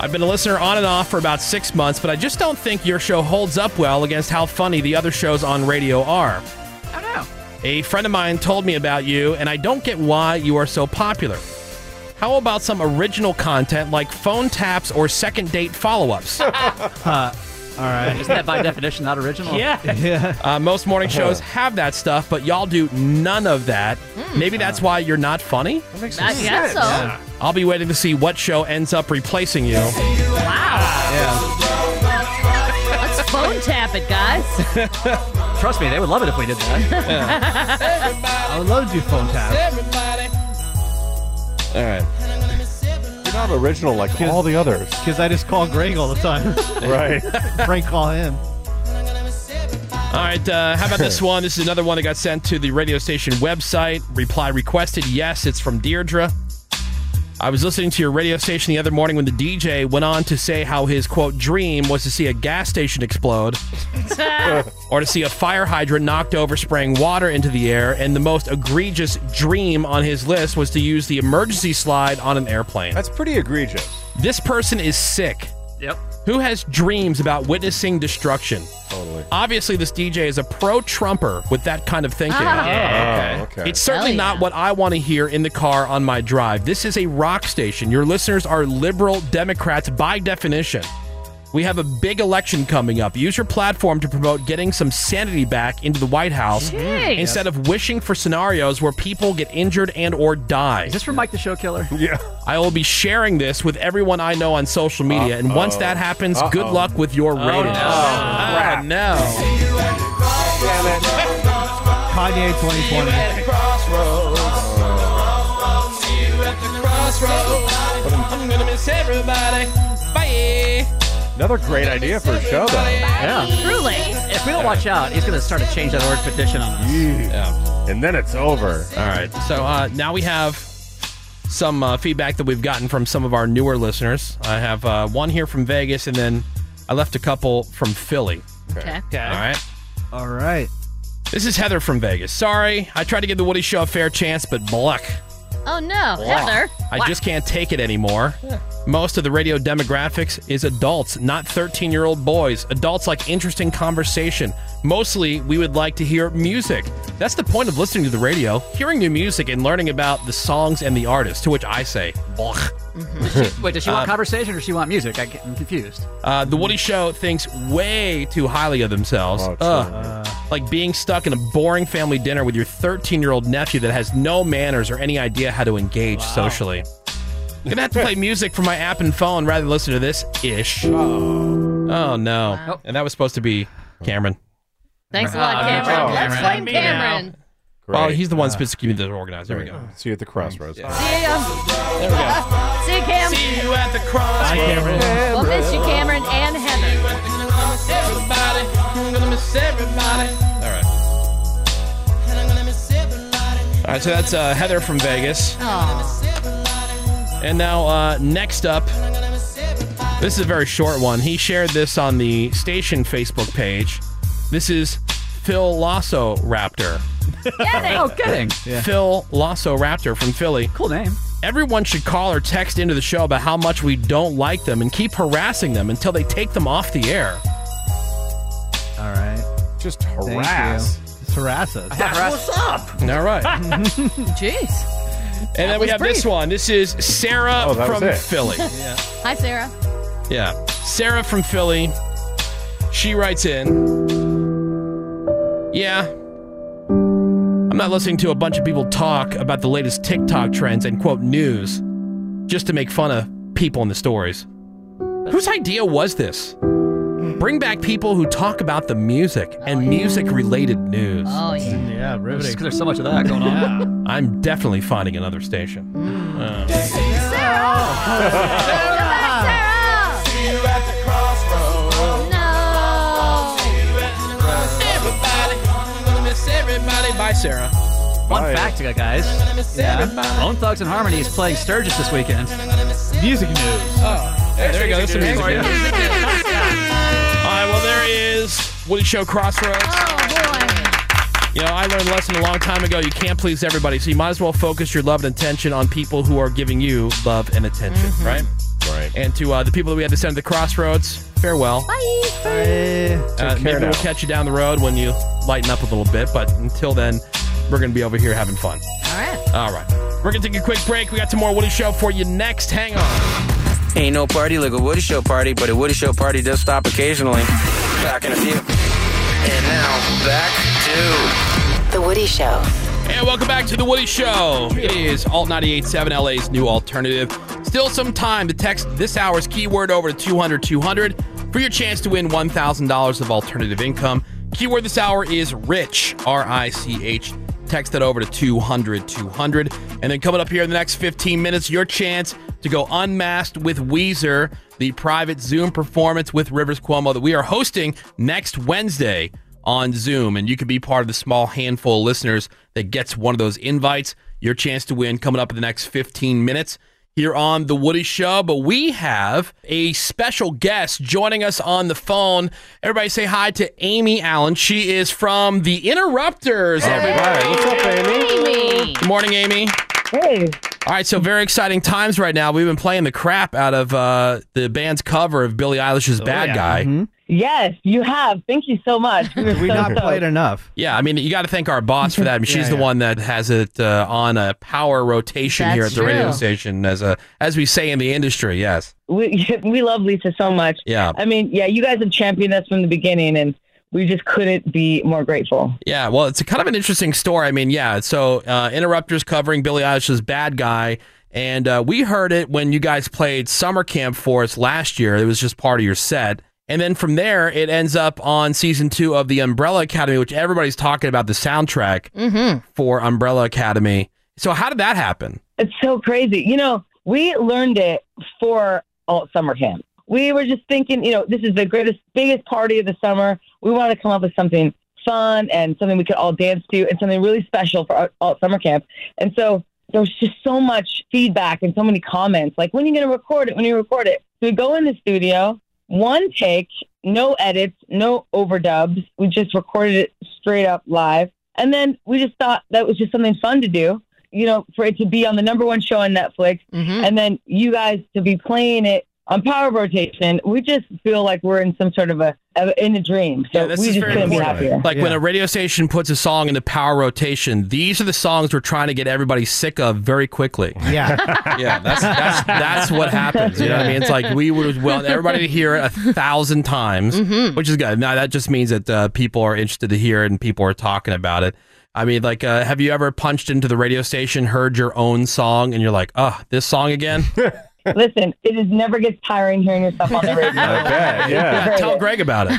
Speaker 4: I've been a listener on and off for about six months, but I just don't think your show holds up well against how funny the other shows on radio are.
Speaker 9: I don't know.
Speaker 4: A friend of mine told me about you, and I don't get why you are so popular. How about some original content like phone taps or second date follow ups?
Speaker 7: all right.
Speaker 9: Isn't that by definition not original?
Speaker 4: Yeah. Uh, most morning shows
Speaker 9: Uh-huh.
Speaker 4: have that stuff, but y'all do none of that.
Speaker 9: Hmm.
Speaker 4: Maybe that's why you're not funny. That
Speaker 5: makes
Speaker 6: some I guess sense. so. Yeah.
Speaker 4: I'll be waiting to see what show ends up replacing you. Wow.
Speaker 6: Let's phone tap it, guys.
Speaker 9: Trust me, they would love it if we did that.
Speaker 7: I would love to do phone tap.
Speaker 4: All right.
Speaker 5: You're not original like all the others.
Speaker 7: Because I just call Greg all the time.
Speaker 5: Right.
Speaker 7: Frank call him.
Speaker 4: All right. Uh, how about this one? This is another one that got sent to the radio station website. Reply requested. Yes, it's from Deirdre. I was listening to your radio station the other morning when the DJ went on to say how his quote dream was to see a gas station explode or to see a fire hydrant knocked over spraying water into the air and the most egregious dream on his list was to use the emergency slide on an airplane. That's
Speaker 5: pretty egregious.
Speaker 4: This person is sick.
Speaker 9: Yep.
Speaker 4: Who has dreams about witnessing destruction?
Speaker 5: Oh,
Speaker 4: Totally. Obviously, this DJ is a pro Trumper with that kind of thinking.
Speaker 9: Ah. Yeah.
Speaker 5: Oh, okay.
Speaker 4: It's certainly
Speaker 9: Hell yeah.
Speaker 4: not what I want to hear in the car on my drive. This is a rock station. Your listeners are liberal Democrats by definition. We have a big election coming up. Use your platform to promote getting some sanity back into the White House
Speaker 9: Jeez.
Speaker 4: instead of wishing for scenarios where people get injured and or die.
Speaker 9: Is this from Mike the Show Killer?
Speaker 5: Yeah.
Speaker 4: I will be sharing this with everyone I know on social media, and once
Speaker 9: Uh-oh.
Speaker 4: that happens, good
Speaker 9: Uh-oh.
Speaker 4: luck with your ratings.
Speaker 9: Oh,
Speaker 4: no.
Speaker 7: Kanye 2020.
Speaker 4: I'm gonna miss everybody. Bye.
Speaker 5: Another great idea for a show, though.
Speaker 9: Yeah.
Speaker 6: Truly.
Speaker 9: If we don't watch out, he's going to start a change that org petition on us.
Speaker 4: Yeah.
Speaker 5: And then it's over.
Speaker 4: All right. So uh, now we have some uh, feedback that we've gotten from some of our newer listeners. I have uh, one here from Vegas, and then I left a couple from Philly.
Speaker 6: Okay.
Speaker 4: All right.
Speaker 7: All right.
Speaker 4: This is Heather from Vegas. Sorry, I tried to give the Woody Show a fair chance, but block.
Speaker 6: Oh, no. Heather.
Speaker 4: I just can't take it anymore. Most of the radio demographics is adults, not 13 year old boys. Adults like interesting conversation. Mostly, we would like to hear music. That's the point of listening to the radio, hearing new music and learning about the songs and the artists, to which I say, Blech.
Speaker 9: Wait, does she want
Speaker 4: Um,
Speaker 9: conversation or does she want music? I get- I'm confused.
Speaker 4: Uh, the
Speaker 5: Mm.
Speaker 4: Woody Show thinks way too highly of themselves.
Speaker 5: Oh,
Speaker 4: Ugh.
Speaker 5: Uh.
Speaker 4: Like being stuck in a boring family dinner with your 13 year old nephew that has no manners or any idea how to engage socially. Gonna have to play music from my app and phone rather than listen to this ish. Oh, no. And that was supposed to be Cameron.
Speaker 6: Thanks
Speaker 4: Uh,
Speaker 6: a lot, Cameron. Let's blame Cameron.
Speaker 4: Oh, he's the one supposed to keep me disorganized. There we go.
Speaker 5: Uh. See you at the crossroads.
Speaker 6: See ya.
Speaker 4: There we go.
Speaker 6: See ya, Cam. See
Speaker 4: you at the crossroads.
Speaker 5: Cameron.
Speaker 6: We'll miss you, Cameron and Heather.
Speaker 4: All right. All right, so that's uh, Heather from Vegas. And now, uh, next up, this is a very short one. He shared this on the station Facebook page. This is Phil Lasso Raptor.
Speaker 9: Oh, kidding.
Speaker 4: Phil Lasso Raptor from Philly.
Speaker 9: Cool name.
Speaker 4: Everyone should call or text into the show about how much we don't like them and keep harassing them until they take them off the air.
Speaker 7: All right.
Speaker 5: Just
Speaker 7: Thank you.
Speaker 5: harass.
Speaker 7: Just harass us.
Speaker 4: up? All right.
Speaker 6: Jeez.
Speaker 4: And then we
Speaker 6: was
Speaker 4: have this
Speaker 6: brief.
Speaker 4: one. This is Sarah
Speaker 5: Oh, that was
Speaker 4: from
Speaker 5: it.
Speaker 4: Philly.
Speaker 6: Hi, Sarah.
Speaker 4: Yeah. Sarah from Philly. She writes in Yeah. I'm not listening to a bunch of people talk about the latest TikTok trends and quote news just to make fun of people in the stories. Whose idea was this? Bring back people who talk about the music and music related news.
Speaker 6: Oh, yeah.
Speaker 7: Yeah, riveting.
Speaker 9: Because there's so much of that going on. Mm.
Speaker 4: I'm definitely finding another station. Uh.
Speaker 20: See you at the crossroads. Everybody, I'm gonna miss everybody.
Speaker 4: Bye, Sarah.
Speaker 9: Fun fact, guys. Yeah. Lone Thugs and Harmony is playing Sturgis this weekend. Music news.
Speaker 4: Oh,
Speaker 9: there, you go. That's the music. news.
Speaker 4: All right, well, there he is. Woody Show Crossroads.
Speaker 6: Oh,
Speaker 4: You know, I learned a lesson a long time ago. You can't please everybody, so you might as well focus your love and attention on people who are giving you love and attention,
Speaker 6: Mm-hmm.
Speaker 4: right?
Speaker 5: Right.
Speaker 4: And to uh, the people that we had to send to the crossroads, farewell.
Speaker 6: Bye.
Speaker 4: Uh,
Speaker 5: Take care
Speaker 4: maybe we'll
Speaker 5: now.
Speaker 4: catch you down the road when you lighten up a little bit, but until then, we're going to be over here having fun.
Speaker 6: All right.
Speaker 4: All right. We're going to take a quick break. We got some more Woody Show for you next. Hang on.
Speaker 11: Ain't no party like a Woody Show party, but a Woody Show party does stop occasionally. Back in a few. And now, back to
Speaker 10: The Woody Show.
Speaker 4: And welcome back to The Woody Show. It is Alt 98.7 LA's new alternative. Still some time to text this hour's keyword over to 200 200 for your chance to win $1,000 of alternative income. Keyword this hour is rich, R I C H. Text that over to 200 200. And then coming up here in the next 15 minutes, your chance to go unmasked with Weezer, the private Zoom performance with Rivers Cuomo that we are hosting next Wednesday on Zoom, and you could be part of the small handful of listeners that gets one of those invites. Your chance to win coming up in the next 15 minutes here on The Woody Show. But we have a special guest joining us on the phone. Everybody say hi to Amy Allen. She is from The Interrupters, everybody. What's up, Amy? Good morning, Amy. Hey. All right, so very exciting times right now. We've been playing the crap out of uh, the band's cover of Billie Eilish's Bad
Speaker 2: Oh, yeah. Mm-hmm.
Speaker 4: Guy.
Speaker 2: Yes, you have. Thank you so much. We, were so stoked.
Speaker 7: enough.
Speaker 4: Yeah, I mean, you got to thank our boss for that. I mean, she's the one that has it uh, on a power rotation here at
Speaker 2: That's
Speaker 4: the radio
Speaker 2: true.
Speaker 4: station, as a as we say in the industry. Yes,
Speaker 2: We, we love Lisa so much.
Speaker 4: Yeah.
Speaker 2: I mean, yeah, you guys have championed us from the beginning, and we just couldn't be more grateful.
Speaker 4: yeah. Well, it's a kind of an interesting story. I mean, yeah. So, uh, interrupters covering Billie Eilish's "Bad Guy," and uh, we heard it when you guys played summer camp for us last year. It was just part of your set. And then from there, it ends up on season two of the Umbrella Academy, which everybody's talking about the soundtrack for Umbrella Academy. So, how did that happen?
Speaker 2: It's so crazy. You know, we learned it for alt summer camp. We were just thinking, you know, this is the greatest, biggest party of the summer. We want to come up with something fun and something we could all dance to and something really special for our alt summer camp. And so there was just so much feedback and so many comments like, when are you going to record it? When are you gonna record it? So we go in the studio, one take, no edits, no overdubs. We just recorded it straight up live. And then we just thought that was just something fun to do you know, for it to be on the number one show on Netflix and then you guys to be playing it on power rotation, we just feel like we're in some sort of a of- in a dream. So we just couldn't be happier.
Speaker 4: Like when a radio station puts a song into power rotation, these are the songs we're trying to get everybody sick of very quickly.
Speaker 7: Yeah.
Speaker 4: yeah, that's that's that's what happens. You know what I mean? It's like we would want everybody to hear it a thousand times, which is good. Now that just means that uh, people are interested to hear it and people are talking about it. I mean, like, uh, have you ever punched into the radio station, heard your own song, and you're like, "Oh, this song again?"
Speaker 2: Listen, it is never gets tiring hearing yourself on the radio.
Speaker 4: yeah, Tell Greg about it.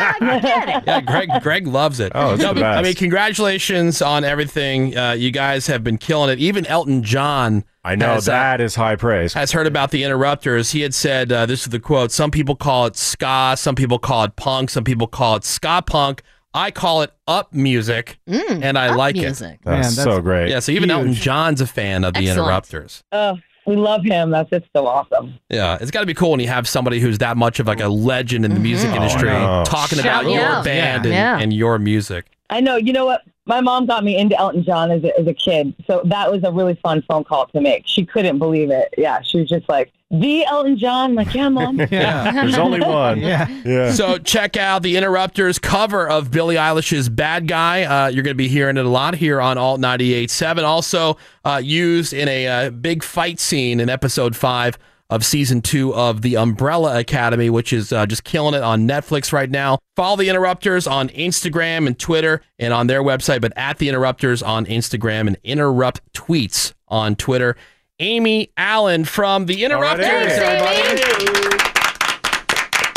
Speaker 4: yeah, Greg. Greg loves it. Oh,
Speaker 2: it's the
Speaker 4: I
Speaker 2: best.
Speaker 4: mean, congratulations on everything. Uh, you guys have been killing it. Even Elton John. uh,
Speaker 5: I know, that is high praise.
Speaker 4: Has heard about the interrupters. He had said, uh, "This is the quote." Some people call it ska. Some people call it punk. Some people call it ska punk. I call it up music, and I
Speaker 2: Mm, up
Speaker 4: like
Speaker 2: music.
Speaker 4: it.
Speaker 2: That's Man, that's so
Speaker 5: great.
Speaker 4: Yeah. So even Elton John's a fan of the
Speaker 2: Excellent.
Speaker 4: interrupters.
Speaker 2: Oh, we love him. That's just so awesome.
Speaker 4: Yeah, it's got to be cool when you have somebody who's that much of like a legend in the music
Speaker 5: Oh, I
Speaker 4: industry
Speaker 5: know.
Speaker 4: talking
Speaker 2: Mm-hmm. Shout
Speaker 4: about
Speaker 2: you
Speaker 4: your
Speaker 2: out.
Speaker 4: band
Speaker 2: Yeah.
Speaker 4: and,
Speaker 2: Yeah.
Speaker 4: and your music.
Speaker 2: I know. You know what? My mom got me into Elton John as a, as a kid, so that was a really fun phone call to make. She couldn't believe it. Yeah, she was just like, the Elton John. I'm like, yeah, mom.
Speaker 5: Yeah. Yeah.
Speaker 4: So check out the Interrupters cover of Billie Eilish's "Bad Guy." Uh, you're going to be hearing it a lot here on Alt 98.7. Also uh, used in a uh, big fight scene in episode five of season two of The Umbrella Academy, which is uh, just killing it on Netflix right now. Follow the Interrupters on Instagram and Twitter, and on their website, but at the Interrupters on Instagram and Interrupt Tweets on Twitter. Amy Allen from the Interrupters, everybody.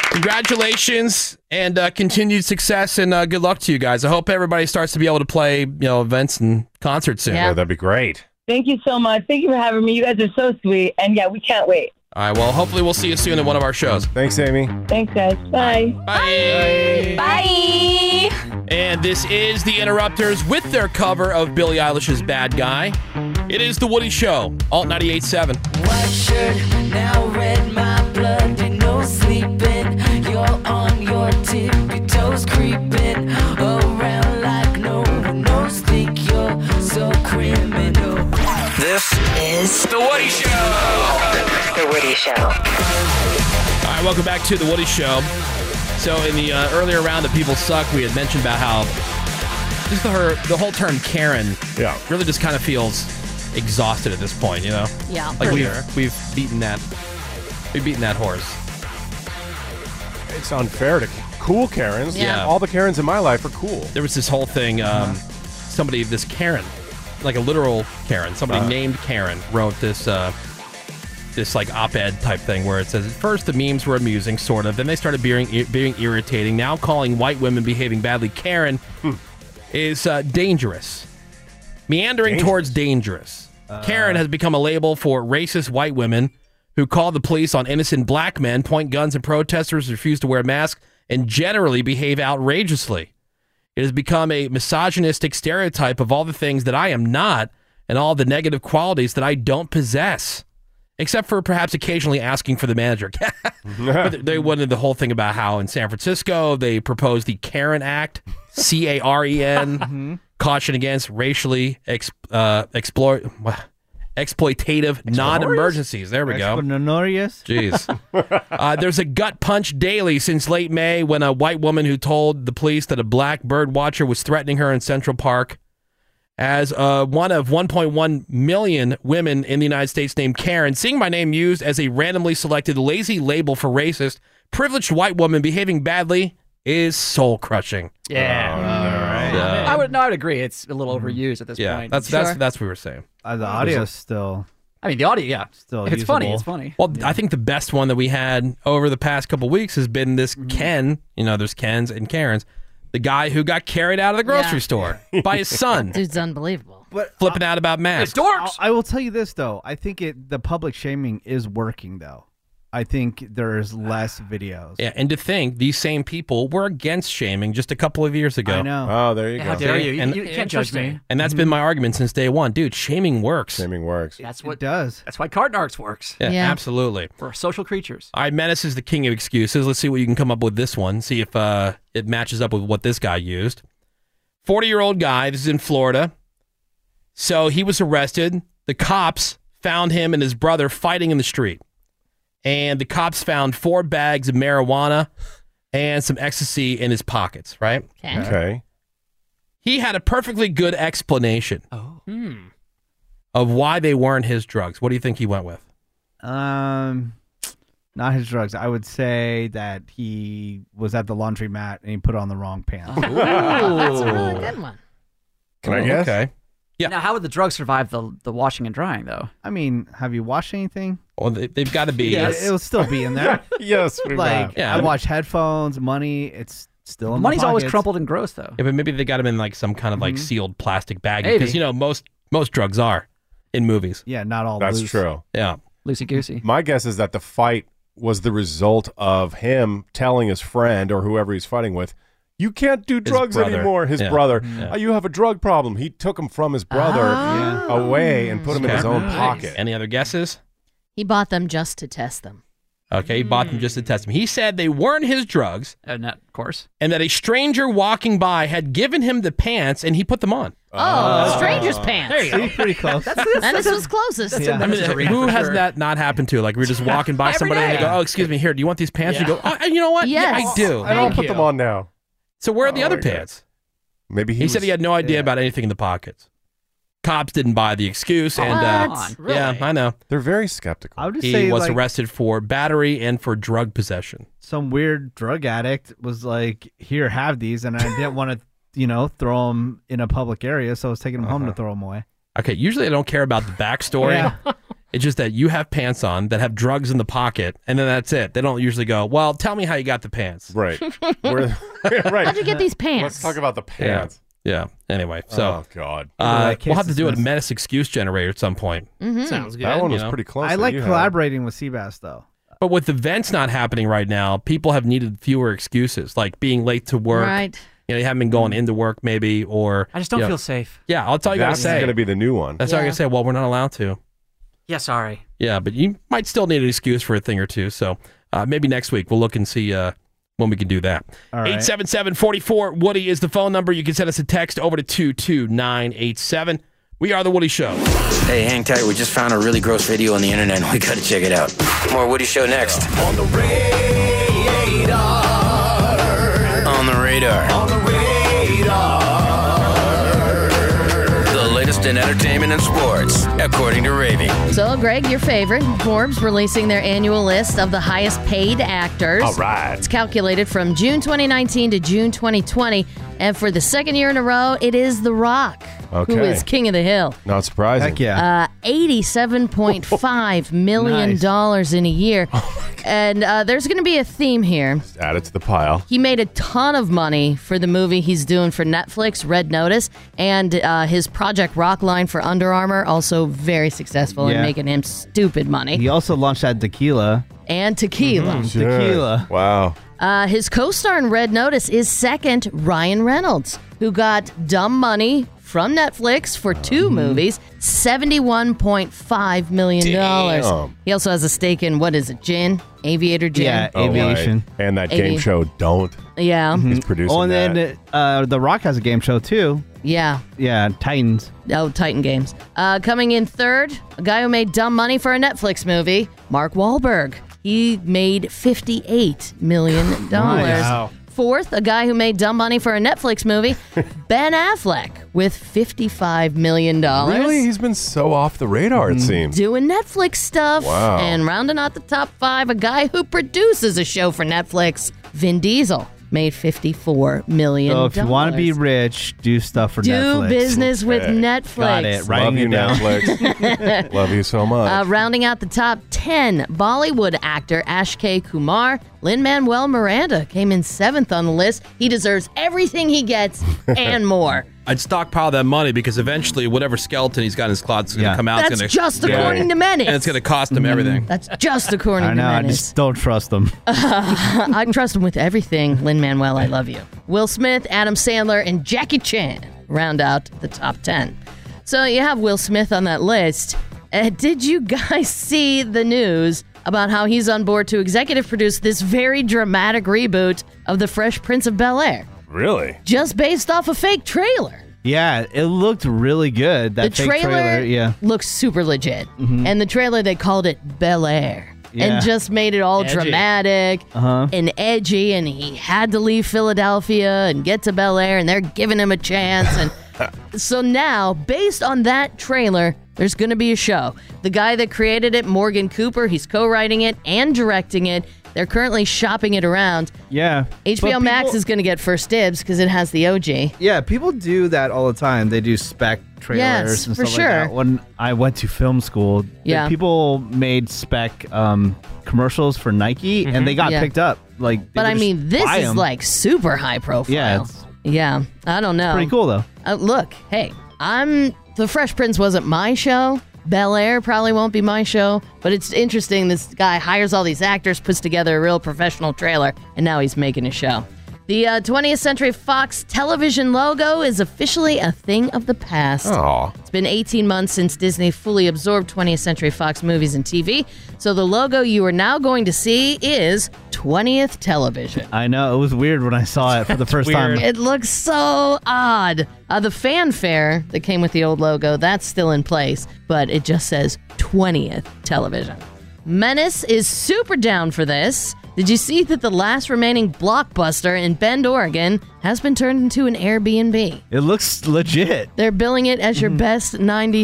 Speaker 4: Congratulations and uh, continued success and uh, good luck to you guys. I hope everybody starts to be able to play, you know, events and concerts soon.
Speaker 2: Yeah. Yeah,
Speaker 4: Oh, that'd be great.
Speaker 2: Thank you so much. Thank you for having me. You guys are so sweet. And yeah, we can't wait.
Speaker 4: All right. Well, hopefully we'll see you soon in one of our shows.
Speaker 5: Thanks, Amy.
Speaker 2: Thanks, guys. Bye.
Speaker 4: Bye.
Speaker 10: Bye.
Speaker 4: And this is the Interrupters with their cover of Billie Eilish's "Bad Guy." It is the Woody Show, Alt 98.7.
Speaker 20: White shirt, now red, my blood, ain't no sleeping. You're on your tippy toes, creeping around like no one knows. Think you're so criminal.
Speaker 11: This is The Woody Show. The Woody Show.
Speaker 4: All right, welcome back to the Woody Show. So, in the uh, earlier round of People Suck, we had mentioned about how just the, her, the whole term Karen yeah. really just kind of feels exhausted at this point, you know?
Speaker 6: Yeah,
Speaker 4: Like
Speaker 6: for
Speaker 4: we've,
Speaker 6: sure.
Speaker 4: we've beaten that. We've beaten that horse.
Speaker 5: It's unfair to cool Karens.
Speaker 4: Yeah.
Speaker 5: All the Karens in my life are cool. Uh-huh.
Speaker 4: There was this whole thing. Um, Somebody, this Karen, like a literal Karen, somebody
Speaker 5: Uh.
Speaker 4: named Karen, wrote this. Uh, this like op-ed type thing where it says at first the memes were amusing sort of then they started being being irritating now calling white women behaving badly karen
Speaker 5: Hmm.
Speaker 4: is uh, dangerous meandering towards dangerous karen has become a label for racist white women who call the police on innocent black men point guns at protesters refuse to wear masks and generally behave outrageously it has become a misogynistic stereotype of all the things that I am not and all the negative qualities that I don't possess, except for perhaps occasionally asking for the manager. but they wanted the whole thing about how in San Francisco they proposed the Karen Act, C A R E N, caution against racially ex- uh, explore, exploitative non emergencies. There we go.
Speaker 7: Explanorious.
Speaker 4: Jeez. Uh, there's a gut punch daily since late May when a white woman who told the police that a black bird watcher was threatening her in Central Park. As uh, one of 1.1 million women in the United States named Karen, seeing my name used as a randomly selected lazy label for racist, privileged white woman behaving badly is soul crushing. Oh,
Speaker 9: Yeah. I would no, I would agree. It's a little overused at this
Speaker 4: Mm-hmm. Yeah,
Speaker 9: point.
Speaker 4: that's that's that's what we were saying.
Speaker 7: Uh, the audio's still.
Speaker 9: I mean, the audio, yeah,
Speaker 7: still.
Speaker 9: If it's funny. It's funny.
Speaker 4: Well, I think the best one that we had over the past couple weeks has been this
Speaker 7: Mm-hmm.
Speaker 4: Ken. You know, there's Kens and Karens. The guy who got carried out of the grocery
Speaker 6: Yeah.
Speaker 4: store by his son,
Speaker 6: Dude's unbelievable.
Speaker 7: But
Speaker 4: flipping out about masks.
Speaker 7: I I will tell you this though. I think it the public shaming is working though. I think there's less videos.
Speaker 4: Yeah, and to think these same people were against shaming just a couple of years ago.
Speaker 7: I know. Oh,
Speaker 5: there
Speaker 7: you How go. dare you. You-
Speaker 4: And,
Speaker 7: you can't judge me. Mm-hmm.
Speaker 4: And that's been my argument since day one, dude. Shaming works.
Speaker 5: Shaming works.
Speaker 9: That's what
Speaker 7: does.
Speaker 9: That's why card narcs works.
Speaker 4: Yeah, absolutely.
Speaker 9: We're social creatures.
Speaker 4: I menace is the king of excuses. Let's see what you can come up with this one. See if uh, it matches up with what this guy used. Forty-year-old guy. This is in Florida. So he was arrested. The cops found him and his brother fighting in the street, and the cops found four bags of marijuana and some ecstasy in his pockets. Right.
Speaker 5: Okay. Okay.
Speaker 4: He had a perfectly good explanation Hmm. of why they weren't his drugs. What do you think he went with?
Speaker 7: Um, not his drugs. I would say that he was at the laundromat and he put on the wrong pants.
Speaker 9: That's a really
Speaker 6: good one.
Speaker 9: Can I guess?
Speaker 4: Oh, Okay. Yeah.
Speaker 9: Now, how would the drug survive the the washing and drying though?
Speaker 7: I mean, have you washed anything?
Speaker 4: Well, they, they've got to be.
Speaker 7: Yeah, it'll still be in there.
Speaker 5: yes, we
Speaker 7: like
Speaker 4: have. Yeah.
Speaker 7: I watch headphones, money. It's still in my
Speaker 9: Money's always
Speaker 7: pockets.
Speaker 9: crumpled and gross though.
Speaker 4: Yeah, but maybe they got him in like some kind of like
Speaker 7: Mhm.
Speaker 4: sealed plastic bag
Speaker 9: Maybe.
Speaker 4: because you know most most drugs are in movies.
Speaker 7: Yeah, not all.
Speaker 5: That's
Speaker 7: loose.
Speaker 5: true.
Speaker 4: Yeah.
Speaker 9: Lucy Goosey.
Speaker 5: My guess is that the fight was the result of him telling his friend or whoever he's fighting with, you can't do drugs
Speaker 4: brother.
Speaker 5: anymore. His
Speaker 4: Yeah.
Speaker 5: brother,
Speaker 4: Yeah.
Speaker 5: "Oh, you have a drug problem. He took him from his brother away and put him in his
Speaker 4: Okay.
Speaker 5: own
Speaker 4: Nice.
Speaker 5: pocket.
Speaker 4: Any other guesses?
Speaker 6: He bought them just to test them.
Speaker 4: Okay, he bought them just to test them. He said they weren't his drugs,
Speaker 9: and that, of course,
Speaker 4: and that a stranger walking by had given him the pants, and he put them on.
Speaker 6: Oh, stranger's pants.
Speaker 9: There you go.
Speaker 4: See, pretty close.
Speaker 9: That's, that's,
Speaker 6: and this
Speaker 9: that's
Speaker 6: was closest.
Speaker 4: I mean, who has that not happened to? Like, we're just walking by
Speaker 6: Every
Speaker 4: somebody and they
Speaker 6: day.
Speaker 4: go, "Oh, excuse me, here. Do you want these pants?" You go, "Oh, you know what?
Speaker 6: Yes.
Speaker 4: yeah, I do."
Speaker 5: I don't put them on now.
Speaker 4: So where are the
Speaker 5: Oh
Speaker 4: other
Speaker 5: my God.
Speaker 4: pants?
Speaker 5: Maybe
Speaker 4: he, said he had no idea about anything in the pockets. Cops didn't buy the excuse, and uh,
Speaker 7: What? Really?
Speaker 4: yeah, I know
Speaker 5: they're very skeptical.
Speaker 7: I would just
Speaker 4: he
Speaker 7: say
Speaker 4: was
Speaker 7: like,
Speaker 4: arrested for battery and for drug possession.
Speaker 7: some weird drug addict was like, "Here, have these," and I didn't want to, you know, throw them in a public area, so I was taking them
Speaker 5: Uh-huh.
Speaker 7: home to throw them away.
Speaker 4: Okay, usually I don't care about the backstory.
Speaker 7: Yeah.
Speaker 4: It's just that you have pants on that have drugs in the pocket, and then that's it. They don't usually go, "Well, tell me how you got the pants."
Speaker 5: Right.
Speaker 6: Where-
Speaker 5: right.
Speaker 6: How'd you get these pants?
Speaker 5: talk about the pants.
Speaker 4: Yeah. yeah. Anyway, so
Speaker 5: Oh, God.
Speaker 4: uh,
Speaker 5: Anyway,
Speaker 4: we'll have to
Speaker 5: case
Speaker 4: do a
Speaker 5: dismissed.
Speaker 4: menace excuse generator at some point.
Speaker 6: Mhm.
Speaker 7: Sounds
Speaker 4: That good. one was pretty close
Speaker 7: I
Speaker 4: that
Speaker 7: like
Speaker 4: you had.
Speaker 7: collaborating with Seabass though.
Speaker 4: But with events not happening right now, people have needed fewer excuses, like being late to work.
Speaker 7: Right.
Speaker 4: You know, you haven't been
Speaker 6: Mm.
Speaker 4: going into work, maybe, or
Speaker 9: I just don't
Speaker 4: you know-
Speaker 9: feel safe.
Speaker 4: Yeah, I'll tell you
Speaker 5: That's
Speaker 4: what I'm
Speaker 5: gonna be the new one.
Speaker 4: That's all I'm
Speaker 9: Yeah.
Speaker 4: gonna say. Well, we're not allowed to.
Speaker 9: Yeah, sorry.
Speaker 4: Yeah, but you might still need an excuse for a thing or two. So uh, maybe next week we'll look and see uh, when we can do that.
Speaker 7: All right.
Speaker 4: 877 44 Woody is the phone number. You can send us a text over to 22987. We are The Woody Show.
Speaker 11: Hey, hang tight. We just found a really gross video on the internet. We gotta check it out. More Woody Show next. On the radar. On the radar. On the radar. The latest in entertainment and sports, according to Ravy.
Speaker 6: So, Greg, your favorite, Forbes releasing their annual list of the highest paid actors.
Speaker 11: All right.
Speaker 6: It's calculated from June 2019 to June 2020. And for the second year in a row, it is The Rock, who
Speaker 5: Okay.
Speaker 6: is king of the hill.
Speaker 5: Not surprising.
Speaker 7: Heck yeah.
Speaker 6: Uh, $87.5 million dollars in a year. and uh, there's going to be a theme here.
Speaker 5: Add it to the pile.
Speaker 6: He made a ton of money for the movie he's doing for Netflix, Red Notice, and uh, his Project Rock line for Under Armour, also very successful in
Speaker 7: Yeah.
Speaker 6: making him stupid money.
Speaker 7: He also launched that tequila. Mm,
Speaker 6: And tequila.
Speaker 7: Mm-hmm. Tequila.
Speaker 5: Wow.
Speaker 6: Uh, his co star in Red Notice is second, Ryan Reynolds, who got dumb money from Netflix for
Speaker 7: Mm-hmm.
Speaker 6: two movies, $71.5 million.
Speaker 5: Damn.
Speaker 6: He also has a stake in, what is it, gin? Aviator gin?
Speaker 7: Oh,
Speaker 5: All Oh, right. And that game
Speaker 6: Avi-
Speaker 5: show, Don't.
Speaker 6: Yeah.
Speaker 5: He's producing
Speaker 7: Oh, and
Speaker 5: that.
Speaker 7: then uh, The Rock has a game show too.
Speaker 6: Yeah.
Speaker 7: Yeah, Titans.
Speaker 6: Oh, Titan Games. Uh, coming in third, a guy who made dumb money for a Netflix movie, Mark Wahlberg. He made fifty-eight million dollars.
Speaker 13: Wow.
Speaker 6: Fourth, a guy who made dumb money for a Netflix movie, Ben Affleck, with fifty-five million dollars. Mm-hmm.
Speaker 5: Really? He's been so off the radar, it seems.
Speaker 6: Doing Netflix stuff
Speaker 5: Wow.
Speaker 6: and rounding out the top five, a guy who produces a show for Netflix, Vin Diesel, made fifty-four million.
Speaker 7: So if you want to be rich, do stuff for
Speaker 6: Do
Speaker 7: Netflix.
Speaker 6: business with Okay. Netflix.
Speaker 7: Got it.
Speaker 6: Love
Speaker 7: Writing
Speaker 5: you,
Speaker 7: it down.
Speaker 5: Netflix. Love you so much.
Speaker 6: Uh, rounding out the top 10, Bollywood actor Ash K. Kumar, Lin Manuel Miranda came in seventh on the list. He deserves everything he gets and more.
Speaker 4: I'd stockpile that money because eventually whatever skeleton he's got in his closet's going to come out. it's
Speaker 6: That's
Speaker 4: gonna-
Speaker 6: just according to Mm-hmm. Menace.
Speaker 4: And it's going to cost him everything.
Speaker 6: That's just according
Speaker 7: I know.
Speaker 6: to
Speaker 7: I
Speaker 6: Menace.
Speaker 7: just don't trust them.
Speaker 6: I trust him with everything, Lin Manuel. I love you. Will Smith, Adam Sandler, and Jackie Chan round out the top 10. So you have Will Smith on that list. Uh, did you guys see the news about how he's on board to executive produce this very dramatic reboot of The Fresh Prince of Bel Air?
Speaker 5: Really?
Speaker 6: Just based off a fake trailer.
Speaker 7: Yeah, it looked really good. That
Speaker 6: the
Speaker 7: fake
Speaker 6: trailer,
Speaker 7: Yeah.
Speaker 6: looks super legit.
Speaker 7: Mhm.
Speaker 6: And the trailer, they called it Bel Air.
Speaker 7: Yeah.
Speaker 6: And just made it all
Speaker 7: Edgy.
Speaker 6: dramatic
Speaker 7: Uh-huh.
Speaker 6: and edgy, and he had to leave Philadelphia and get to Bel Air, and they're giving him a chance. And so now, based on that trailer, there's going to be a show. The guy that created it, Morgan Cooper, he's co-writing it and directing it. They're currently shopping it around.
Speaker 7: Yeah.
Speaker 6: HBO
Speaker 7: But
Speaker 6: Max
Speaker 7: people-
Speaker 6: is going to get first dibs because it has the OG.
Speaker 13: Yeah, people do that all the time. They do spec trailers
Speaker 6: Yes,
Speaker 13: and
Speaker 6: for
Speaker 13: stuff
Speaker 6: sure.
Speaker 13: like that.
Speaker 7: when I went to film school, the
Speaker 6: Yeah.
Speaker 7: people made spec um, commercials for Nike, and they got
Speaker 6: Mm-hmm. Yeah.
Speaker 7: picked up. Like, they
Speaker 6: But
Speaker 7: would
Speaker 6: I
Speaker 7: just
Speaker 6: mean, this
Speaker 7: buy
Speaker 6: is
Speaker 7: 'em.
Speaker 6: like super high profile.
Speaker 7: Yeah, it's-
Speaker 6: yeah. I don't know.
Speaker 7: pretty cool though.
Speaker 6: Uh, look, hey, I'm the Fresh Prince wasn't my show. Bel Air probably won't be my show, but it's interesting. This guy hires all these actors, puts together a real professional trailer, and now he's making a show. The uh, 20th Century Fox television logo is officially a thing of the past.
Speaker 5: Aw.
Speaker 6: It's been 18 months since Disney fully absorbed 20th Century Fox movies and TV, so the logo you are now going to see is 20th Television.
Speaker 7: I know it was weird when I saw it for the first time.
Speaker 6: It looks so odd. Uh, the fanfare that came with the old logo, that's still in place, but it just says 20th television. Menace is super down for this. Did you see that the last remaining blockbuster in Bend, Oregon has been turned into an Airbnb?
Speaker 7: It looks legit.
Speaker 6: They're billing it as your best 90s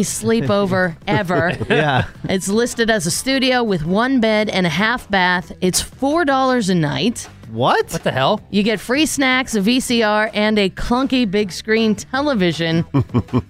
Speaker 6: sleepover ever.
Speaker 7: Mm-hmm. Yeah.
Speaker 6: It's listed as a studio with one bed and a half bath. It's $4 a night.
Speaker 7: What?
Speaker 6: What the hell? You get free snacks, a VCR, and a clunky big screen television.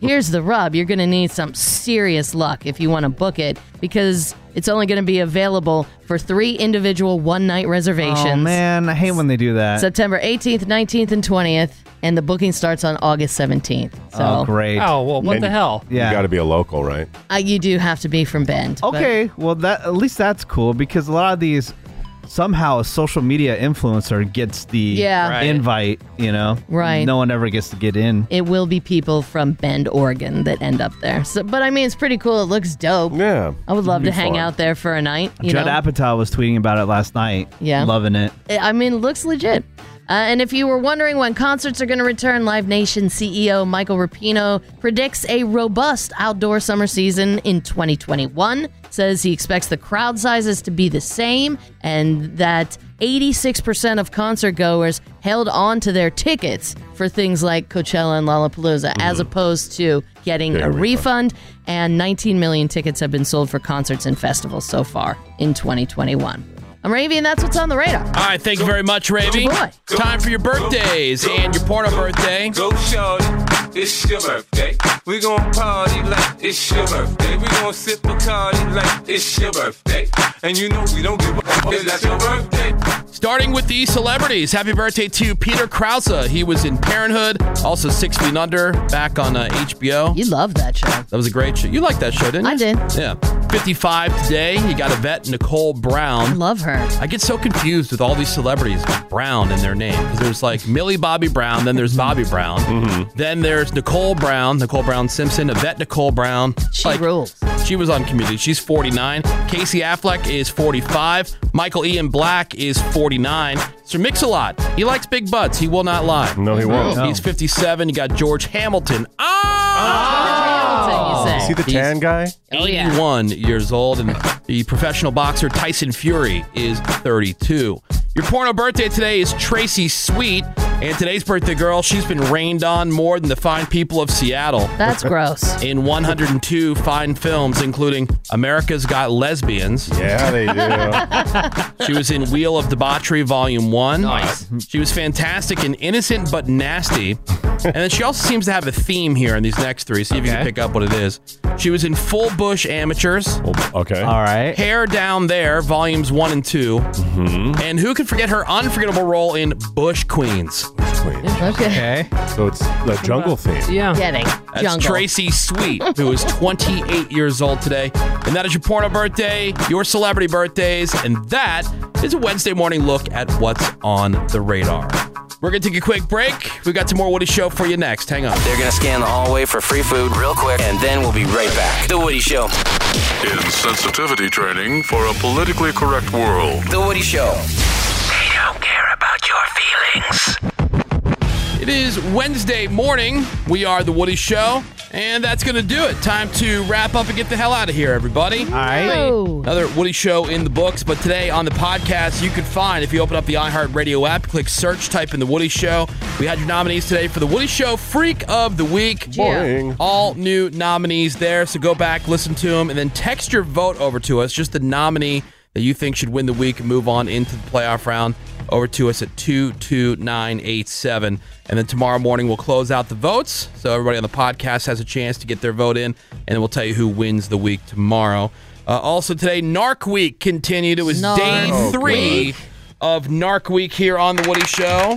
Speaker 6: Here's the rub you're going to need some serious luck if you want to book it because it's only going to be available for three individual one night reservations.
Speaker 7: Oh man, I hate when they do that.
Speaker 6: September 18th, 19th, and 20th, and the booking starts on August 17th. So
Speaker 7: oh great.
Speaker 6: Oh, well, what the hell?
Speaker 5: Yeah. You got to be a local, right?
Speaker 6: uh, you do have to be from Bend. but-
Speaker 7: Okay, well that at least that's cool because a lot of these somehow a social media influencer gets the
Speaker 6: Yeah. Right.
Speaker 7: invite, you know.
Speaker 6: Right.
Speaker 7: No one ever gets to get in.
Speaker 6: It will be people from Bend, Oregon that end up there. So, but I mean, it's pretty cool. It looks dope.
Speaker 5: Yeah.
Speaker 6: I would love
Speaker 7: It'd
Speaker 6: to
Speaker 7: be
Speaker 6: hang
Speaker 7: fun.
Speaker 6: out there for a night. You
Speaker 7: Judd
Speaker 6: know?
Speaker 7: Apatow was tweeting about it last night.
Speaker 6: Yeah.
Speaker 7: Loving it.
Speaker 6: I mean, it looks legit. Uh, and if you were wondering when concerts are going to return, Live Nation CEO Michael Rapino predicts a robust outdoor summer season in 2021. Says he expects the crowd sizes to be the same and that 86% of concert goers held on to their tickets for things like Coachella and Lollapalooza, as opposed to Mm-hmm. getting
Speaker 14: Yeah,
Speaker 6: a
Speaker 14: refund.
Speaker 6: refund. And 19 million tickets have been sold for concerts and festivals so far in 2021. I'm Ravi, and that's what's on the radar.
Speaker 4: All right, thank you very much, Ravy. Time for your birthdays and your porno birthday.
Speaker 15: Go shorty, it's your birthday. We gon' party like it's your birthday. We gon' sip a card like it's your birthday. And you know we don't give a fuck if that's your birthday.
Speaker 4: Starting with the celebrities, happy birthday to Peter Krause. He was in Parenthood, also Six Feet Under, back on uh, HBO.
Speaker 6: You love that show. That
Speaker 4: was a great show. You liked that show, didn't you? I
Speaker 6: did.
Speaker 4: Yeah. 55 today. You got a vet, Nicole Brown. I
Speaker 6: love her.
Speaker 4: I get so confused with all these celebrities with Brown in their name because there's like Millie Bobby Brown, then there's Bobby Brown, then there's Nicole Brown, Nicole Brown Simpson, Yvette Nicole Brown. She
Speaker 6: rules.
Speaker 4: She was on Community. She's 49. Casey Affleck is 45. Michael Ian Black is 49. Sir Mix-a-Lot, he likes big butts. He will not lie. No,
Speaker 5: he won't.
Speaker 4: He's 57. You got George Hamilton. Oh!
Speaker 5: Is he the tan guy?
Speaker 6: Oh,
Speaker 4: 81 years old, and the professional boxer Tyson Fury is 32. Your porno birthday today is Tracy Sweet, and today's birthday girl, she's been rained on more than the fine people of Seattle.
Speaker 6: That's gross.
Speaker 4: In 102 fine films, including America's Got Lesbians.
Speaker 5: Yeah, they do.
Speaker 4: she was in Wheel of Debauchery Volume 1. Nice. She was fantastic in Innocent but Nasty. And then she also seems to have a theme here in these next three. See if you can pick up what it is. She was in Full Bush Amateurs.
Speaker 5: Oh, Okay.
Speaker 7: All right.
Speaker 4: Hair Down There, Volumes 1 and 2.
Speaker 5: Mm-hmm.
Speaker 4: And who can forget her unforgettable role in Bush Queens?
Speaker 7: Okay.
Speaker 5: So it's the jungle theme.
Speaker 4: Yeah.
Speaker 6: Getting
Speaker 4: That's
Speaker 6: jungle.
Speaker 4: Tracy Sweet, who is 28 years old today. And that is your porno birthday, your celebrity birthdays, and that is a Wednesday morning look at what's on the radar. We're going to take a quick break. we got some more Woody Show for you next. Hang on.
Speaker 11: They're gonna scan the hallway for free food real quick, and then we'll be right back. The Woody Show.
Speaker 16: In sensitivity training for a politically correct world.
Speaker 11: The Woody Show.
Speaker 16: They don't care about your feelings.
Speaker 4: It is Wednesday morning. We are The Woody Show, and that's going to do it. Time to wrap up and get the hell out of here, everybody. All
Speaker 7: right.
Speaker 4: Another Woody Show in the books, but today on the podcast, you could find, if you open up the iHeartRadio app, click search, type in The Woody Show. We had your nominees today for The Woody Show Freak of the Week.
Speaker 5: Boing.
Speaker 4: All new nominees there, so go back, listen to them, and then text your vote over to us, just the nominee that you think should win the week and move on into the playoff round over to us at 22987. And then tomorrow morning, we'll close out the votes. So everybody on the podcast has a chance to get their vote in, and then we'll tell you who wins the week tomorrow. Uh, also, today, Narc Week continued. It was day
Speaker 5: Narc
Speaker 4: three
Speaker 5: Week.
Speaker 4: of Narc Week here on The Woody Show.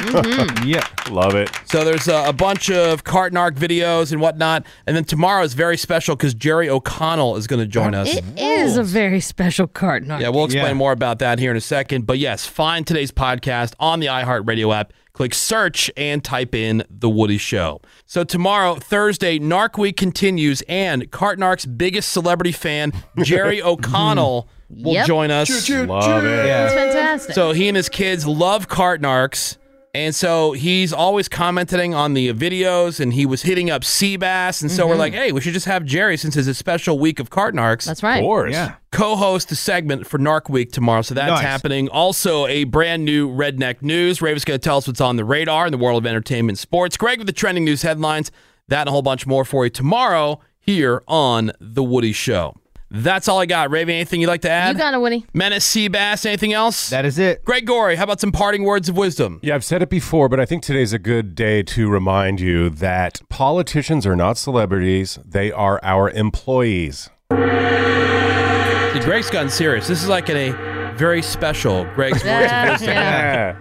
Speaker 5: yeah. Love it.
Speaker 4: So there's a, a bunch of cart narc videos and whatnot, and then tomorrow is very special because Jerry O'Connell is going to join us.
Speaker 6: It is a very special card.
Speaker 4: Yeah, we'll explain more about that here in a second. But yes, find today's podcast on the iHeartRadio app. Click search and type in The Woody Show. So tomorrow, Thursday, NARC Week continues, and Cartnark's biggest celebrity fan, Jerry O'Connell, will
Speaker 6: Yep.
Speaker 4: join us.
Speaker 5: Love it.
Speaker 6: That's fantastic.
Speaker 4: So he and his kids love Cartnarks. And so he's always commenting on the videos and he was hitting up Seabass. And so
Speaker 6: Mm-hmm.
Speaker 4: we're like, hey, we should just have Jerry since it's a special week of Cartnarks. That's
Speaker 6: right. Of course.
Speaker 5: Yeah.
Speaker 4: Co host a segment for NARC Week tomorrow. So that's
Speaker 5: Nice.
Speaker 4: happening. Also, a brand new Redneck News. Raven's going to tell us what's on the radar in the world of entertainment and sports. Greg with the trending news headlines. That and a whole bunch more for you tomorrow here on The Woody Show. That's all I got. Raven, anything you'd like to add?
Speaker 6: You got it, Woody.
Speaker 4: Menace Seabass, anything else? That is it. Greg Gory, how about some parting words of wisdom?
Speaker 5: Yeah, I've said it before, but I think today's a good day to remind you that politicians are not celebrities, they are our employees.
Speaker 4: See, Greg's gotten serious. This is like in a very special Greg's words of
Speaker 5: Yeah,
Speaker 4: wisdom.
Speaker 5: yeah.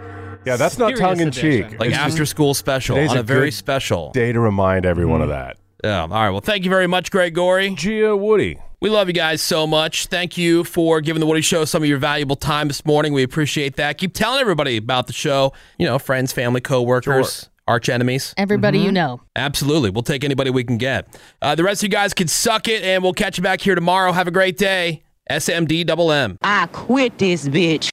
Speaker 5: Yeah, that's not tongue in cheek.
Speaker 4: Like after school special
Speaker 5: Today's
Speaker 4: on a, very
Speaker 5: good
Speaker 4: special.
Speaker 5: day to remind everyone of that.
Speaker 4: Yeah. All right. Well, thank you very much, Greg Gory.
Speaker 5: Gia Woody.
Speaker 4: We love you guys so much. Thank you for giving the Woody Show some of your valuable time this morning. We appreciate that. Keep telling everybody about the show. You know, friends, family, coworkers, arch enemies.
Speaker 6: Everybody
Speaker 5: Mm-hmm.
Speaker 6: you know.
Speaker 4: Absolutely. We'll take anybody we can get. Uh, the rest of you guys can suck it, and we'll catch you back here tomorrow. Have a great day. SMD double M.
Speaker 14: I quit this bitch.